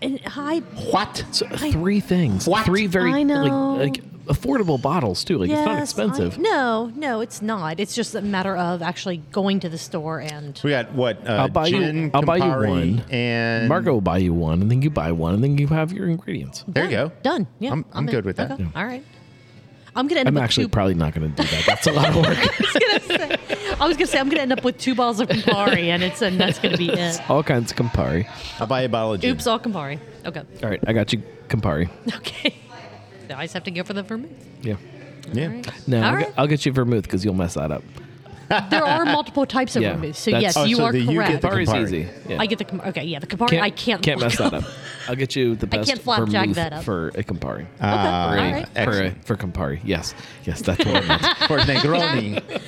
S3: And I
S4: What? So, uh,
S3: I-
S4: three things.
S2: What?
S4: Three very
S3: I know.
S4: Like, like affordable bottles too. Like
S3: yes,
S4: it's not
S3: I-
S4: expensive.
S3: no, no, it's not. It's just a matter of actually going to the store and
S2: We got what? Uh,
S4: I'll buy you-
S2: gin,
S4: I'll buy you
S2: Campari,
S4: one.
S2: And
S4: Margo will buy you one, and then you buy one, and then you have your ingredients.
S2: There you go.
S3: Done. Yeah,
S2: I'm- I'm
S3: in.
S2: good with that.
S3: Okay,
S2: Yeah.
S3: All right. I'm gonna end
S4: I'm
S3: up
S4: actually
S3: with two
S4: probably not going to do that. That's a lot of work.
S3: I was gonna say I'm gonna end up with two bottles of Campari, and it's and that's gonna be it.
S4: All kinds of Campari.
S2: I'll buy a bottle of gin.
S3: Oops, all Campari. Okay,
S4: All right, I got you Campari.
S3: okay. Now I just have to go for the vermouth.
S4: Yeah.
S2: Yeah.
S4: No,
S3: All
S4: I'll,
S3: right.
S4: get, I'll get you vermouth because you'll mess that up.
S3: There are multiple types of
S4: Yeah,
S3: vermouth, so
S4: that's-
S3: yes,
S4: Oh,
S3: you
S2: so
S3: are
S2: the- you get
S3: correct.
S2: the
S4: Campari's
S2: Campari.
S4: easy. Yeah.
S3: I get the Campari. Okay, yeah, the Campari. I can't
S4: can't mess
S3: look
S4: that up. I'll get you the
S3: I
S4: best
S3: can't flapjack
S4: vermouth
S3: that up.
S4: for a Campari.
S2: Ah,
S4: for, a,
S3: all right.
S4: for, a, for Campari. Yes. Yes, that's what I meant.
S2: for Negroni.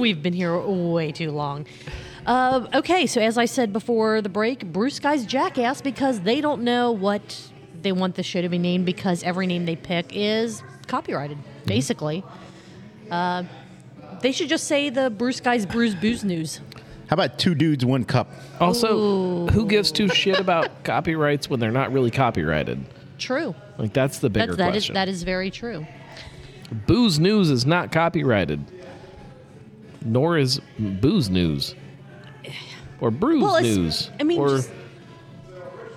S3: We've been here way too long. Uh, okay, so as I said before the break, Bruce Guy's jackass because they don't know what they want the show to be named because every name they pick is copyrighted,
S4: Mm-hmm.
S3: basically. Uh, they should just say the Bruce Guy's Bruise Booze News.
S2: How about two dudes, one cup?
S4: Also, who gives two shit about copyrights when they're not really copyrighted?
S3: True.
S4: Like that's the bigger
S3: That's, that, is,
S4: question.
S3: that is very true.
S4: Booze News is not copyrighted, nor is Booze News or Brews
S3: Well, it's-
S4: News.
S3: I mean,
S4: or
S3: just-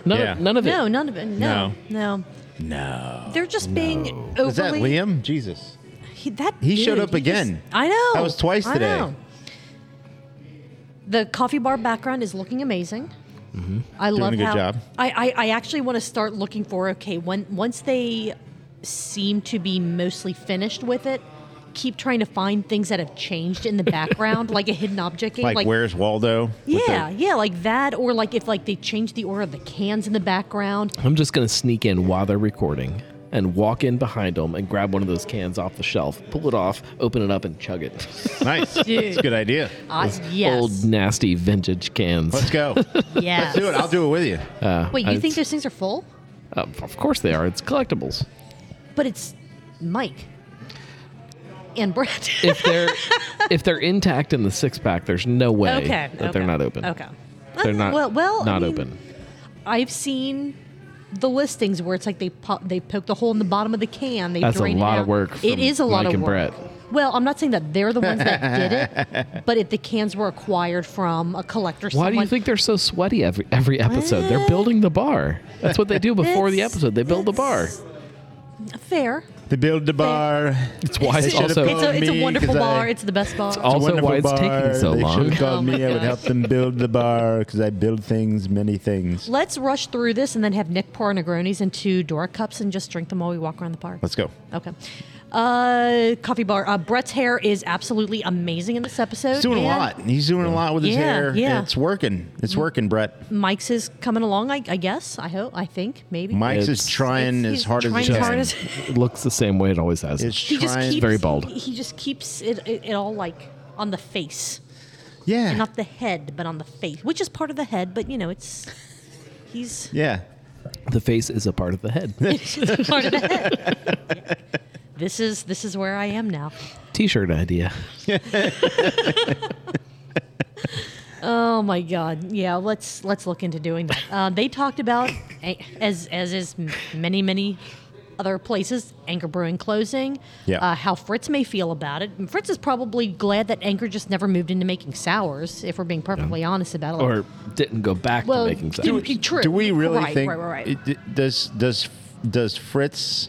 S4: none,
S2: Yeah.
S4: of, none of it.
S3: No, none of it. No. No.
S2: No.
S3: They're
S4: Oh,
S3: just being overly.
S2: Is that Liam? Jesus.
S3: He, that
S2: He showed
S3: dude,
S2: up
S3: he just-
S2: again.
S3: I know.
S2: That was twice
S3: I
S2: today.
S3: know. The coffee bar background is looking amazing. I
S2: Mm-hmm. Doing
S3: love
S2: a good
S3: how
S2: job.
S3: I, I I actually want to start looking for okay when once they seem to be mostly finished with it. Keep trying to find things that have changed in the background, like a hidden object game.
S2: Like, where's Waldo? with the-
S3: Yeah, yeah, like that, or like if like they change the order of the cans in the background.
S4: I'm just gonna sneak in while they're recording and walk in behind them and grab one of those cans off the shelf, pull it off, open it up, and chug it.
S2: nice. That's a good idea.
S3: Uh, yes,
S4: Old nasty vintage cans.
S2: Let's go.
S3: yes.
S2: do it. I'll do it with you.
S3: Wait, you
S4: I-
S3: think those things are full?
S4: Uh, of course they are. It's collectibles.
S3: But it's Mike and Brett.
S4: If they're if they're intact in the six pack, there's no way
S3: Okay,
S4: that they're
S3: okay,
S4: not open.
S3: okay.
S4: They're not
S3: Well, well, I
S4: not
S3: mean-
S4: open.
S3: I've seen the listings where it's like they pop, they poke the hole in the bottom of the can. They
S4: That's a
S3: drain it
S4: lot of
S3: out.
S4: work
S3: It
S4: from
S3: is a lot
S4: Mike
S3: of
S4: and
S3: work.
S4: Brett.
S3: Well, I'm not saying that they're the ones that did it, but if the cans were acquired from a collector,
S4: Why do you
S3: someone-
S4: think they're so sweaty every every episode? They're
S3: What?
S4: building the bar. That's what they do before the
S3: It's-
S4: episode. They build the bar.
S3: fair?
S2: They build the bar.
S4: It's why it's
S2: They should've
S4: also
S3: It's a,
S2: called
S3: it's a
S2: me
S3: wonderful
S2: 'cause I-
S3: bar. it's the best bar.
S4: all- Also,
S2: wonderful
S4: why it's taking so
S2: they
S4: long.
S2: should have called
S3: Oh my
S2: me. I would
S3: gosh.
S2: help them build the bar because I build things, many things.
S3: Let's rush through this and then have Nick pour Negronis into Dora cups and just drink them while we walk around the park.
S2: Let's go.
S3: Okay. Uh, coffee bar. Uh, Brett's hair is absolutely amazing in this episode.
S2: He's doing a
S3: and
S2: lot. He's doing a lot with his
S3: Yeah,
S2: hair.
S3: yeah.
S2: It's working. It's working, Brett.
S3: Mike's is coming along, I, I guess. I hope. I think maybe.
S2: Mike's
S4: It's-
S2: is trying
S3: It's-
S2: as
S3: he's
S2: hard as he
S3: trying
S2: can.
S3: as hard as-
S4: It looks the same way it always has.
S2: It's
S3: he just
S2: trying.
S3: keeps
S4: very bald.
S3: He, he just keeps it, it, it all like on the face,
S2: yeah.
S3: not the head, but on the face, which is part of the head. But you know, it's he's
S2: yeah.
S4: the face is a part of the head.
S3: part of the head. This is this is where I am now.
S4: T-shirt idea.
S3: Oh my God! Yeah, let's let's look into doing that. Uh, they talked about a- as as is m- many many other places, Anchor Brewing closing.
S2: Yeah.
S3: Uh, how Fritz may feel about it. And Fritz is probably glad that Anchor just never moved into making sours. If we're being perfectly honest about it.
S4: Or didn't go back
S3: well,
S4: to making
S3: do-
S4: sours.
S3: true.
S2: Do we really
S3: right,
S2: think
S3: Right, right, right.
S2: it- it- does does does Fritz?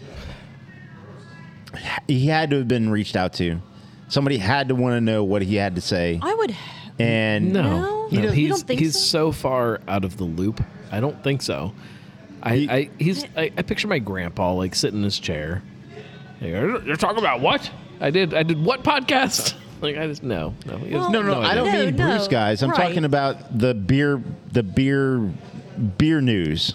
S2: He had to have been reached out to. Somebody had to want to know what he had to say,
S3: I would.
S2: and
S3: No?
S4: No,
S3: You
S4: no,
S3: don't-
S4: he's
S3: you don't think
S4: he's
S3: so?
S4: so? far out of the loop. I don't think so. I, I he's I, I picture my grandpa like sitting in his chair. Like, "You're you're talking about what? I did I did what podcast? Like I just no no he has
S3: Well-
S2: no, no, I don't
S4: idea.
S3: No,
S2: mean
S3: no,
S2: Bruce guys. I'm
S3: right.
S2: talking about the beer, the beer, beer news.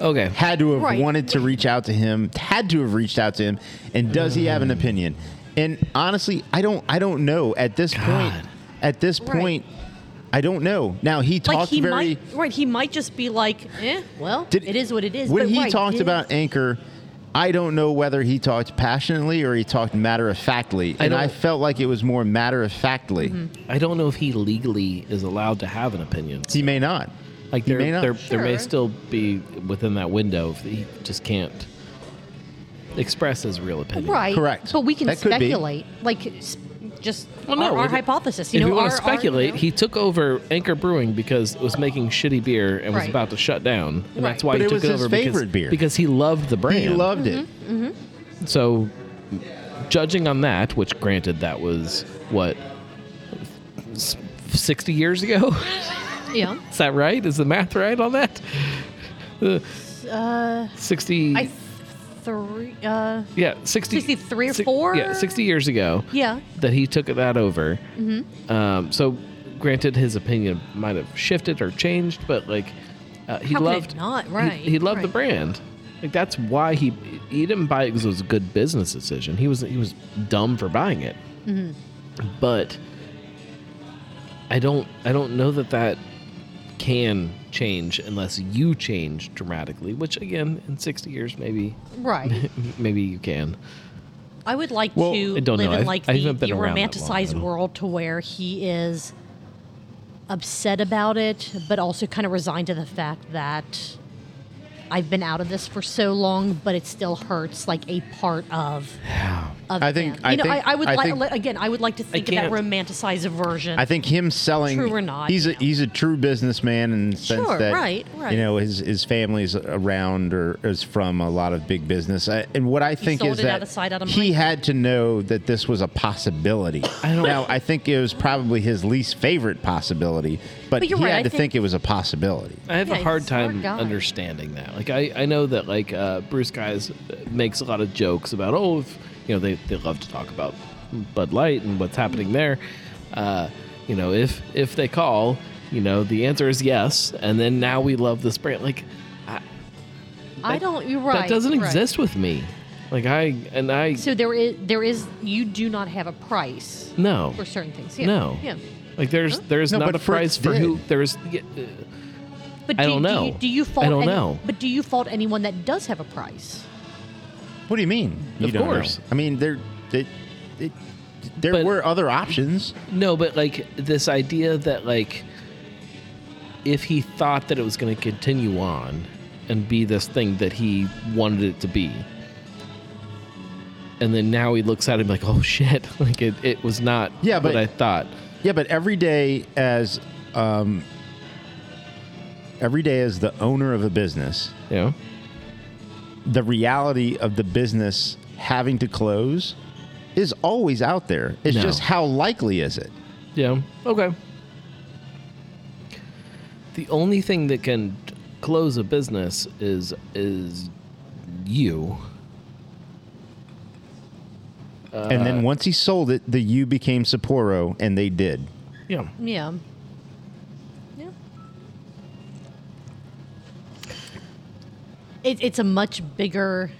S4: okay
S2: Had to have
S3: Right.
S2: wanted to reach out to him. Had to have reached out to him. And does he have an opinion? And honestly, I don't. I don't know at this
S4: God.
S2: point. At this
S3: Right.
S2: point, I don't know. Now he talked
S3: Like he
S2: very.
S3: might. Right. He might just be like, eh. Well,
S2: Did-
S3: it is what it is.
S2: When
S3: but
S2: he
S3: right,
S2: talked
S3: it-
S2: about Anchor, I don't know whether he talked passionately or he talked matter of factly. And I
S4: don't-
S2: felt like it was more matter of factly.
S3: Mm-hmm.
S4: I don't know if he legally is allowed to have an opinion.
S2: He may not.
S4: Like
S2: he
S4: there
S2: may not.
S4: there, there may
S3: Sure.
S4: still be within that window if he just can't express his real opinion.
S3: Right.
S2: Correct.
S3: But we can
S2: That could be.
S3: speculate. Like, s- just
S4: Well, no,
S3: our, our
S4: if-
S3: hypothesis. You
S4: if
S3: know,
S4: you want
S3: our-
S4: to
S3: our,
S4: speculate,
S3: you know-
S4: he took over Anchor Brewing because it was making shitty beer and was
S3: Right.
S4: about to shut down, and
S3: Right.
S4: that's why
S2: But
S4: he
S2: it
S4: took
S2: was
S4: it
S2: his
S4: over because,
S2: favorite beer.
S3: Mm-hmm.
S4: because he loved the brand.
S2: He loved it.
S4: so judging on that, which granted that was what s- 60 years ago.
S3: Yeah.
S4: Is that right? Is the math right on that? Uh, 60
S3: Uh, I th- three. Uh,
S4: yeah, 60
S3: 63 or
S4: si-
S3: four?
S4: Yeah, 60 years ago.
S3: yeah.
S4: that he took that over.
S3: Mm-hmm.
S4: Um, so, granted, his opinion might have shifted or changed, but like uh, he
S3: How could it
S4: loved
S3: not?
S4: he-
S3: Right,
S4: He, loved the
S3: right.
S4: brand. Like that's why he he didn't buy it because it was a good business decision. He was he was dumb for buying it,
S3: Mm-hmm.
S4: but I don't I don't know that that can change unless you change dramatically. Which again, in sixty years, maybe
S3: Right.
S4: maybe you can.
S3: I would like
S2: Well,
S3: to
S4: I don't
S3: live
S4: know.
S3: in
S4: I've-
S3: like
S4: I
S3: the,
S4: haven't been
S3: the
S4: around that
S3: romanticized
S4: long.
S3: world to where he is upset about it, but also kind of resigned to the fact that I've been out of this for so long, but it still hurts like a part of. of
S2: I think-
S3: him.
S2: I
S3: you know
S2: think-
S3: I, I would
S2: I
S3: like
S2: think-
S3: again I would like to think of that
S4: can't-
S3: romanticized version.
S2: I think him selling
S3: True or not,
S2: he's a
S3: you know.
S2: he's a true businessman in the sense
S3: Sure,
S2: that
S3: right, right.
S2: you know his his family's around or is from a lot of big business. I, and what I think
S3: sold
S2: is
S3: it
S2: that
S3: out of sight, out of
S2: he
S3: mind.
S2: had to know that this was a possibility.
S4: I don't-
S2: now I think it was probably his least favorite possibility, but,
S3: But
S2: he
S3: you're right,
S2: had
S3: I
S2: to
S3: think-
S2: think it was a possibility.
S4: I have
S3: Yeah,
S4: a
S3: he's a
S4: hard
S3: smart
S4: time
S3: guy.
S4: understanding that. Like I, I know that like uh, Bruce Guys makes a lot of jokes about oh if, you know they, they love to talk about Bud Light and what's happening there. Uh, you know if if they call, you know the answer is yes, and then now we love this brand. Like
S3: I
S4: that-
S3: don't. You're right.
S4: that doesn't
S3: right.
S4: exist with me. Like I and I
S3: So there is there is you do not have a price
S4: no
S3: for certain things. Yeah.
S4: no
S3: Yeah.
S4: like there's there's
S2: No,
S4: not
S2: but
S4: a
S2: Fritz
S4: price for who
S2: did.
S4: there's. yeah, uh,
S3: But
S4: I
S3: do,
S4: don't
S3: do
S4: know.
S3: you, do you
S4: I
S3: fault?
S4: don't
S3: any-
S4: know.
S3: But do you fault anyone that does have a price?
S2: What do you mean? You
S4: Of
S2: don't know.
S4: course.
S2: I mean there it, it, there
S4: But-
S2: were other options.
S4: No, but like this idea that like if he thought that it was going to continue on and be this thing that he wanted it to be. And then now he looks at him like, "Oh shit, like it, it was not
S2: Yeah,
S4: what
S2: but-
S4: I thought."
S2: Yeah, but every day as um, every day as the owner of a business,
S4: You know?
S2: the reality of the business having to close is always out there. It's
S4: No.
S2: just how likely is it?
S4: Yeah. Okay. The only thing that can close a business is is you.
S2: and then once he sold it, the U became Sapporo, and they did.
S4: Yeah.
S3: Yeah. Yeah. It, it's a much bigger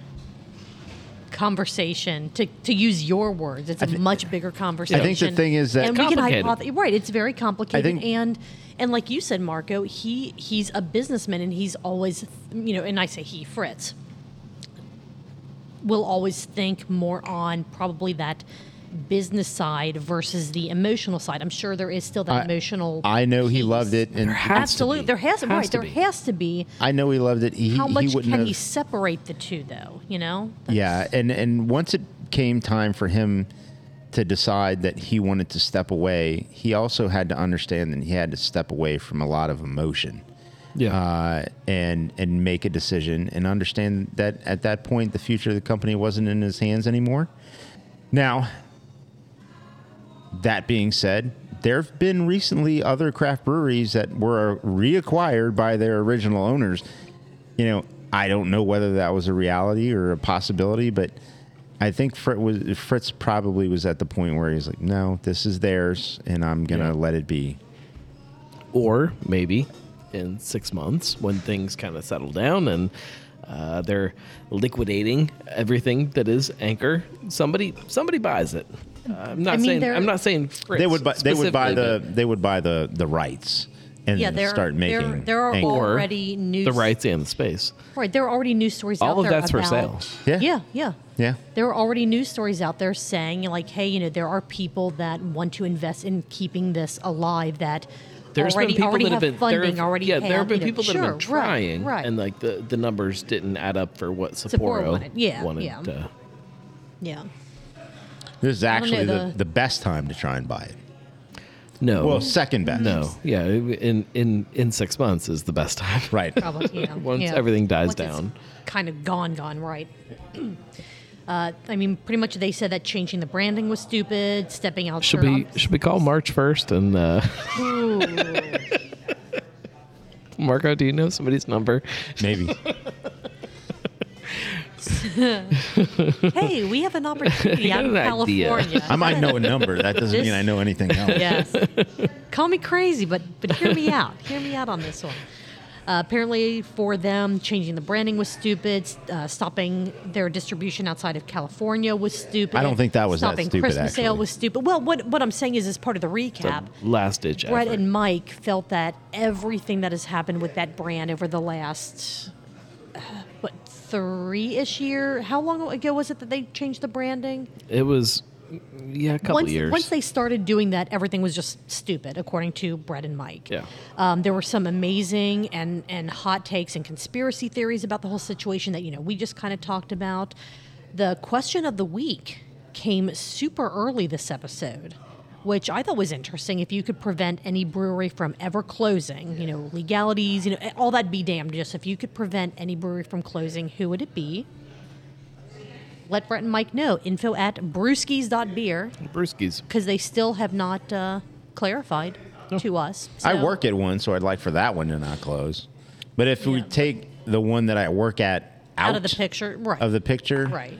S3: conversation to, to use your words it's a much bigger conversation
S2: thing is that-
S3: and we can
S4: Complicated.
S3: hypothe- right it's very complicated
S2: think-
S3: and and like you said marco he he's a businessman and he's always you know and i say he fritz will always think more on probably that business side versus the emotional side. I'm sure there is still that
S2: I-
S3: emotional.
S2: I know he loved it, and
S4: has to
S3: absolutely,
S4: be.
S3: there has to
S4: Has
S3: right.
S4: to
S3: there
S4: be.
S3: has to be.
S2: I know he loved it. He,
S3: How much
S2: he
S3: can
S2: wouldn't have,
S3: he separate the two, though? You know.
S2: Yeah, and and once it came time for him to decide that he wanted to step away, he also had to understand that he had to step away from a lot of emotion.
S4: Yeah.
S2: uh, and and make a decision and understand that at that point the future of the company wasn't in his hands anymore. Now, that being said, there have been recently other craft breweries that were reacquired by their original owners. You know, I don't know whether that was a reality or a possibility, but I think Fritz, was, Fritz probably was at the point where he's like, "No, this is theirs, and I'm gonna
S4: Yeah.
S2: let it be."
S4: or maybe in six months when things kind of settle down and uh, they're liquidating everything that is Anchor. Somebody, somebody buys it. Uh, I'm not
S3: mean,
S4: saying.
S3: they're-
S4: I'm not saying Fritz
S2: they would buy they would buy the
S4: specifically,
S2: they would buy the the rights and
S3: Yeah, there
S2: start
S3: there-
S2: making
S3: there are
S2: anchor.
S4: all- Or
S3: already
S4: but
S3: news
S4: the rights and the space.
S3: Right, there are already news stories
S4: All
S3: out
S4: of
S3: there
S4: that's for
S3: about-
S4: sale.
S2: Yeah.
S3: yeah, yeah.
S2: yeah
S3: There are already news stories out there saying, like, hey, you know, there are people that want to invest in keeping this alive that
S4: There's
S3: already,
S4: been people
S3: already
S4: that have
S3: have,
S4: been
S3: funding,
S4: there, have-
S3: already
S4: yeah. there have
S3: have,
S4: been
S3: you know,
S4: people that have been
S3: sure, right,
S4: trying,
S3: right.
S4: and like the, the numbers didn't add up for what
S3: Sapporo
S4: Sapporo,
S3: wanted. Yeah,
S4: wanted,
S3: yeah.
S4: uh,
S3: yeah.
S2: this is
S3: don't know,
S2: actually the,
S3: the-
S2: the best time to try and buy it
S4: no,
S2: well second best
S4: no, yeah. In in in six months is the best time.
S2: right
S3: Probably, yeah.
S4: Once
S3: yeah.
S4: everything dies
S3: Once it's
S4: down.
S3: Kind of gone, gone, right. Uh, I mean, pretty much they said that changing the branding was stupid, stepping out.
S4: Should
S3: their
S4: we
S3: ob-
S4: should we call March first and uh, Marco? Do you know somebody's number?
S2: Maybe.
S3: hey, we have an opportunity out in
S4: Got an idea.
S3: California.
S2: I might know a number. That doesn't mean I know anything else.
S3: yes. Call me crazy, but but hear me out. Hear me out on this one. Uh, apparently, for them, changing the branding was stupid. s- Uh, stopping their distribution outside of California was stupid.
S2: I don't think that was that
S3: stopping
S2: stupid,
S3: Christmas sale
S2: actually.
S3: was stupid. Well, what what I'm saying is, as part of the recap,
S4: Last ditch.
S3: Brett
S4: effort.
S3: and Mike felt that everything that has happened with that brand over the last uh, what three ish year. How long ago was it that they changed the branding?
S4: it was yeah a couple
S3: once,
S4: years.
S3: once they started doing that, everything was just stupid, according to Brett and Mike.
S4: Yeah.
S3: Um, there were some amazing and, and hot takes and conspiracy theories about the whole situation that, you know, we just kind of talked about. The question of the week came super early this episode, which I thought was interesting. If you could prevent any brewery from ever closing, you know, legalities, you know, all that be damned. Just if you could prevent any brewery from closing, who would it be? Let Brett and Mike know. Info at brewskis.beer
S4: brewskis.
S3: because they still have not uh, clarified to us.
S2: Oh. I
S3: So-
S2: work at one, so I'd like for that one to not close. But if we
S3: Yeah.
S2: take the one that I work at out,
S3: out, of the picture, right?
S2: of the picture,
S3: right.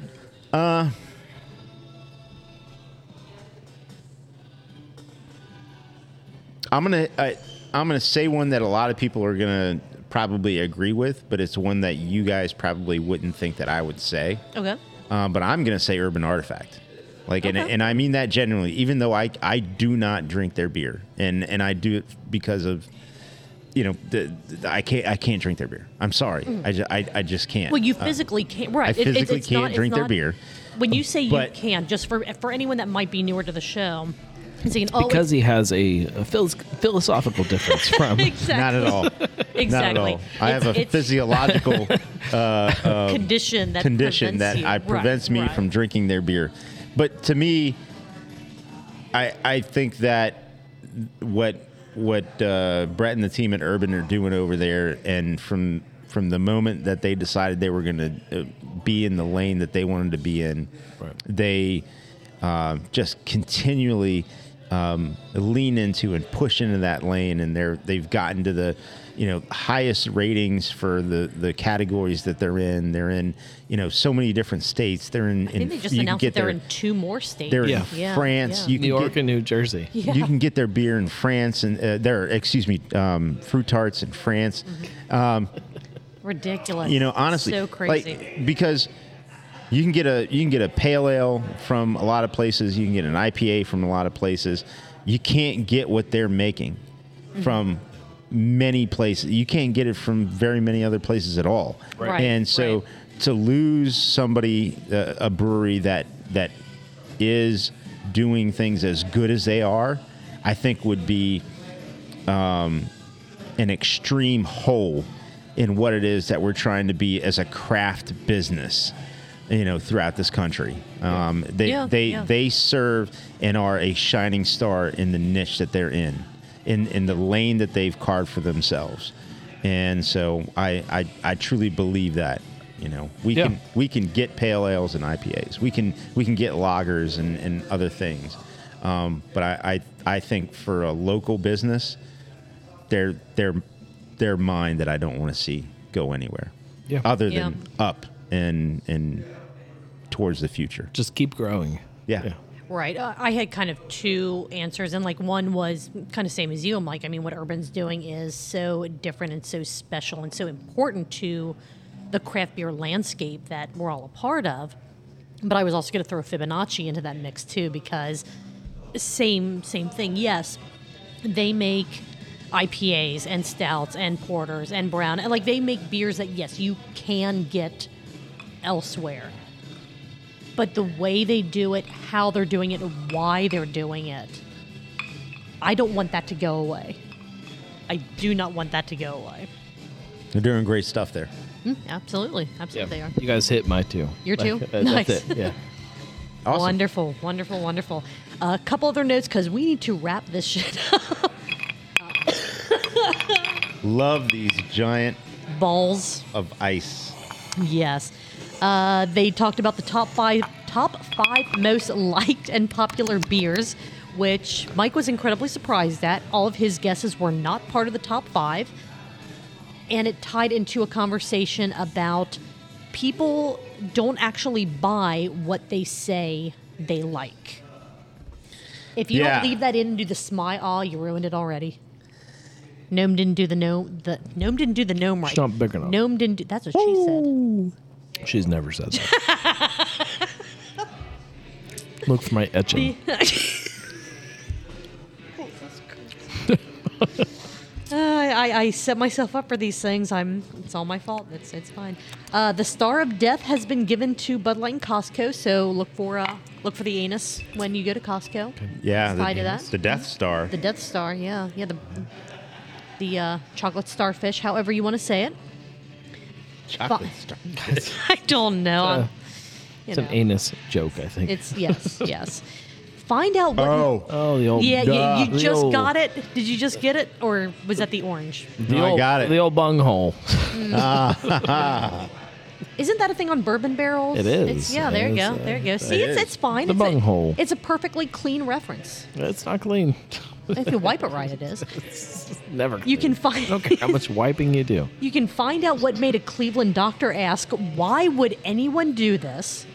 S2: I'm gonna I, I'm gonna say one that a lot of people are gonna probably agree with, but it's one that you guys probably wouldn't think that I would say.
S3: Okay.
S2: Um, but I'm gonna say Urban Artifact. Like, and,
S3: Okay.
S2: and I mean that genuinely. Even though I I do not drink their beer, and and I do it because of, you know, the, the- I can't I can't drink their beer. I'm sorry, I, ju- I, I just can't.
S3: Mm. Well, you
S2: Uh,
S3: physically can't. Right.
S2: I physically can't drink their beer.
S3: When you say you
S2: But-
S3: can, just for for anyone that might be newer to the show, and saying, "Oh,
S4: Because he has a, a phil- philosophical difference from
S3: it's- exactly,
S2: not at all.
S3: Exactly.
S2: Not at all. I
S3: It's-
S2: have a
S3: it's
S2: physiological
S3: condition that
S2: condition
S3: prevents
S2: that
S3: you.
S2: I
S3: Right,
S2: prevents me
S3: right.
S2: from drinking their beer. But to me, I I think that what what uh, Brett and the team at Urban are doing over there, and from from the moment that they decided they were going to uh, be in the lane that they wanted to be in,
S4: Right.
S2: they uh, just continually um, lean into and push into that lane, and they're they've gotten to the you know highest ratings for the the categories that they're in. They're in you know so many different states. They're in.
S3: I think they just announced that they're in two more states.
S2: they're
S4: Yeah.
S2: in
S3: Yeah,
S2: France.
S3: yeah.
S2: You
S4: New
S2: can
S4: York
S2: get,
S4: and New Jersey.
S3: Yeah.
S2: you can get their beer in France and uh, their excuse me um, fruit tarts in France.
S3: ridiculous.
S2: You know, honestly,
S3: Mm-hmm. so crazy.
S2: Like, because you can get a you can get a pale ale from a lot of places. You can get an IPA from a lot of places. You can't get what they're making
S3: Mm-hmm.
S2: from many places. You can't get it from very many other places at all.
S3: Right.
S2: And so
S3: Right.
S2: to lose somebody uh, a brewery that that is doing things as good as they are, I think would be an extreme hole in what it is that we're trying to be as a craft business you know throughout this country um, they
S3: Yeah,
S2: they
S3: yeah.
S2: they serve and are a shining star in the niche that they're in in in the lane that they've carved for themselves and so i i, I truly believe that you know we
S4: Yeah.
S2: can we can get pale ales and IPAs. We can we can get lagers and, and other things. Um, but I, I I think for a local business, they're they're they're mine that I don't want to see go anywhere.
S4: Yeah.
S2: Other
S3: Yeah.
S2: than up and and towards the future.
S4: Just keep growing.
S2: Yeah.
S3: Right. Uh, I had kind of two answers, and like one was kind of same as you. I'm like, I mean, what Urban's doing is so different and so special and so important to the craft beer landscape that we're all a part of. But I was also going to throw Fibonacci into that mix too, because same same thing. Yes, they make IPAs and stouts and porters and brown. and, Like they make beers that yes, you can get elsewhere but the way they do it, how they're doing it, and why they're doing it, I don't want that to go away. I do not want that to go away.
S2: They're doing great stuff there.
S3: Mm-hmm. Absolutely, absolutely, they are.
S4: You guys hit my two.
S3: Your two?
S4: that-
S3: Nice.
S4: That's it. Yeah.
S2: Awesome.
S3: Wonderful, wonderful, wonderful. A couple other notes because we need to wrap this shit up.
S2: Love these giant
S3: Balls.
S2: of ice.
S3: Yes. Uh, they talked about the top five top five most liked and popular beers, which Mike was incredibly surprised at. All of his guesses were not part of the top five, and it tied into a conversation about people don't actually buy what they say they like. If you
S2: Yeah.
S3: don't leave that in and do the smile, aw, you ruined it already. Gnome didn't do the gnome. The gnome didn't do the gnome right.
S5: She's not big enough.
S3: Gnome didn't do. That's what she said.
S5: She's never said that. Look for my etching.
S3: Uh, I, I set myself up for these things. I'm. It's all my fault. It's it's fine. Uh, the Star of Death has been given to Bud Light and Costco. So look for uh, look for the anus when you go to Costco.
S2: Yeah,
S3: Side of that?
S2: the, the Death Star.
S3: The Death Star, yeah, yeah. The the uh, chocolate starfish, however you want to say it.
S2: Chocolate
S3: fu-
S2: Star.
S3: I don't know. I'm-
S4: Uh,
S3: you
S4: It's
S3: know.
S4: an anus joke, I think.
S3: It's yes, yes. Find out what.
S2: Oh,
S4: oh, the old
S3: yeah, yeah. You
S4: the
S3: just
S4: old-
S3: got it. Did you just get it, or was that the orange?
S4: The
S2: No, I
S4: old,
S2: got it.
S4: The old bunghole.
S3: Isn't that a thing on bourbon barrels?
S4: It
S3: It's,
S4: is.
S3: yeah,
S4: It
S3: there you
S4: is,
S3: go.
S4: uh,
S3: there you go. See,
S2: it
S3: it's,
S2: is.
S3: it's fine.
S4: The
S3: it's, a,
S4: bunghole.
S3: it's a perfectly clean reference.
S4: It's not clean.
S3: If you wipe it right, it is.
S4: Never.
S3: You can
S4: clean.
S3: find-
S4: I don't care how much wiping you do.
S3: You can find out what made a Cleveland doctor ask, "Why would anyone do this?"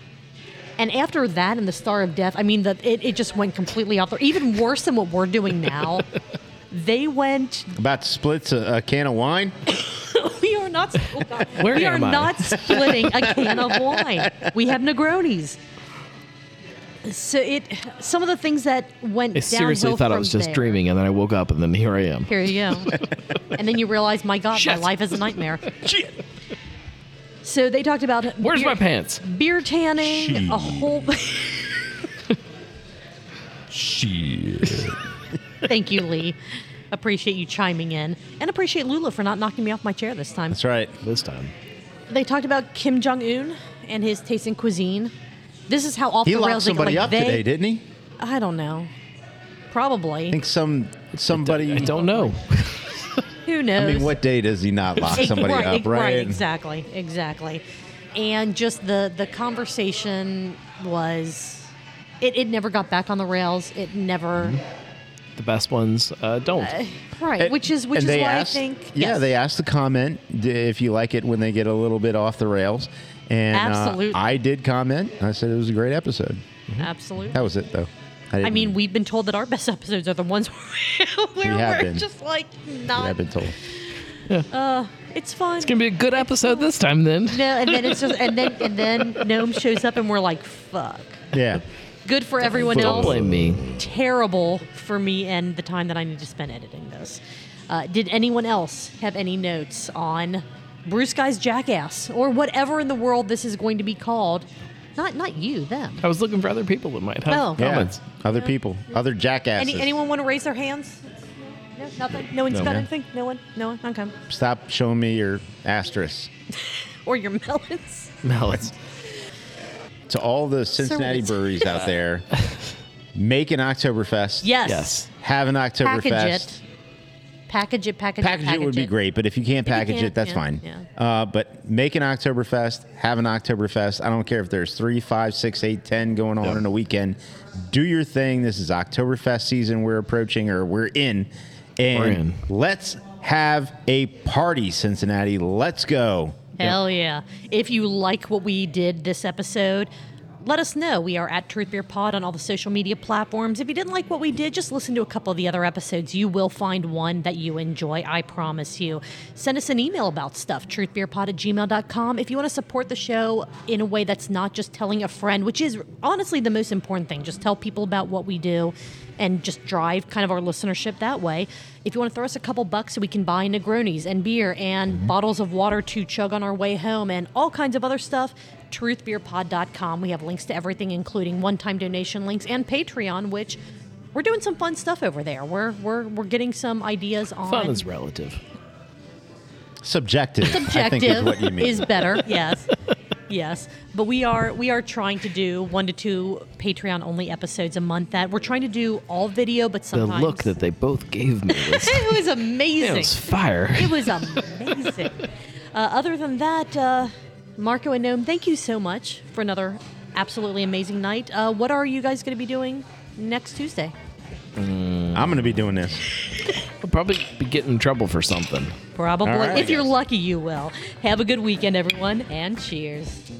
S3: And after that, in the Star of Death, I mean, the, it, it just went completely out there. Even worse than what we're doing now. they went.
S2: about to splits a, a can of wine.
S3: We are not. oh God.
S4: Where
S3: we are
S4: am I?
S3: not splitting a can of wine. We have Negronis. So it. Some of the things that went.
S4: I seriously
S3: downhill
S4: thought I
S3: from
S4: was just
S3: there.
S4: dreaming, and then I woke up, and then here I am.
S3: Here you go. and then you realize, my God, my
S4: Shit.
S3: life is a nightmare.
S4: Shit.
S3: So they talked about
S4: Where's
S3: beer-
S4: my pants?
S3: Beer tanning,
S2: Shit.
S3: a whole.
S5: Shit.
S3: Thank you, Lee. Appreciate you chiming in, and appreciate Lula for not knocking me off my chair this time.
S2: That's right.
S4: This time.
S3: They talked about Kim Jong Un and his taste in cuisine. This is how off
S2: He
S3: the
S2: locked
S3: rails they-
S2: somebody
S3: like,
S2: up
S3: they,
S2: today, didn't he?
S3: I don't know. Probably.
S2: I think some somebody.
S4: I don't know.
S3: Who knows?
S2: I mean, what day does he not lock
S3: Ex-
S2: somebody
S3: right,
S2: up?
S3: ex-
S2: Right.
S3: exactly exactly and just the the conversation was it, it never got back on the rails it never
S4: The best ones uh, don't.
S3: right
S2: Mm-hmm. And-
S3: which is which
S2: and
S3: is
S2: they
S3: why
S2: asked-
S3: i think
S2: Yeah,
S3: yes.
S2: they asked the comment d- if you like it when they get a little bit off the rails, and uh,
S3: Absolutely.
S2: I did comment. I said it was a great episode.
S3: absolutely
S2: That was it, though.
S3: i
S2: didn't-
S3: mean we've been told that our best episodes are the ones where
S2: We have
S3: we're
S2: been.
S3: just like not
S2: I've been told.
S3: it's fun
S4: It's gonna be a good episode this time, then.
S3: no, and then it's just and then and then gnome shows up and we're like fuck
S2: Yeah.
S3: good for everyone
S4: Don't
S3: else
S4: blame me.
S3: terrible for me and the time that I need to spend editing this. Uh, did anyone else have any notes on Bruce Guy's Jackass or whatever in the world this is going to be called? Not not you, them.
S4: I was looking for other people that might have
S3: Oh.
S2: Yeah.
S4: comments.
S2: Other people, other jackasses.
S3: Any, anyone want to raise their hands? No, nothing. No one's
S2: No.
S3: got
S2: Yeah.
S3: anything. No one. No one. Okay.
S2: Stop showing me your asterisk.
S3: Or your melons.
S4: Melons.
S2: To all the Cincinnati
S3: it's-
S2: breweries out there, make an Oktoberfest.
S3: Yes.
S4: Yes.
S2: Have an Oktoberfest.
S3: Package it. Package it. Package it.
S2: package it would be great, but if you can't package
S3: can't,
S2: it, that's
S3: yeah,
S2: fine.
S3: yeah.
S2: Uh, but make an Oktoberfest, have an Oktoberfest. I don't care if there's three, five, six, eight, ten going on in a weekend. Do your thing. This is Oktoberfest season we're approaching or we're in. And
S4: We're in.
S2: let's have a party, Cincinnati. Let's go.
S3: Hell yeah. If you like what we did this episode, let us know. We are at Truth Beer Pod on all the social media platforms. If you didn't like what we did, just listen to a couple of the other episodes. You will find one that you enjoy, I promise you. Send us an email about stuff, truthbeerpod at gmail.com. If you want to support the show in a way that's not just telling a friend, which is honestly the most important thing, just tell people about what we do and just drive kind of our listenership that way. If you want to throw us a couple bucks so we can buy Negronis and beer and
S4: Mm-hmm.
S3: bottles of water to chug on our way home and all kinds of other stuff, truthbeerpod.com. We have links to everything, including one time donation links and Patreon, which we're doing some fun stuff over there. We're, we're, we're getting some ideas on.
S4: Fun is relative.
S2: Subjective, I think is
S3: Subjective
S2: what you mean.
S3: is better. Yes, yes. But we are we are trying to do one to two Patreon only episodes a month. That we're trying to do all video, but
S4: The
S3: sometimes
S4: look that they both gave me was,
S3: it was
S4: it
S3: amazing.
S4: was fire.
S3: It was amazing. Uh, other than that, uh, Marco and Gnome, thank you so much for another absolutely amazing night. Uh, what are you guys going to be doing next Tuesday?
S2: I'm going to be doing this.
S4: I'll probably be getting in trouble for something.
S3: Probably.
S2: All right,
S3: if you're
S2: guys.
S3: lucky, you will. Have a good weekend, everyone, and cheers.